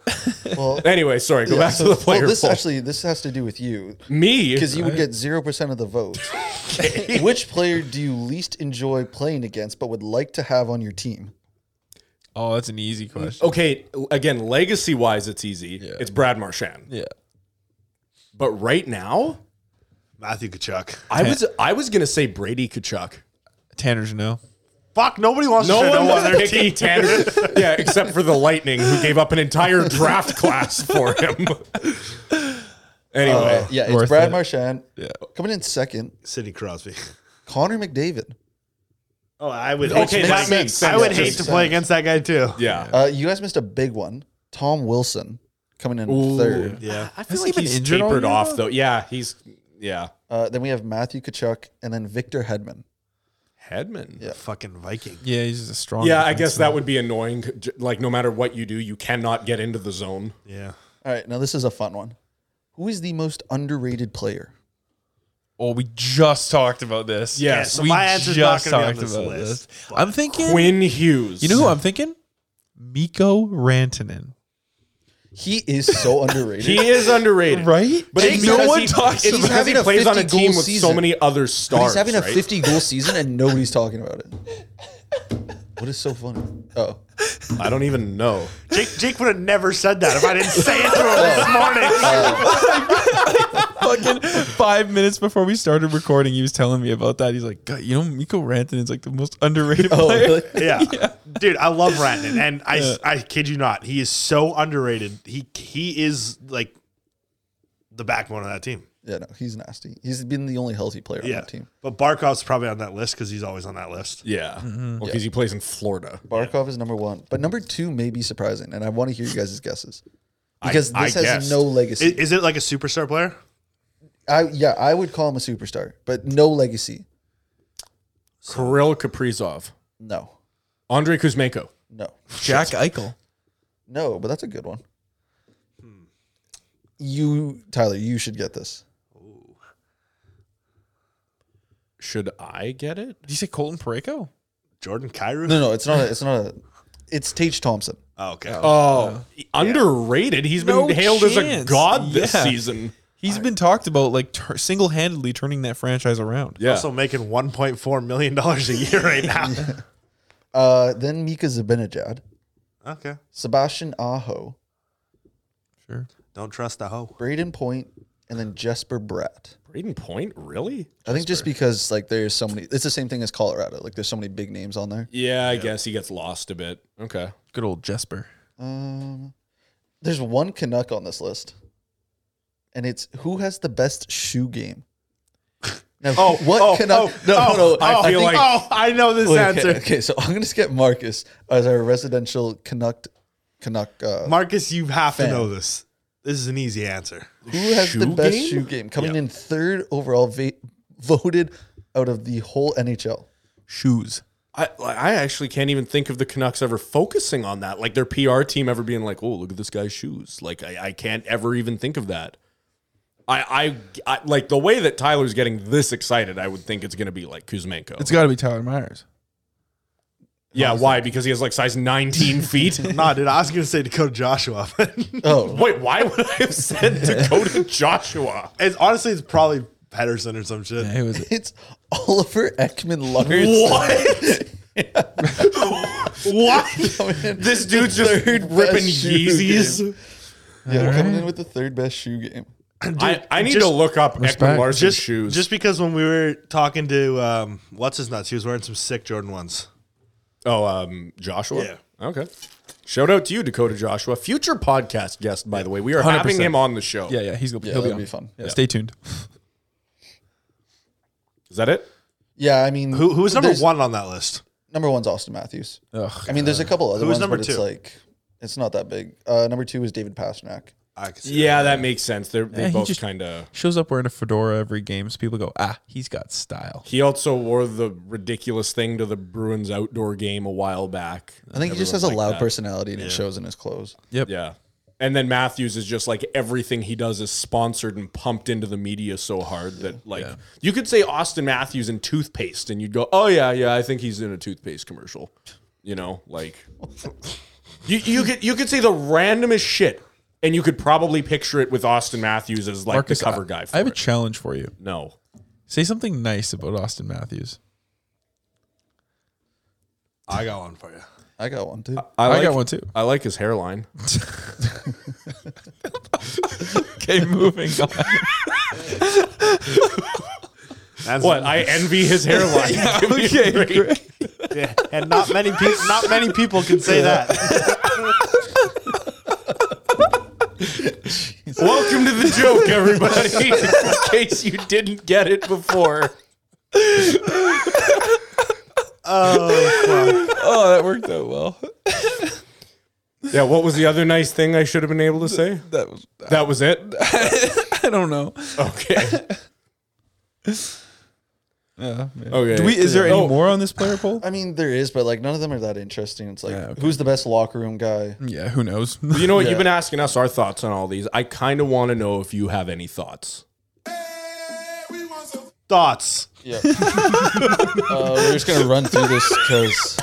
S5: Well,
S2: Anyway, sorry, go back to the player.
S5: well, this
S2: poll.
S5: actually this has to do with you
S2: Me,
S5: because you would get zero percent of the vote. Which player do you least enjoy playing against, but would like to have on your team?
S1: Oh, that's an easy question.
S2: okay, again, legacy wise, it's easy. It's Brad Marchand.
S1: Yeah.
S2: But right now,
S3: Matthew Kachuk.
S2: I was I was gonna say Brady Kachuk.
S1: Tanner Janot.
S3: Fuck, nobody wants
S2: No
S3: to
S2: one
S3: know
S2: was
S3: on their
S2: picking
S3: team.
S2: Tanner. yeah, except for the Lightning, who gave up an entire draft class for him. anyway,
S5: Uh, Yeah, it's
S1: Worth
S5: Brad
S1: it.
S5: Marchand. Coming in second,
S3: Sidney Crosby.
S5: Connor McDavid.
S3: Oh, I would.
S2: Okay,
S3: hate-
S2: that
S3: I
S2: makes sense.
S3: I would
S2: That
S3: hate
S2: makes
S3: to play against
S5: sense.
S3: that guy too.
S2: yeah.
S5: Uh, you guys missed a big one. Tom Wilson coming in third.
S3: Yeah.
S2: I feel
S1: he
S2: like
S1: been
S2: he's
S1: injured all
S2: tapered
S1: year,
S2: off
S1: though?
S2: though. Yeah, he's yeah.
S5: Uh, then we have Matthew Kachuk and then Victor Hedman.
S2: Headman.
S5: Yeah.
S3: Fucking Viking.
S1: Yeah, he's just a strong.
S2: Yeah, I guess
S1: defenseman.
S2: that would be annoying. J- Like, no matter what you do, you cannot get into the zone.
S3: Yeah.
S5: All right, now this is a fun one. Who is the most underrated player?
S1: Oh, we just talked about this.
S2: Yeah,
S1: Yes,
S2: so
S1: we
S3: my answer's
S1: just
S3: not gonna be on
S1: talked
S3: this
S1: about
S3: list,
S1: this. I'm thinking.
S2: Quinn Hughes.
S1: You know who I'm thinking? Miko Rantanen.
S5: He is so underrated.
S2: he is underrated,
S1: Right?
S2: But it's
S5: No
S2: because
S5: one
S2: he,
S1: talks
S2: it's
S5: about
S2: because he
S5: him.
S2: plays on a
S5: 50
S2: team
S5: goal
S2: with so
S5: season.
S2: many other
S5: But
S2: stars.
S5: he's having a
S2: right?
S5: 50 goal season and nobody's talking about it. What is so funny? Oh,
S2: I don't even know.
S3: Jake Jake would have never said that if I didn't say it to him this morning.
S1: fucking five minutes before we started recording, he was telling me about that. He's like, God, you know, Miko Rantanen's like the most underrated player.
S5: Oh, really?
S3: Yeah. Dude, I love Ratnan. And I, I kid you not, he is so underrated. He he is like the backbone of that team.
S5: yeah, no, he's nasty. He's been the only healthy player on
S3: Yeah.
S5: that team.
S3: But Barkov's probably on that list because he's always on that list.
S2: Yeah, because
S1: Mm-hmm.
S2: he plays in Florida.
S5: Barkov is number one, but number two may be surprising, and I want to hear you guys' guesses because
S2: I
S5: this has
S2: guessed.
S5: no
S3: I- Is,
S5: legacy.
S3: it like a superstar player?
S5: I, yeah, I would call him a superstar, but no legacy.
S2: Kirill Kaprizov,
S5: No,
S2: Andre Kuzmenko.
S5: no,
S1: Jack Eichel.
S5: no. But that's a good one. You, Tyler, you should get this.
S2: Should I get it?
S1: Did you say Colton Pareko?
S3: Jordan Cairo?
S5: No, no, it's not. A, it's not a. It's Tage Thompson.
S3: Oh, okay.
S2: Oh, underrated. He's been
S1: No
S2: hailed as a
S1: chance.
S2: god this
S1: Yeah.
S2: season.
S1: He's been talked about like tur single handedly turning that franchise around.
S2: Yeah.
S3: Also making $1.4 million a year right now.
S5: Uh, then Mika Zibanejad,
S3: Okay.
S5: Sebastian Aho,
S1: Sure.
S3: Don't trust the hoe.
S5: Braden Point, and then Jesper Bratt.
S2: Braden Point, really?
S5: I think just because like there's so many, it's the same thing as Colorado. Like there's so many big names on there.
S2: Yeah, I guess he gets lost a bit. Okay.
S1: Good old Jesper.
S5: Um, there's one Canuck on this list, and it's who has the best shoe game. Now,
S2: Oh,
S5: what
S2: oh,
S5: Canuck?
S2: oh,
S5: no,
S2: oh,
S5: no, no.
S2: I feel
S5: think-
S2: like-
S3: Oh, I know this
S5: Wait,
S3: answer.
S5: okay, okay, so I'm gonna skip Marcus as our residential Canuck. Canuck. Uh,
S3: Marcus, you have
S5: Fan.
S3: to know this. This is an easy answer.
S5: who has the
S2: shoe
S5: best
S2: game?
S5: shoe game? Coming in third overall, va- voted out of the whole NHL.
S1: Shoes.
S2: I I actually can't even think of the Canucks ever focusing on that, like their PR team ever being like, "Oh, look at this guy's shoes." Like I, I can't ever even think of that. I, I I like the way that Tyler's getting this excited. I would think it's going to be like Kuzmenko.
S1: It's got to be Tyler Myers.
S2: yeah, why? Because he has like size 19 feet.
S3: Nah, dude, I was gonna say Dakota Joshua.
S5: Oh,
S2: Wait, why would I have said Dakota Joshua?
S3: it's honestly, it's probably Pedersen or some shit.
S1: Who is it?
S5: it's Oliver Ekman Larson.
S2: What?
S5: Coming in
S2: This dude's just
S5: third best
S2: ripping
S5: shoe
S2: Yeezys.
S5: Yeah, coming in with the third best shoe game.
S2: I, I need
S3: just-
S2: to look up Ekman
S1: Respect.
S2: Larson's
S3: Just
S2: shoes.
S3: just because when we were talking to um, what's his nuts, he was wearing some sick Jordan ones.
S2: Oh, um, Joshua.
S3: Yeah.
S2: Okay. Shout out to you, Dakota Joshua, future podcast guest. By the way, we are having
S1: 100%.
S2: him on the show.
S1: Yeah, yeah. He's gonna.
S5: Yeah,
S1: he'll be,
S5: that'd
S1: on.
S5: be fun.
S1: Yeah, Stay tuned.
S2: Is that it?
S5: Yeah, I mean,
S3: Who who was number
S5: there's-
S3: one on that list?
S5: Number one's Austin Matthews.
S1: Ugh,
S5: I mean, there's a couple other
S3: Who was
S5: ones,
S3: number
S5: but it's
S3: two?
S5: like it's not that big. Uh, number two is David Pasternak.
S3: I can see
S2: Yeah, that makes sense. They're,
S1: Yeah,
S2: they
S1: he
S2: both
S1: just-
S2: kind of.
S1: Shows up wearing a fedora every game, so people go, ah, he's got style.
S2: He also wore the ridiculous thing to the Bruins outdoor game a while back.
S5: I think he just has a loud personality and it shows in his clothes.
S1: Yep.
S2: Yeah. And then Matthews is just like everything he does is sponsored and pumped into the media so hard that like you could say Austin Matthews in toothpaste and you'd go, "Oh yeah, yeah, I think he's in a toothpaste commercial." You know, like you you could you could say the randomest shit and you could probably picture it with Austin Matthews as like the cover
S1: I-
S2: guy for
S1: I have a
S2: it.
S1: challenge for you.
S2: no.
S1: Say something nice about Austin Matthews.
S3: I got one for you.
S5: I got one
S3: Uh,
S5: too.
S1: I,
S2: like,
S1: got one too.
S2: I like his hairline.
S1: Okay, moving on.
S3: That's
S2: What? I envy his hairline. Give me a break.
S3: Yeah, and not many people not many people can say that.
S2: Welcome to the joke, everybody. In case you didn't get it before.
S1: oh, that worked out well.
S2: Yeah, what was the other nice thing I should have been able to say?
S1: That was.
S2: That was it?
S1: I don't know.
S2: Okay.
S1: Yeah, man.
S2: Okay.
S1: Do we? Is there any
S2: Oh.
S1: more on this player poll?
S5: I mean, there is, but like none of them are that interesting. It's like
S1: Yeah, okay.
S5: who's the best locker room guy?
S1: Yeah. Who knows?
S2: You know what?
S5: Yeah.
S2: You've been asking us our thoughts on all these. I kind of want to know if you have any thoughts.
S3: Thoughts.
S5: Yeah, uh, we're just gonna run through this because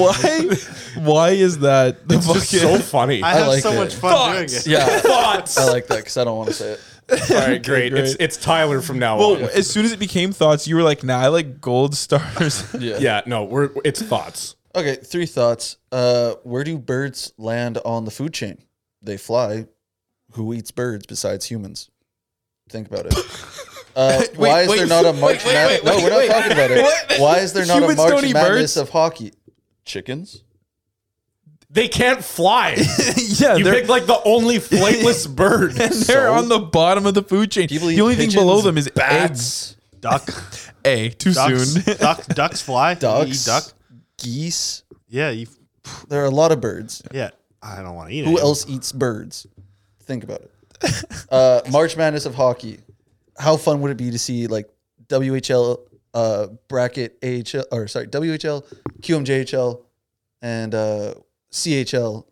S1: why? Why is that the
S2: It's just so funny.
S3: I, have
S5: like
S3: so
S5: it.
S3: much fun doing it.
S5: yeah,
S2: thoughts.
S1: Oh,
S5: I like that because I don't want to say it.
S2: all right, great. It's it's Tyler from now
S1: Well,
S2: on.
S1: as soon as it became thoughts, you were like, "Nah, I like gold stars."
S5: Yeah.
S2: yeah, no, we're it's thoughts.
S5: Okay, three thoughts. Uh, where do birds land on the food chain? They fly. Who eats birds besides humans? Think about it. Uh, why is
S1: wait,
S5: there not a March
S1: wait,
S5: Madness?
S1: wait,
S5: No,
S1: wait,
S5: we're not
S1: wait.
S5: talking about it.
S1: What?
S5: Why is there not a
S1: Humans
S5: March
S1: don't eat
S5: Madness
S1: birds?
S5: of hockey? Chickens.
S2: They can't fly.
S1: yeah,
S2: You
S1: they're,
S2: picked like the only flightless bird.
S1: and they're on the bottom of the food chain.
S5: People
S1: The
S5: eat
S1: only thing below
S5: pigeons,
S1: them is eggs.
S5: bats,
S3: Duck.
S1: A too
S3: Ducks.
S1: soon.
S3: duck, ducks fly. You
S5: ducks,
S3: eat duck.
S5: geese.
S3: Yeah, you
S5: There are a lot of birds.
S3: yeah. I don't want to eat
S5: Who
S3: it.
S5: else eats birds? Think about it. Uh, March Madness of hockey. How fun would it be to see like WHL uh, bracket AHL or sorry WHL QMJHL and uh, CHL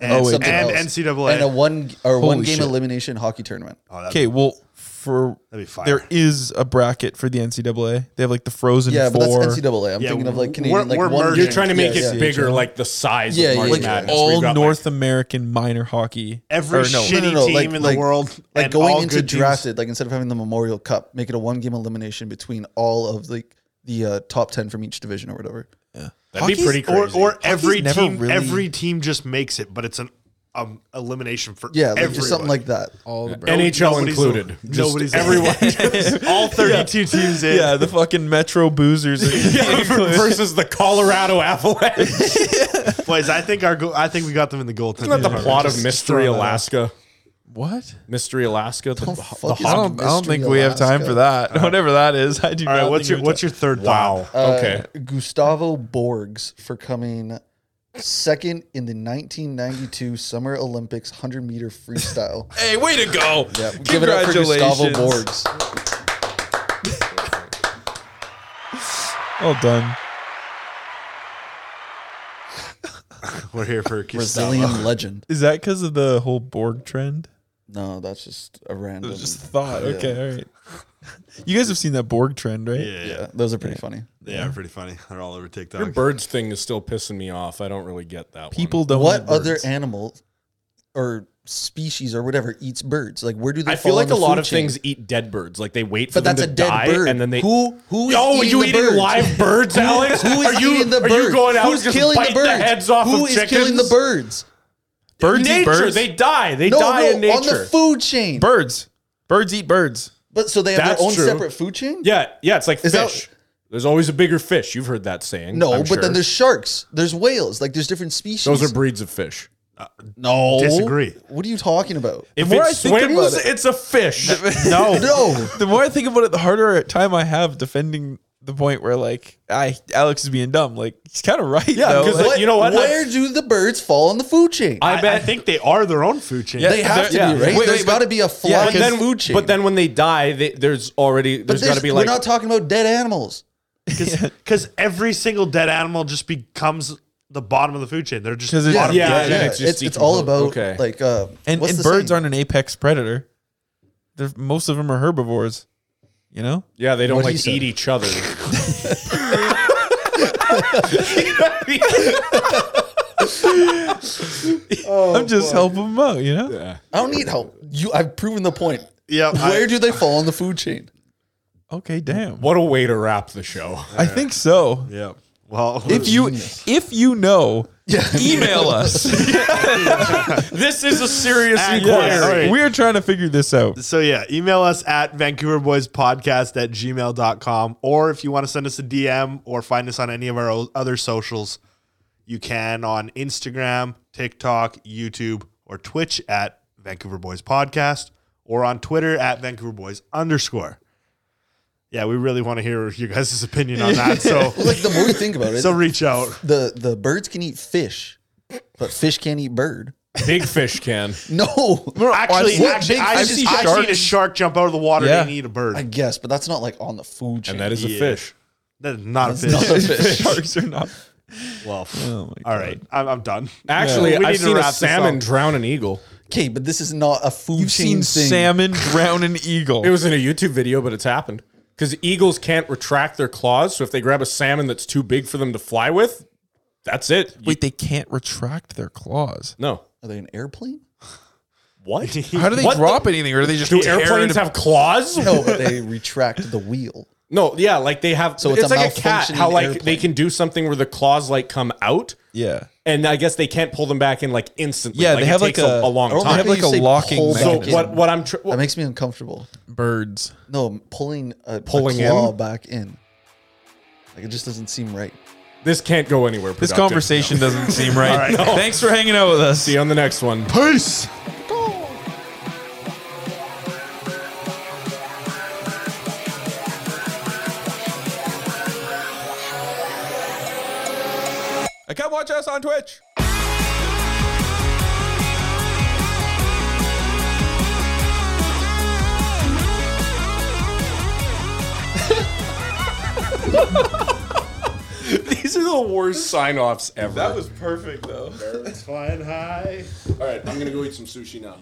S3: And,
S1: Oh, wait.
S5: something
S3: and
S5: else.
S3: NCAA.
S5: and a one or one
S1: Holy
S5: game
S1: shit.
S5: elimination hockey tournament.
S3: Oh, that'd
S1: Okay, well, for
S3: That'd be fire.
S1: there is a bracket for the NCAA. They have like the Frozen
S5: Yeah,
S1: Four.
S5: but that's NCAA. I'm
S3: Yeah,
S5: thinking of like
S3: we're-
S5: Canadian like
S3: we're
S5: one.
S3: merging.
S2: You're trying to make
S5: Yeah,
S2: it
S5: yeah.
S2: bigger, like the size
S5: Yeah,
S2: of
S5: yeah,
S2: March
S5: yeah.
S2: Madness.
S1: all
S2: We've got, like,
S1: North American minor hockey.
S3: Every
S1: or no,
S3: shitty
S5: No, no, no,
S3: team
S5: like-
S3: in
S5: like-
S3: the world.
S5: Like
S3: and all
S5: going into
S3: good teams.
S5: drafted, like instead of having the Memorial Cup, make it a one game elimination between all of like the uh, top ten from each division or whatever.
S2: That'd be
S1: Hockey's-
S2: pretty
S3: Or,
S2: crazy.
S3: or every
S1: never
S3: team,
S1: really-
S3: every team just makes it, but it's an um, elimination for
S5: Yeah, like
S3: everyone.
S5: just something like that.
S7: All the bread.
S2: NHL
S3: nobody's
S2: included.
S3: a-
S2: Just
S3: nobody's a-
S2: everyone
S3: all 32 teams in.
S1: Yeah, the fucking Metro Boozers.
S2: versus the Colorado Avalanche.
S3: Boys, I think our go- I think we got them in the goaltending.
S2: Isn't that the
S3: department.
S2: plot of
S3: Just
S2: Mystery
S3: throwing that out.
S2: Alaska?
S1: what?
S2: Mystery Alaska. The,
S5: How
S2: the
S5: fuck is
S1: I don't, I don't
S5: Mystery
S1: think we have time
S5: Alaska?
S1: for that. Whatever that is, I do.
S3: All
S1: not
S3: right, what's
S1: think
S3: your
S1: we-
S3: what's your third
S2: wow.
S3: thought?
S2: Okay.
S5: Uh, Gustavo Borgs for coming second in the 1992 Summer Olympics 100 meter freestyle.
S1: Hey, way to go!
S5: Yep. Give it up for Gustavo
S1: Congratulations.
S5: Borgs.
S1: Well done.
S3: We're here for
S5: Brazilian legend.
S1: Is that because of the whole Borg trend?
S5: No, that's just a
S1: It
S5: random.
S1: was just a thought.
S5: Yeah.
S1: Okay, all right. You guys have seen that Borg trend, right?
S3: Yeah, yeah,
S5: yeah, those are pretty funny.
S3: yeah, pretty funny. They're all over
S2: Your
S3: TikTok.
S2: birds thing is still pissing me off. I don't really get that one.
S1: People don't.
S5: What
S1: eat
S5: other
S1: birds.
S5: animal or species or whatever eats birds? Like, where do they?
S2: I feel
S5: fall
S2: like
S5: on
S2: a
S5: the
S2: lot
S5: food
S2: of
S5: chain?
S2: things eat dead birds. Like they wait for
S5: But
S2: them
S5: that's a
S2: to
S5: dead
S2: die
S5: bird.
S2: and then they
S5: who who is
S2: Oh,
S5: eating
S2: you
S5: the
S2: eating
S5: birds?
S2: live birds, Alex?
S5: Who is
S2: are you,
S5: eating the
S2: are
S5: birds?
S2: you going out and
S5: Who's
S2: just
S5: killing
S2: biting
S5: the birds?
S2: heads off
S5: Who
S2: of
S5: is
S2: chickens?
S5: killing the birds?
S1: birds
S2: nature,
S1: eat birds?
S2: they die. They
S5: No,
S2: die
S5: no,
S2: in nature.
S5: on the food chain.
S1: birds. Birds eat birds.
S5: But so they have
S2: That's
S5: their own
S2: true.
S5: separate food chain.
S2: yeah, yeah, it's like
S5: Is that-
S2: fish. there's always a bigger fish. You've heard that saying.
S5: No,
S2: I'm
S5: but
S2: sure.
S5: then there's sharks. There's whales. Like there's different species.
S2: those are breeds of fish.
S5: no.
S3: Disagree.
S5: What are you talking about?
S2: If
S1: more
S2: it
S1: I think about
S2: swims,
S1: it-
S2: it's a fish.
S3: No,
S5: No.
S1: The more I think about it, the harder time I have defending the point where like I Alex is being dumb. Like he's kind of right.
S2: Yeah,
S1: though.
S2: because
S1: Like,
S2: what- you know what?
S5: Where do the birds fall on the food chain?
S3: I, bet. I think they are their own food chain.
S5: they have to
S2: yeah.
S5: be right.
S1: Wait,
S5: there's
S1: wait,
S5: got to be a flock
S2: but
S5: of
S2: then,
S5: food chain.
S2: but then when they die, they, there's already
S5: But
S2: there's got to be
S5: we're
S2: like
S5: not talking about dead animals.
S3: because every single dead animal just becomes the bottom of the food chain. They're just
S1: 'Cause it's-
S3: bottom
S2: Yeah,
S3: of the
S2: yeah,
S3: food chain.
S2: yeah.
S5: it's,
S2: it's just
S5: it's all about
S2: decomposed. Okay.
S5: like uh,
S1: and,
S5: what's
S1: and
S5: the
S1: birds
S5: saying?
S1: aren't an apex predator. They're, most of them are herbivores. You know.
S2: yeah, they don't
S5: What he
S2: like
S5: said.
S2: eat each other.
S1: I'm just helping them out. You know.
S5: I don't need help. You, I've proven the point.
S3: Yeah, I-
S5: Where do they fall on the food chain?
S1: Okay, damn.
S2: what a way to wrap the show.
S1: I think so.
S3: yeah. Well,
S1: If you if you know, email us.
S2: this is a serious
S3: Yeah, all right.
S1: We are trying to figure this out.
S3: So yeah, email us at vancouverboyspodcast at gmail.com. Or if you want to send us a DM or find us on any of our o- other socials, you can on Instagram, TikTok, YouTube, or Twitch at Vancouver Boys Podcast, or on Twitter at Vancouver Boys underscore. Yeah, we really want to hear your guys' opinion on that. So
S5: Like the more you think about it,
S3: so reach out.
S5: the the birds can eat fish, but fish can't eat bird.
S2: Big fish can.
S5: No,
S3: Actually,
S5: what
S3: actually
S5: big
S3: I,
S5: fish
S3: just-
S5: is
S3: I
S5: shark?
S3: seen a shark jump out of the water
S1: Yeah.
S3: and eat a bird.
S5: I guess, but that's not like on the food chain.
S2: And that is
S3: Yeah.
S2: a fish.
S3: that is not a fish.
S5: Not a fish.
S1: Sharks are not.
S3: Well,
S1: Oh my
S3: all right, I'm, I'm done.
S2: Actually,
S3: We
S2: I've
S3: need to
S2: seen a
S3: wrap this
S2: salmon
S3: up.
S2: drown an eagle.
S5: Okay, but this is not a food
S1: You've
S5: chain
S1: seen
S5: thing.
S1: salmon drown an eagle.
S2: It was in a YouTube video, but it's happened. Because eagles can't retract their claws, so if they grab a salmon that's too big for them to fly with, that's it. You-
S1: Wait, they can't retract their claws.
S2: no.
S5: Are they an airplane?
S2: What?
S1: How do they
S2: What the-
S1: drop anything, or do they just
S2: Do
S1: tear it
S2: airplanes
S1: ap-
S2: have claws?
S5: No, but they retract the wheel.
S2: No, yeah, like they have. So
S5: So
S2: it's,
S5: it's a
S2: like a cat.
S5: malfunctioning
S2: How like they
S5: airplane.
S2: can do something where the claws like come out,
S1: Yeah,
S2: and I guess they can't pull them back in like instantly.
S1: yeah.
S2: like,
S1: they
S2: it
S1: have like
S2: takes
S1: a,
S2: a, long
S5: I don't
S1: They have
S2: time.
S5: think
S1: like a
S5: you say
S1: locking.
S5: pull back
S2: So
S1: Mechanism.
S5: in.
S2: what? What I'm tr-
S5: That makes me uncomfortable.
S1: Birds.
S5: No, I'm pulling a
S2: Pulling
S5: pulling claw
S2: in?
S5: back in. Like it just doesn't seem right.
S2: this can't go anywhere.
S1: This
S2: productive.
S1: conversation doesn't seem right.
S2: right. No.
S1: Thanks for hanging out with us.
S2: See you on the next one.
S3: Peace.
S1: I can watch us on Twitch.
S2: These are the worst sign offs ever.
S1: perfect though.
S3: Flying high.
S2: All right, I'm gonna go eat some sushi now.